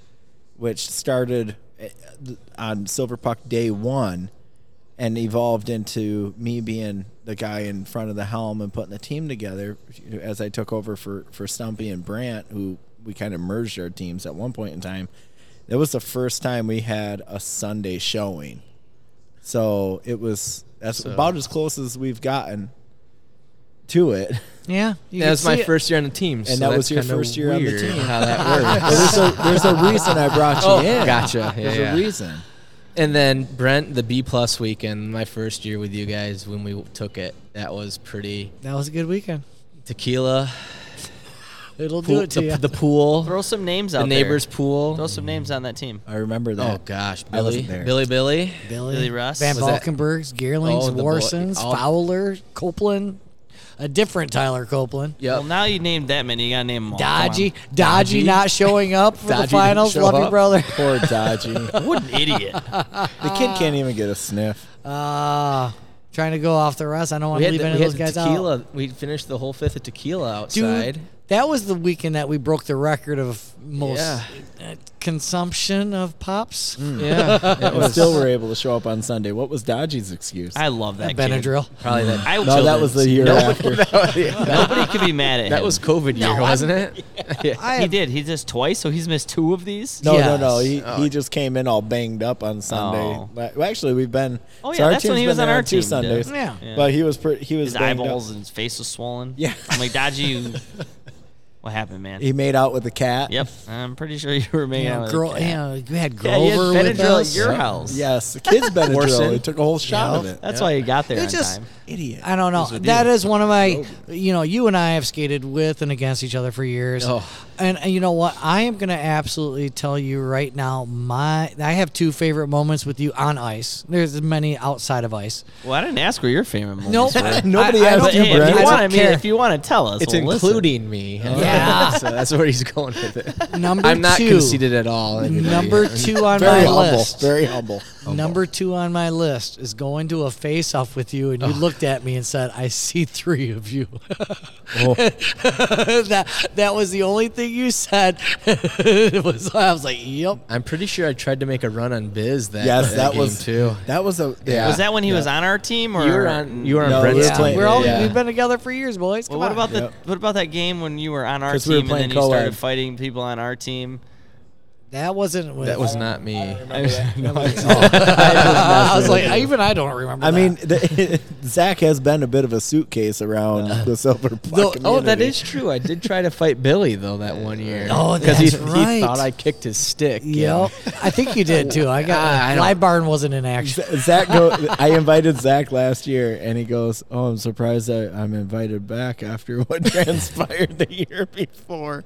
Speaker 1: which started eh, th- on Silver Puck day one and evolved into me being the guy in front of the helm and putting the team together as I took over for, for Stumpy and Brant, who we kind of merged our teams at one point in time. That was the first time we had a Sunday showing. So it was that's about as close as we've gotten to it.
Speaker 2: yeah. you
Speaker 5: That
Speaker 2: could
Speaker 5: was my
Speaker 2: see it.
Speaker 5: first year on the team, and
Speaker 1: that was your first year on the team.
Speaker 5: How that
Speaker 1: Well,
Speaker 5: works.
Speaker 1: there's a there's a reason I brought you
Speaker 5: Oh,
Speaker 1: in.
Speaker 5: gotcha. Yeah,
Speaker 1: There's
Speaker 5: yeah.
Speaker 1: a reason.
Speaker 5: and then Brent, the B plus weekend, my first year with you guys when we took it, that was pretty
Speaker 2: That was a good weekend.
Speaker 5: tequila.
Speaker 2: It'll do
Speaker 5: Pool,
Speaker 2: it to you.
Speaker 5: the, the pool,
Speaker 3: Throw some names
Speaker 5: the
Speaker 3: out there.
Speaker 5: neighbor's pool.
Speaker 3: Throw some names on that team.
Speaker 1: I remember
Speaker 5: Oh
Speaker 1: that.
Speaker 5: gosh, Billy,
Speaker 1: I wasn't there.
Speaker 5: Billy, Billy.
Speaker 2: Billy,
Speaker 3: Billy Russ.
Speaker 2: Van
Speaker 5: Was that-
Speaker 2: Valkenburgs, Gearlings,
Speaker 5: Oh, the boy-
Speaker 2: Warsons,
Speaker 5: all-
Speaker 2: Fowler, Copeland, a different Tyler Copeland.
Speaker 5: Yep.
Speaker 3: Well, now you named that many. You got to name them all. Come on.
Speaker 2: Dodgy, Dodgy not showing up for
Speaker 5: Dodgy
Speaker 2: the
Speaker 5: didn't
Speaker 2: finals.
Speaker 5: show
Speaker 2: Love you,
Speaker 5: up.
Speaker 2: brother.
Speaker 1: Poor Dodgy. the
Speaker 3: What an idiot.
Speaker 1: kid can't even get a sniff.
Speaker 2: Uh, trying to go off the rest. I don't want to
Speaker 5: we had,
Speaker 2: leave
Speaker 5: the,
Speaker 2: any
Speaker 5: we
Speaker 2: of those
Speaker 5: had the
Speaker 2: guys
Speaker 5: tequila.
Speaker 2: out.
Speaker 5: We finished the whole fifth of tequila outside.
Speaker 2: Dude, that was the weekend that we broke the record of most
Speaker 5: Yeah. Hmm.
Speaker 2: uh, consumption of pops.
Speaker 5: Yeah, it
Speaker 1: And still were able to show up on Sunday. What was Dodgy's excuse?
Speaker 3: I love that kid.
Speaker 2: Benadryl.
Speaker 5: probably that.
Speaker 3: I
Speaker 1: no, that was the year after.
Speaker 3: Nobody could be mad at him.
Speaker 5: that was COVID year, wasn't it? Yeah.
Speaker 2: I
Speaker 3: He
Speaker 2: have-
Speaker 3: did. He just twice, so he's missed two of these.
Speaker 1: No, no,
Speaker 2: Yes.
Speaker 1: no. He, he just came in all banged up on Sunday.
Speaker 3: Oh.
Speaker 1: But- Well, actually, we've been.
Speaker 3: Oh,
Speaker 1: so
Speaker 3: yeah,
Speaker 1: our
Speaker 3: that's when
Speaker 1: team's
Speaker 3: he was
Speaker 1: been
Speaker 3: on
Speaker 1: there
Speaker 3: our
Speaker 1: two
Speaker 3: team, dude.
Speaker 1: Sundays.
Speaker 2: Yeah.
Speaker 3: Yeah.
Speaker 1: But he was pretty. He was
Speaker 3: His
Speaker 1: banged up.
Speaker 3: eyeballs and his face was swollen.
Speaker 1: Yeah.
Speaker 3: I'm like, Dodgy, you- what happened, man?
Speaker 1: He made out with the cat.
Speaker 3: Yep. I'm pretty sure you were making
Speaker 2: You
Speaker 3: out
Speaker 2: know,
Speaker 3: with a
Speaker 2: girl,
Speaker 3: cat.
Speaker 2: you know, we had
Speaker 3: Yeah, you had
Speaker 2: Grover with
Speaker 3: Benadryl
Speaker 2: us.
Speaker 3: at your house.
Speaker 1: Yes, the kid's Benadryl.
Speaker 5: Worsen.
Speaker 1: He took a whole shot
Speaker 2: Yeah.
Speaker 1: of it.
Speaker 3: That's
Speaker 5: Yeah.
Speaker 3: why you got there
Speaker 2: It
Speaker 3: on
Speaker 2: just-
Speaker 3: time.
Speaker 1: Idiot.
Speaker 2: I don't know.
Speaker 1: with
Speaker 2: That
Speaker 1: you.
Speaker 2: is one of my, you know, you and I have skated with and against each other for years.
Speaker 5: Oh.
Speaker 2: And uh, you know what? I am going to absolutely tell you right now my I have two favorite moments with you on ice. There's many outside of ice.
Speaker 3: Well, I didn't ask where your family was.
Speaker 2: Nope.
Speaker 1: Nobody
Speaker 2: I- I
Speaker 1: asked
Speaker 2: don't-
Speaker 3: But
Speaker 1: you,
Speaker 3: hey,
Speaker 1: Brent.
Speaker 3: if
Speaker 2: I
Speaker 3: you want, I
Speaker 2: don't
Speaker 3: mean,
Speaker 2: care.
Speaker 3: if you want to tell us,
Speaker 5: It's
Speaker 3: we'll listen.
Speaker 5: including me.
Speaker 2: Yeah.
Speaker 5: so that's where he's going with it.
Speaker 2: Number
Speaker 5: I'm not
Speaker 2: two,
Speaker 5: conceited at all. everybody.
Speaker 2: Number two on
Speaker 1: Very
Speaker 2: my
Speaker 1: humble.
Speaker 2: list.
Speaker 1: Very humble.
Speaker 5: Oh,
Speaker 2: Number two on my list is going to a face off with you, and you looked at me and said, "I see three of you."
Speaker 5: Oh.
Speaker 2: that that was the only thing you said. It was- I was like, "Yep."
Speaker 5: I'm pretty sure I tried to make a run on Biz that
Speaker 1: yes,
Speaker 5: that,
Speaker 1: that
Speaker 5: game
Speaker 1: was
Speaker 5: too.
Speaker 1: That was a yeah.
Speaker 3: Was that when he was on our team, or
Speaker 5: You were on you were on
Speaker 1: No,
Speaker 5: Brent's
Speaker 1: we were
Speaker 5: team.
Speaker 1: playing-
Speaker 2: We're all
Speaker 1: Yeah.
Speaker 2: we've been together for years, boys. Come
Speaker 3: Well, what
Speaker 2: on.
Speaker 3: about the
Speaker 1: Yep.
Speaker 3: what about that game when you were on our
Speaker 1: 'Cause we were
Speaker 3: team
Speaker 1: playing
Speaker 3: and then you started
Speaker 1: co-ed.
Speaker 3: fighting people on our team?
Speaker 2: that? Wasn't with,
Speaker 5: That was not me.
Speaker 2: I was like, even I don't remember.
Speaker 1: I
Speaker 2: that.
Speaker 1: mean, the, Zach has been a bit of a suitcase around
Speaker 5: Uh-huh.
Speaker 1: the silver
Speaker 2: Though-
Speaker 1: plaque.
Speaker 5: Oh, that
Speaker 1: community.
Speaker 5: is true. I did try to fight Billy though that one year.
Speaker 2: Oh,
Speaker 5: he,
Speaker 2: that's right.
Speaker 5: he thought I kicked his stick.
Speaker 2: Yep. I think you did too. I
Speaker 5: Ah,
Speaker 2: got
Speaker 5: I don't-
Speaker 2: Libarn wasn't in action.
Speaker 1: Z- Zach go. I invited Zach last year, and he goes, "Oh, I'm surprised that I'm invited back after what transpired the year before."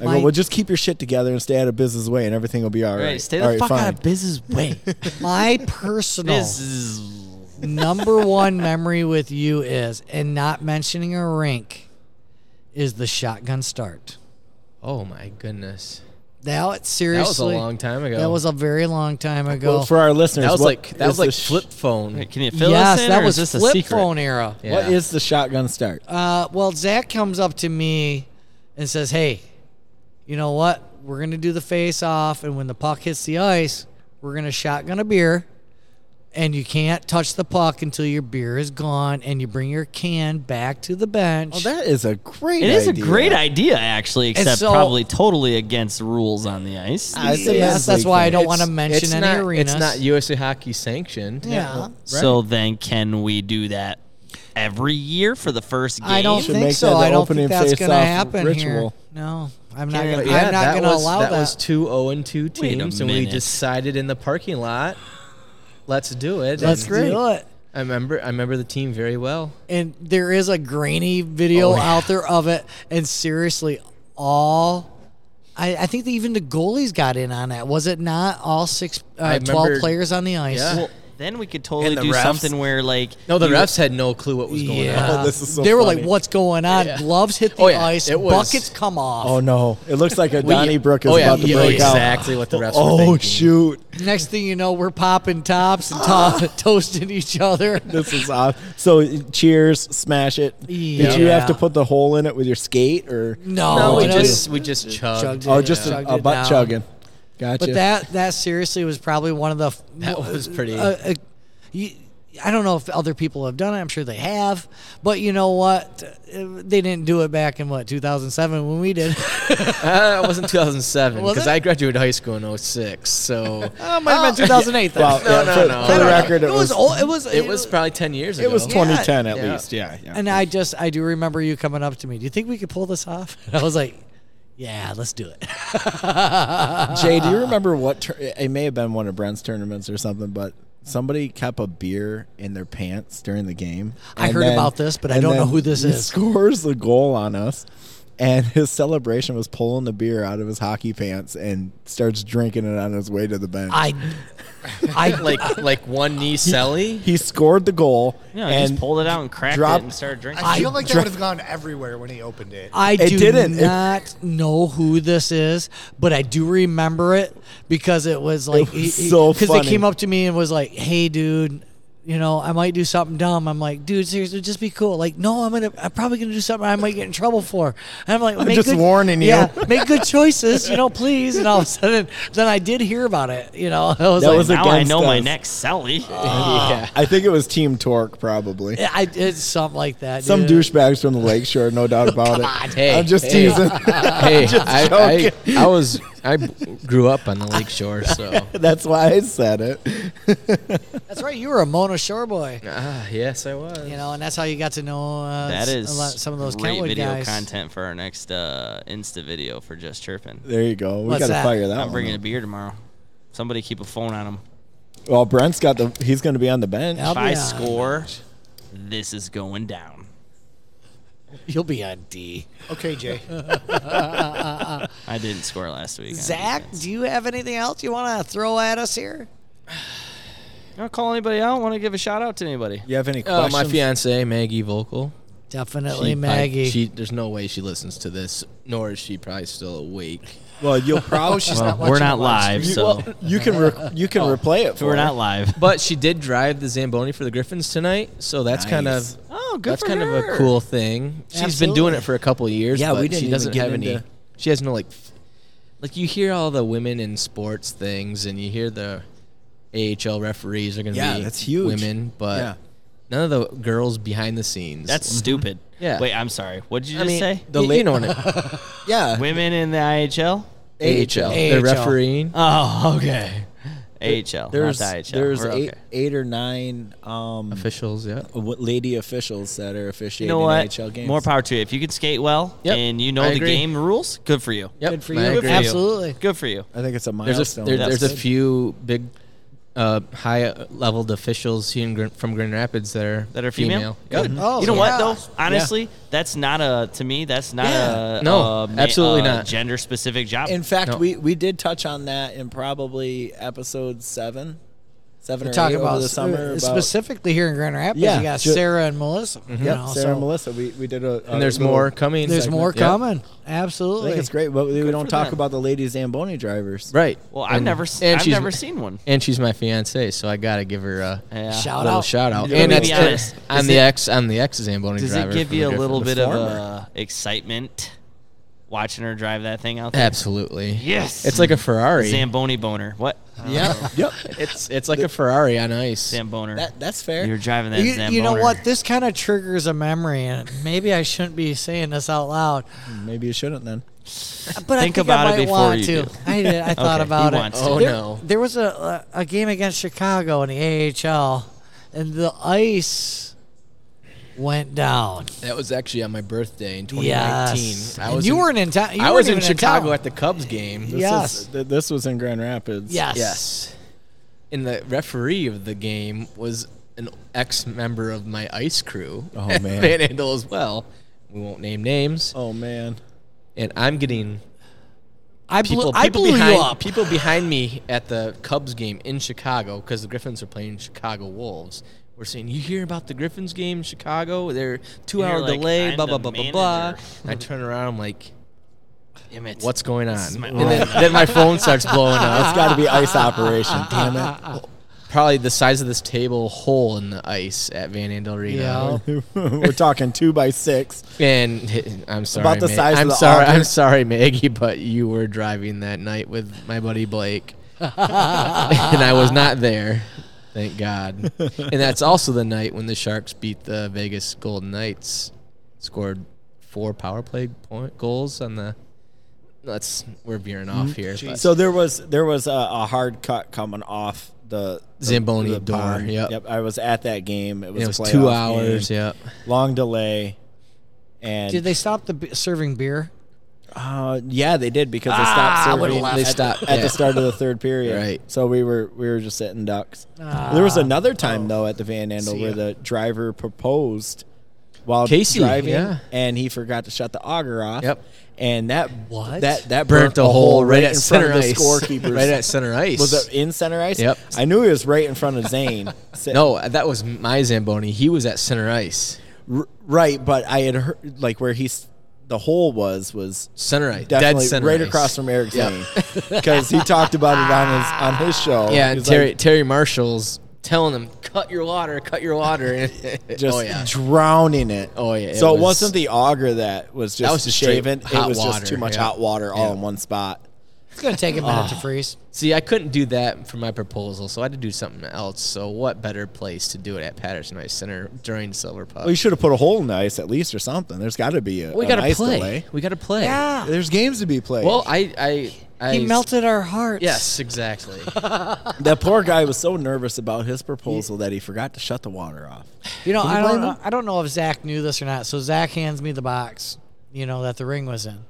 Speaker 1: I
Speaker 2: My-
Speaker 1: go, "Well, just keep your shit together and stay out of business way, and everything will be all
Speaker 3: All
Speaker 1: right."
Speaker 3: right, stay the
Speaker 1: All right,
Speaker 3: fuck out
Speaker 1: fine.
Speaker 3: of Biz's way.
Speaker 2: My personal
Speaker 3: Biz.
Speaker 2: number one memory with you is, and not mentioning a rink, is the shotgun start.
Speaker 5: Oh my goodness.
Speaker 2: Now it's
Speaker 5: That was a
Speaker 2: seriously.
Speaker 5: long time ago.
Speaker 2: That was a very long time ago.
Speaker 1: Well, for our listeners,
Speaker 5: that was
Speaker 1: what
Speaker 5: like that
Speaker 1: is
Speaker 5: was like
Speaker 1: the sh-
Speaker 5: flip phone.
Speaker 3: Can you fill
Speaker 2: yes,
Speaker 3: us in?
Speaker 2: that
Speaker 3: or
Speaker 2: was
Speaker 3: is this
Speaker 2: flip
Speaker 3: a secret?
Speaker 2: phone era.
Speaker 5: Yeah.
Speaker 1: What is the shotgun start?
Speaker 2: Uh, well, Zach comes up to me and says, "Hey, you know what? We're gonna do the face off, and when the puck hits the ice, we're gonna shotgun a beer, and you can't touch the puck until your beer is gone, and you bring your can back to the bench."
Speaker 1: Oh, that is a great.
Speaker 3: It
Speaker 1: idea.
Speaker 3: is a great idea, actually, except
Speaker 2: so-
Speaker 3: probably totally against rules on the ice.
Speaker 1: I think
Speaker 2: yes, that's why I don't want to mention
Speaker 5: it's
Speaker 2: any
Speaker 5: not,
Speaker 2: arenas.
Speaker 5: It's not USA Hockey sanctioned.
Speaker 2: Yeah.
Speaker 3: So then, can we do that every year for the first game?
Speaker 2: I don't
Speaker 1: Should
Speaker 2: think
Speaker 1: make
Speaker 2: so.
Speaker 1: that the
Speaker 2: I don't
Speaker 1: opening
Speaker 2: think that's
Speaker 1: face-off
Speaker 2: gonna happen here.
Speaker 1: ritual.
Speaker 2: No, I'm not.
Speaker 5: Yeah,
Speaker 2: Gonna,
Speaker 5: yeah,
Speaker 2: I'm not
Speaker 5: that
Speaker 2: gonna
Speaker 5: was,
Speaker 2: allow that.
Speaker 5: was two 0 and two
Speaker 3: Wait a
Speaker 5: teams, and we
Speaker 3: minute.
Speaker 5: decided in the parking lot, let's do it.
Speaker 2: Let's
Speaker 5: and
Speaker 2: do it.
Speaker 5: I remember, I remember the team very well.
Speaker 2: and there is a grainy video
Speaker 5: Oh, yeah.
Speaker 2: out there of it and seriously all I, I think that even the goalies got in on that was it not all six uh,
Speaker 5: I
Speaker 2: 12
Speaker 5: remember-
Speaker 2: players on the ice
Speaker 5: Yeah.
Speaker 3: Well, then we could totally
Speaker 5: And the
Speaker 3: do
Speaker 5: refs.
Speaker 3: something where, like,
Speaker 5: No, the
Speaker 3: you-
Speaker 5: refs had no clue what was going on.
Speaker 2: yeah.
Speaker 1: Oh, this is so
Speaker 2: they were like
Speaker 1: funny.
Speaker 2: what's going on
Speaker 5: Yeah.
Speaker 2: gloves hit the
Speaker 5: Oh, yeah.
Speaker 2: ice
Speaker 5: It was-
Speaker 2: buckets come off
Speaker 1: Oh no! It looks like a Donnybrook is
Speaker 5: oh, yeah,
Speaker 1: about to
Speaker 5: you know
Speaker 1: break out.
Speaker 5: exactly what the refs were
Speaker 1: Oh
Speaker 5: thinking.
Speaker 1: shoot!
Speaker 2: next thing you know we're popping tops and to- toasting each other
Speaker 1: This is off. So cheers, smash it. Did you
Speaker 2: Yeah.
Speaker 1: have to put the hole in it with your skate or
Speaker 2: Oh, no,
Speaker 5: No, we
Speaker 2: it was-
Speaker 5: just we just chugged.
Speaker 2: chugged it.
Speaker 1: Oh, just
Speaker 2: Yeah.
Speaker 1: a, a
Speaker 2: Chugged it
Speaker 1: butt
Speaker 2: down.
Speaker 1: chugging. Gotcha.
Speaker 2: But that that seriously was probably one of the. f-
Speaker 5: That was pretty-
Speaker 2: Uh, uh, you, I don't know if other people have done it. I'm sure they have, but you know what? Uh, They didn't do it back in what 2007 when we did.
Speaker 5: Uh, it wasn't 2007
Speaker 2: Was
Speaker 5: because
Speaker 2: it?
Speaker 5: I graduated high school in 06. So
Speaker 2: oh, might have been 2008. Then.
Speaker 1: well,
Speaker 5: No,
Speaker 1: yeah,
Speaker 5: no,
Speaker 1: for,
Speaker 5: no.
Speaker 1: for
Speaker 5: I
Speaker 1: the
Speaker 5: don't know.
Speaker 1: record, it, was,
Speaker 2: old- it was
Speaker 5: it was probably 10 years ago.
Speaker 1: it was
Speaker 2: Yeah.
Speaker 1: 2010 at
Speaker 5: Yeah.
Speaker 1: least. Yeah, yeah.
Speaker 2: And I just I do remember you coming up to me. Do you think we could pull this off? And I was like, Yeah, let's do it.
Speaker 1: Jay, do
Speaker 2: Uh,
Speaker 1: you remember what? Tur- it may have been one of Brent's tournaments or something, but somebody kept a beer in their pants during the game.
Speaker 2: I
Speaker 1: And
Speaker 2: heard about this, but I
Speaker 1: and
Speaker 2: don't know
Speaker 1: then
Speaker 2: who this
Speaker 1: he
Speaker 2: is.
Speaker 1: Scores the goal on us, and his celebration was pulling the beer out of his hockey pants and starts drinking it on his way to the bench.
Speaker 2: I I
Speaker 5: like like one knee selly.
Speaker 1: he scored the goal
Speaker 3: You know,
Speaker 1: and
Speaker 3: just pulled it out and cracked
Speaker 1: drop-
Speaker 3: it and started drinking.
Speaker 4: I feel
Speaker 2: I
Speaker 4: like that
Speaker 1: dra-
Speaker 4: would have gone everywhere when he opened it.
Speaker 2: I
Speaker 1: It
Speaker 2: do
Speaker 1: didn't. It-
Speaker 2: not know who this is, but I do remember it because it was like
Speaker 1: was so
Speaker 2: they
Speaker 1: funny.
Speaker 2: came up to me and was like, "Hey, dude." You know, I might do something dumb. I'm like, dude, seriously, just be cool. Like, no, I'm gonna, I'm probably gonna do something I might get in trouble for. And I'm like, make
Speaker 1: just
Speaker 2: good,
Speaker 1: warning you.
Speaker 2: yeah, make good choices, you know, please. And all of a sudden, then I did hear about it. You know, I was
Speaker 1: That
Speaker 2: like,
Speaker 1: was
Speaker 3: now I
Speaker 1: against
Speaker 3: know my
Speaker 1: us.
Speaker 3: next Sally.
Speaker 5: Oh,
Speaker 1: I think it was Team Torque probably.
Speaker 2: I did something like that.
Speaker 1: Some
Speaker 2: dude.
Speaker 1: douchebags from the lakeshore, no doubt about it.
Speaker 5: Hey,
Speaker 1: I'm just
Speaker 5: hey,
Speaker 1: teasing.
Speaker 5: Hey, I, I, I was I b- grew up on the lake shore, so
Speaker 1: That's why I said it.
Speaker 2: That's right. You were a Mona Shore boy.
Speaker 5: ah, yes, I was.
Speaker 2: You know, and that's how you got to know uh,
Speaker 3: That
Speaker 2: s-
Speaker 3: is
Speaker 2: a lot, some of those
Speaker 3: great
Speaker 2: Kentwood
Speaker 3: video
Speaker 2: guys.
Speaker 3: content for our next uh, Insta video for just chirping.
Speaker 1: There you go. We
Speaker 2: What's
Speaker 1: got to
Speaker 2: that?
Speaker 1: fire that
Speaker 3: I'm
Speaker 1: one
Speaker 3: bringing a
Speaker 1: up.
Speaker 3: beer tomorrow. Somebody keep a phone on him.
Speaker 1: Well, Brent's got the. He's going to be on the bench.
Speaker 2: Yep.
Speaker 3: If I
Speaker 2: Yeah.
Speaker 3: score, this is going down.
Speaker 2: You'll be on D.
Speaker 4: Okay, Jay.
Speaker 3: I didn't score last week. I
Speaker 2: Zach,
Speaker 3: understand.
Speaker 2: do you have anything else you want to throw at us here?
Speaker 3: you don't call anybody out. Want to give a shout out to anybody?
Speaker 1: You have any
Speaker 3: Oh,
Speaker 5: Uh,
Speaker 1: questions?
Speaker 5: my fiance Maggie Vocal.
Speaker 2: Definitely
Speaker 5: She probably-
Speaker 2: Maggie.
Speaker 5: she, there's no way she listens to this, nor is she probably still awake.
Speaker 1: Well, you'll probably
Speaker 4: she's
Speaker 3: Well,
Speaker 4: not
Speaker 3: we're
Speaker 4: watching
Speaker 3: not
Speaker 4: the live
Speaker 3: live,
Speaker 1: you,
Speaker 3: so Oh,
Speaker 1: well, you can re- you can replay it. For
Speaker 3: we're
Speaker 1: her.
Speaker 3: not live.
Speaker 5: But she did drive the Zamboni for the Griffins tonight, so that's kind
Speaker 1: Nice.
Speaker 5: of
Speaker 3: Oh, good
Speaker 5: that's
Speaker 3: for
Speaker 5: kind of
Speaker 3: her.
Speaker 5: a cool thing. She's been doing it for a couple of years.
Speaker 1: Yeah,
Speaker 5: but
Speaker 1: we didn't
Speaker 5: She
Speaker 1: even
Speaker 5: doesn't
Speaker 1: get
Speaker 5: have any.
Speaker 1: into-
Speaker 5: She has no like, f- like you hear all the women in sports things, and you hear the AHL referees are going to
Speaker 1: Yeah,
Speaker 5: be
Speaker 1: that's huge.
Speaker 5: women, but
Speaker 1: Yeah.
Speaker 5: none of the girls behind the scenes.
Speaker 3: That's stupid.
Speaker 5: Yeah.
Speaker 3: Wait, I'm sorry. What did you
Speaker 5: I
Speaker 3: just
Speaker 5: mean,
Speaker 3: say?
Speaker 5: the
Speaker 1: You-
Speaker 5: you,
Speaker 1: you
Speaker 5: know what
Speaker 1: Yeah,
Speaker 3: Women in the IHL?
Speaker 5: AHL.
Speaker 2: AHL.
Speaker 5: They're refereeing.
Speaker 3: Oh, okay. AHL,
Speaker 1: there's
Speaker 3: not the IHL.
Speaker 1: there's
Speaker 3: We're
Speaker 1: eight
Speaker 3: okay.
Speaker 1: eight or nine um,
Speaker 5: Officials, yeah.
Speaker 1: what lady officials that are
Speaker 3: You
Speaker 1: officiating
Speaker 3: know what?
Speaker 1: NHL games.
Speaker 3: More power to you. If you can skate well
Speaker 5: Yep,
Speaker 3: and you know
Speaker 5: I
Speaker 3: the
Speaker 5: agree.
Speaker 3: game rules, good for you.
Speaker 5: Yep,
Speaker 2: Good for
Speaker 5: I
Speaker 2: you.
Speaker 5: agree.
Speaker 2: Absolutely.
Speaker 3: Good for you.
Speaker 1: I think it's a
Speaker 5: There's a,
Speaker 1: milestone.
Speaker 5: there,
Speaker 3: That's
Speaker 5: there's a
Speaker 3: good.
Speaker 5: few big, uh, high leveled officials here in, Gr- from Grand Rapids that are Mm-hmm.
Speaker 3: That are female?
Speaker 5: Yep.
Speaker 3: Good.
Speaker 2: Oh,
Speaker 3: you know
Speaker 2: yeah.
Speaker 3: what though? Honestly, that's not a to me. That's not
Speaker 1: Yeah.
Speaker 3: a
Speaker 5: No,
Speaker 3: a ma-
Speaker 5: absolutely
Speaker 3: a
Speaker 5: not.
Speaker 3: gender specific job.
Speaker 1: in fact,
Speaker 5: No.
Speaker 1: we we did touch on that in probably episode seven, seven
Speaker 2: We
Speaker 1: or
Speaker 2: talk
Speaker 1: eight
Speaker 2: about uh,
Speaker 1: over the summer. About,
Speaker 2: specifically here in Grand Rapids.
Speaker 1: Yeah,
Speaker 2: you got
Speaker 1: ju-
Speaker 2: Sarah and Melissa. you
Speaker 1: Yep,
Speaker 2: know,
Speaker 1: Sarah
Speaker 2: so
Speaker 1: and Melissa. We, we did
Speaker 3: Oh,
Speaker 1: a, a
Speaker 5: And there's
Speaker 1: little-
Speaker 5: more coming.
Speaker 2: There's
Speaker 5: segment.
Speaker 2: more
Speaker 5: Yep.
Speaker 2: coming.
Speaker 1: I
Speaker 2: Absolutely.
Speaker 1: think it's great, but we, we don't
Speaker 3: for
Speaker 1: talk
Speaker 3: them.
Speaker 1: about the ladies Zamboni drivers.
Speaker 5: Right.
Speaker 3: well, I've
Speaker 5: And-
Speaker 3: never s-
Speaker 5: and
Speaker 3: I've
Speaker 5: she's-
Speaker 3: never seen one.
Speaker 5: And she's my fiance, so I gotta give her a
Speaker 3: Yeah.
Speaker 2: Shout
Speaker 5: little
Speaker 2: out.
Speaker 5: shout out.
Speaker 3: Let
Speaker 5: And
Speaker 3: me
Speaker 5: that's
Speaker 3: be honest.
Speaker 5: I'm
Speaker 3: Does
Speaker 5: the
Speaker 3: it-
Speaker 5: ex. I'm the ex Zamboni
Speaker 3: Does
Speaker 5: driver.
Speaker 3: it give
Speaker 5: for
Speaker 3: you a
Speaker 5: the
Speaker 3: little
Speaker 5: Griffins.
Speaker 3: bit of
Speaker 1: Former.
Speaker 3: uh, excitement watching her drive that thing out there?
Speaker 5: Absolutely.
Speaker 3: Yes.
Speaker 5: It's like a Ferrari.
Speaker 3: Zamboni boner. What?
Speaker 1: Yeah. yep.
Speaker 5: It's it's like a Ferrari on ice.
Speaker 3: Zamboner.
Speaker 1: That, that's fair.
Speaker 3: You're driving that
Speaker 2: You,
Speaker 3: Zamboner.
Speaker 2: you know what? This kind of triggers a memory, and maybe I shouldn't be saying this out loud,
Speaker 1: Maybe you shouldn't then.
Speaker 2: but
Speaker 3: Think
Speaker 2: I think
Speaker 3: about it
Speaker 2: I might
Speaker 3: before
Speaker 2: want
Speaker 3: you
Speaker 2: to.
Speaker 3: do.
Speaker 2: I did. I thought
Speaker 3: he
Speaker 2: about it.
Speaker 3: wants to.
Speaker 5: Oh
Speaker 2: there,
Speaker 5: no.
Speaker 2: There was a a game against Chicago in the AHL, and the ice went down.
Speaker 5: That was actually on my birthday in 2019.
Speaker 2: Yes,
Speaker 5: I
Speaker 2: and
Speaker 5: was
Speaker 2: you
Speaker 5: in,
Speaker 2: weren't in town. you
Speaker 5: I
Speaker 2: weren't
Speaker 5: was in
Speaker 2: even
Speaker 5: Chicago
Speaker 2: town.
Speaker 5: at the Cubs game.
Speaker 1: This
Speaker 2: Yes.
Speaker 1: is- th- this was in Grand Rapids.
Speaker 2: Yes.
Speaker 5: Yes. And the referee of the game was an ex member of my ice crew.
Speaker 1: Oh,
Speaker 5: at
Speaker 1: man.
Speaker 5: Panhandle as well. We won't name names.
Speaker 1: Oh man.
Speaker 5: And I'm getting
Speaker 2: I blew,
Speaker 5: people,
Speaker 2: I
Speaker 5: people
Speaker 2: blew
Speaker 5: behind
Speaker 2: you up.
Speaker 5: people behind me at the Cubs game in Chicago because the Griffins are playing Chicago Wolves. We're saying you hear about the Griffins game in Chicago? They're two
Speaker 3: And you're
Speaker 5: hour
Speaker 3: like,
Speaker 5: delay.
Speaker 3: "I'm
Speaker 5: Blah
Speaker 3: the
Speaker 5: blah blah blah blah.
Speaker 3: manager.
Speaker 5: And I turn around. I'm like,
Speaker 3: Damn it.
Speaker 5: what's going
Speaker 3: is
Speaker 5: on?
Speaker 3: my
Speaker 5: And then, then my phone starts blowing
Speaker 1: It's
Speaker 5: up.
Speaker 1: got to be ice operation. Damn it.
Speaker 5: Probably the size of this table hole in the ice at Van Andel Arena.
Speaker 1: We're talking two by six.
Speaker 5: And I'm sorry,
Speaker 1: About the
Speaker 5: Meg-
Speaker 1: size of
Speaker 5: I'm
Speaker 1: the
Speaker 5: sorry,
Speaker 1: auger.
Speaker 5: I'm sorry, Maggie, but you were driving that night with my buddy Blake, and I was not there. Thank God. And that's also the night when the Sharks beat the Vegas Golden Knights, scored four power play point goals on the. Let's we're veering off here. but-
Speaker 1: Mm-hmm. So there was there was a, a hard cut coming off the, the
Speaker 5: Zamboni
Speaker 1: the
Speaker 5: door,
Speaker 1: pond.
Speaker 5: yep.
Speaker 1: I was at that game. It was,
Speaker 5: it
Speaker 1: a
Speaker 5: was
Speaker 1: playoff
Speaker 5: two hours.
Speaker 1: game,
Speaker 5: Yep.
Speaker 1: Long delay. And
Speaker 2: Did they stop the b- serving beer?
Speaker 1: Uh, yeah, they did because they
Speaker 2: Ah,
Speaker 1: stopped
Speaker 2: I would've
Speaker 1: serving.
Speaker 2: left.
Speaker 5: They
Speaker 1: at-
Speaker 5: stopped,
Speaker 1: at
Speaker 5: yeah.
Speaker 1: the start of the third period.
Speaker 5: Right.
Speaker 1: So we were we were just sitting ducks. there was another time though at the Van Andel
Speaker 5: See
Speaker 1: where
Speaker 5: ya.
Speaker 1: the driver proposed while
Speaker 5: Casey,
Speaker 1: driving,
Speaker 5: yeah.
Speaker 1: and he forgot to shut the auger off.
Speaker 5: Yep.
Speaker 1: And that
Speaker 2: What?
Speaker 1: that that
Speaker 5: Burnt the hole right at
Speaker 1: in front
Speaker 5: center
Speaker 1: of the
Speaker 5: ice.
Speaker 1: scorekeeper's.
Speaker 5: Right at center ice.
Speaker 1: was it in center ice?
Speaker 5: Yep.
Speaker 1: I knew he was right in front of Zane. Sit-
Speaker 5: No, that was my Zamboni. He was at center ice.
Speaker 1: r- right, but I had heard like where he's the hole was was
Speaker 5: Center ice.
Speaker 1: definitely
Speaker 5: dead center
Speaker 1: right
Speaker 5: ice.
Speaker 1: across from Eric's
Speaker 5: Yep.
Speaker 1: lane because he talked about it on his on his show.
Speaker 5: Yeah, and
Speaker 1: He's
Speaker 5: Terry
Speaker 1: like,
Speaker 5: Terry Marshall's telling him, "Cut your water, cut your water."
Speaker 1: just
Speaker 5: oh yeah,
Speaker 1: drowning it.
Speaker 5: Oh, yeah, it
Speaker 1: so it
Speaker 5: was-
Speaker 1: wasn't the auger that was just,
Speaker 5: That was just straight
Speaker 1: shaven. It
Speaker 5: hot
Speaker 1: was
Speaker 5: water,
Speaker 1: just too much
Speaker 5: yeah.
Speaker 1: hot water all
Speaker 5: Yeah.
Speaker 1: in one spot.
Speaker 2: It's gonna take a minute
Speaker 5: Ah.
Speaker 2: to freeze.
Speaker 5: See, I couldn't do that for my proposal, so I had to do something else. So, what better place to do it at Patterson Ice Center during Silver Puck?
Speaker 1: Well, you should have put a hole in the ice at least or something. There's got to be a
Speaker 5: we
Speaker 1: got
Speaker 5: gotta
Speaker 1: to
Speaker 5: play.
Speaker 1: Delay.
Speaker 5: We gotta play.
Speaker 2: Yeah,
Speaker 1: There's games to be played.
Speaker 5: Well, I, I, I
Speaker 2: he melted our hearts.
Speaker 5: Yes, exactly.
Speaker 1: that poor guy was so nervous about his proposal that he forgot to shut the water off.
Speaker 2: You know,
Speaker 1: Can you
Speaker 2: I
Speaker 1: blame
Speaker 2: don't.
Speaker 1: him?
Speaker 2: I don't know if Zach knew this or not. So Zach hands me the box, you know, that the ring was in.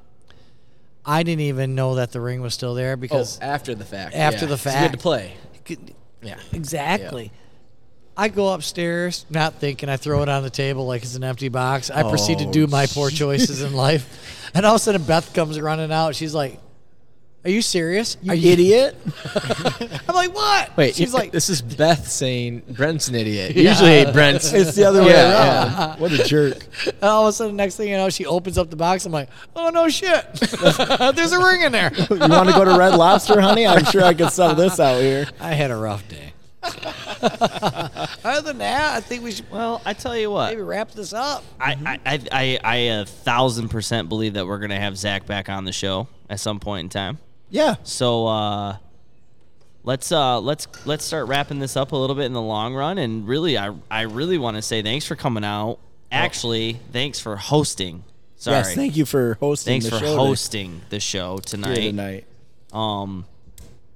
Speaker 2: I didn't even know that the ring was still there
Speaker 5: oh,
Speaker 2: because
Speaker 5: after the fact.
Speaker 2: After
Speaker 5: yeah.
Speaker 2: the
Speaker 5: 'Cause we had to
Speaker 2: fact.
Speaker 5: play.
Speaker 2: yeah, exactly. I go upstairs, not thinking. I throw it on the table like it's an empty box. I proceed to
Speaker 1: Oh,
Speaker 2: do my poor choices in life, and all of a sudden Beth comes running out. She's like, "I Are you serious? You
Speaker 1: You idiot.
Speaker 2: I'm like, what?
Speaker 5: Wait,
Speaker 2: she's like,
Speaker 5: this is Beth saying Brent's an idiot.
Speaker 2: Yeah.
Speaker 5: Usually Brent's.
Speaker 1: It's the other way
Speaker 5: Yeah,
Speaker 1: around. What a jerk.
Speaker 2: and all of a sudden, next thing you know, she opens up the box. I'm like, oh no, shit. There's a ring in there.
Speaker 1: You want to go to Red Lobster, honey? I'm sure I could sell this out here.
Speaker 2: I had a rough day. Other than that, I think we should
Speaker 3: Well, I tell you what,
Speaker 2: maybe wrap this up.
Speaker 3: I, I, I, I, I a thousand percent believe that we're gonna have Zach back on the show at some point in time.
Speaker 1: Yeah.
Speaker 3: So uh, let's uh, let's let's start wrapping this up a little bit in the long run. And really, I I really want to say thanks for coming out. Actually, thanks for hosting. Sorry,
Speaker 1: Yes, thank you for hosting
Speaker 3: thanks
Speaker 1: the
Speaker 3: for
Speaker 1: show
Speaker 3: hosting the show
Speaker 1: here
Speaker 3: tonight.
Speaker 1: tonight.
Speaker 3: Um,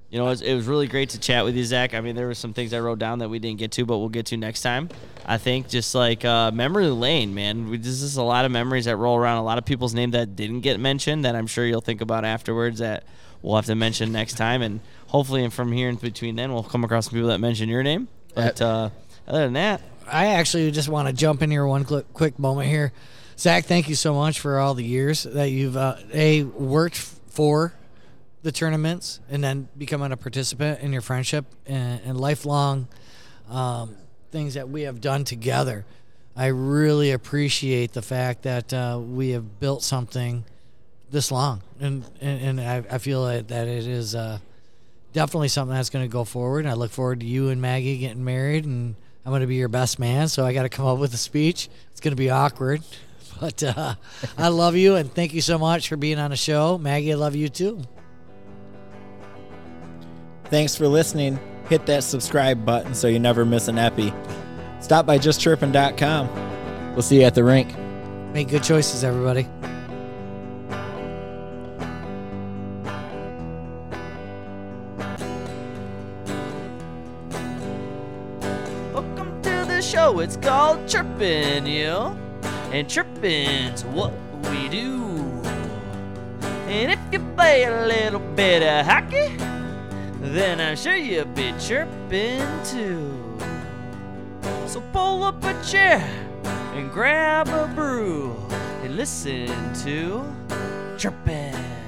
Speaker 3: you know, it was, it was really great to chat with you, Zach. I mean, there were some things I wrote down that we didn't get to, but we'll get to next time. I think just like uh, memory lane, man. We, this is a lot of memories that roll around. A lot of people's name that didn't get mentioned that I'm sure you'll think about afterwards that we'll have to mention next time, and hopefully, and from here and between then, we'll come across some people that mention your name. But uh, other than that,
Speaker 2: I actually just want to jump in here one cl- quick moment here. Zach, thank you so much for all the years that you've uh, a worked f- for the tournaments and then becoming a participant in your friendship and, and lifelong um, things that we have done together. I really appreciate the fact that uh, we have built something this long, and and, and I, I feel that, that it is. Uh, definitely something that's going to go forward. I look forward to you and Maggie getting married, and I'm going to be your best man. So I got to come up with a speech. It's going to be awkward, but uh, I love you and thank you so much for being on the show, Maggie. I love you too.
Speaker 1: Thanks for listening. Hit that subscribe button so you never miss an epi. Stop by justchirpin.com. We'll see you at the rink.
Speaker 2: Make good choices, everybody.
Speaker 3: Welcome to the show. It's called Chirpin' You. And chirpin's what we do. And if you play a little bit of hockey, then I'm sure you'll be chirpin' too. So pull up a chair and grab a brew and listen to Chirpin'.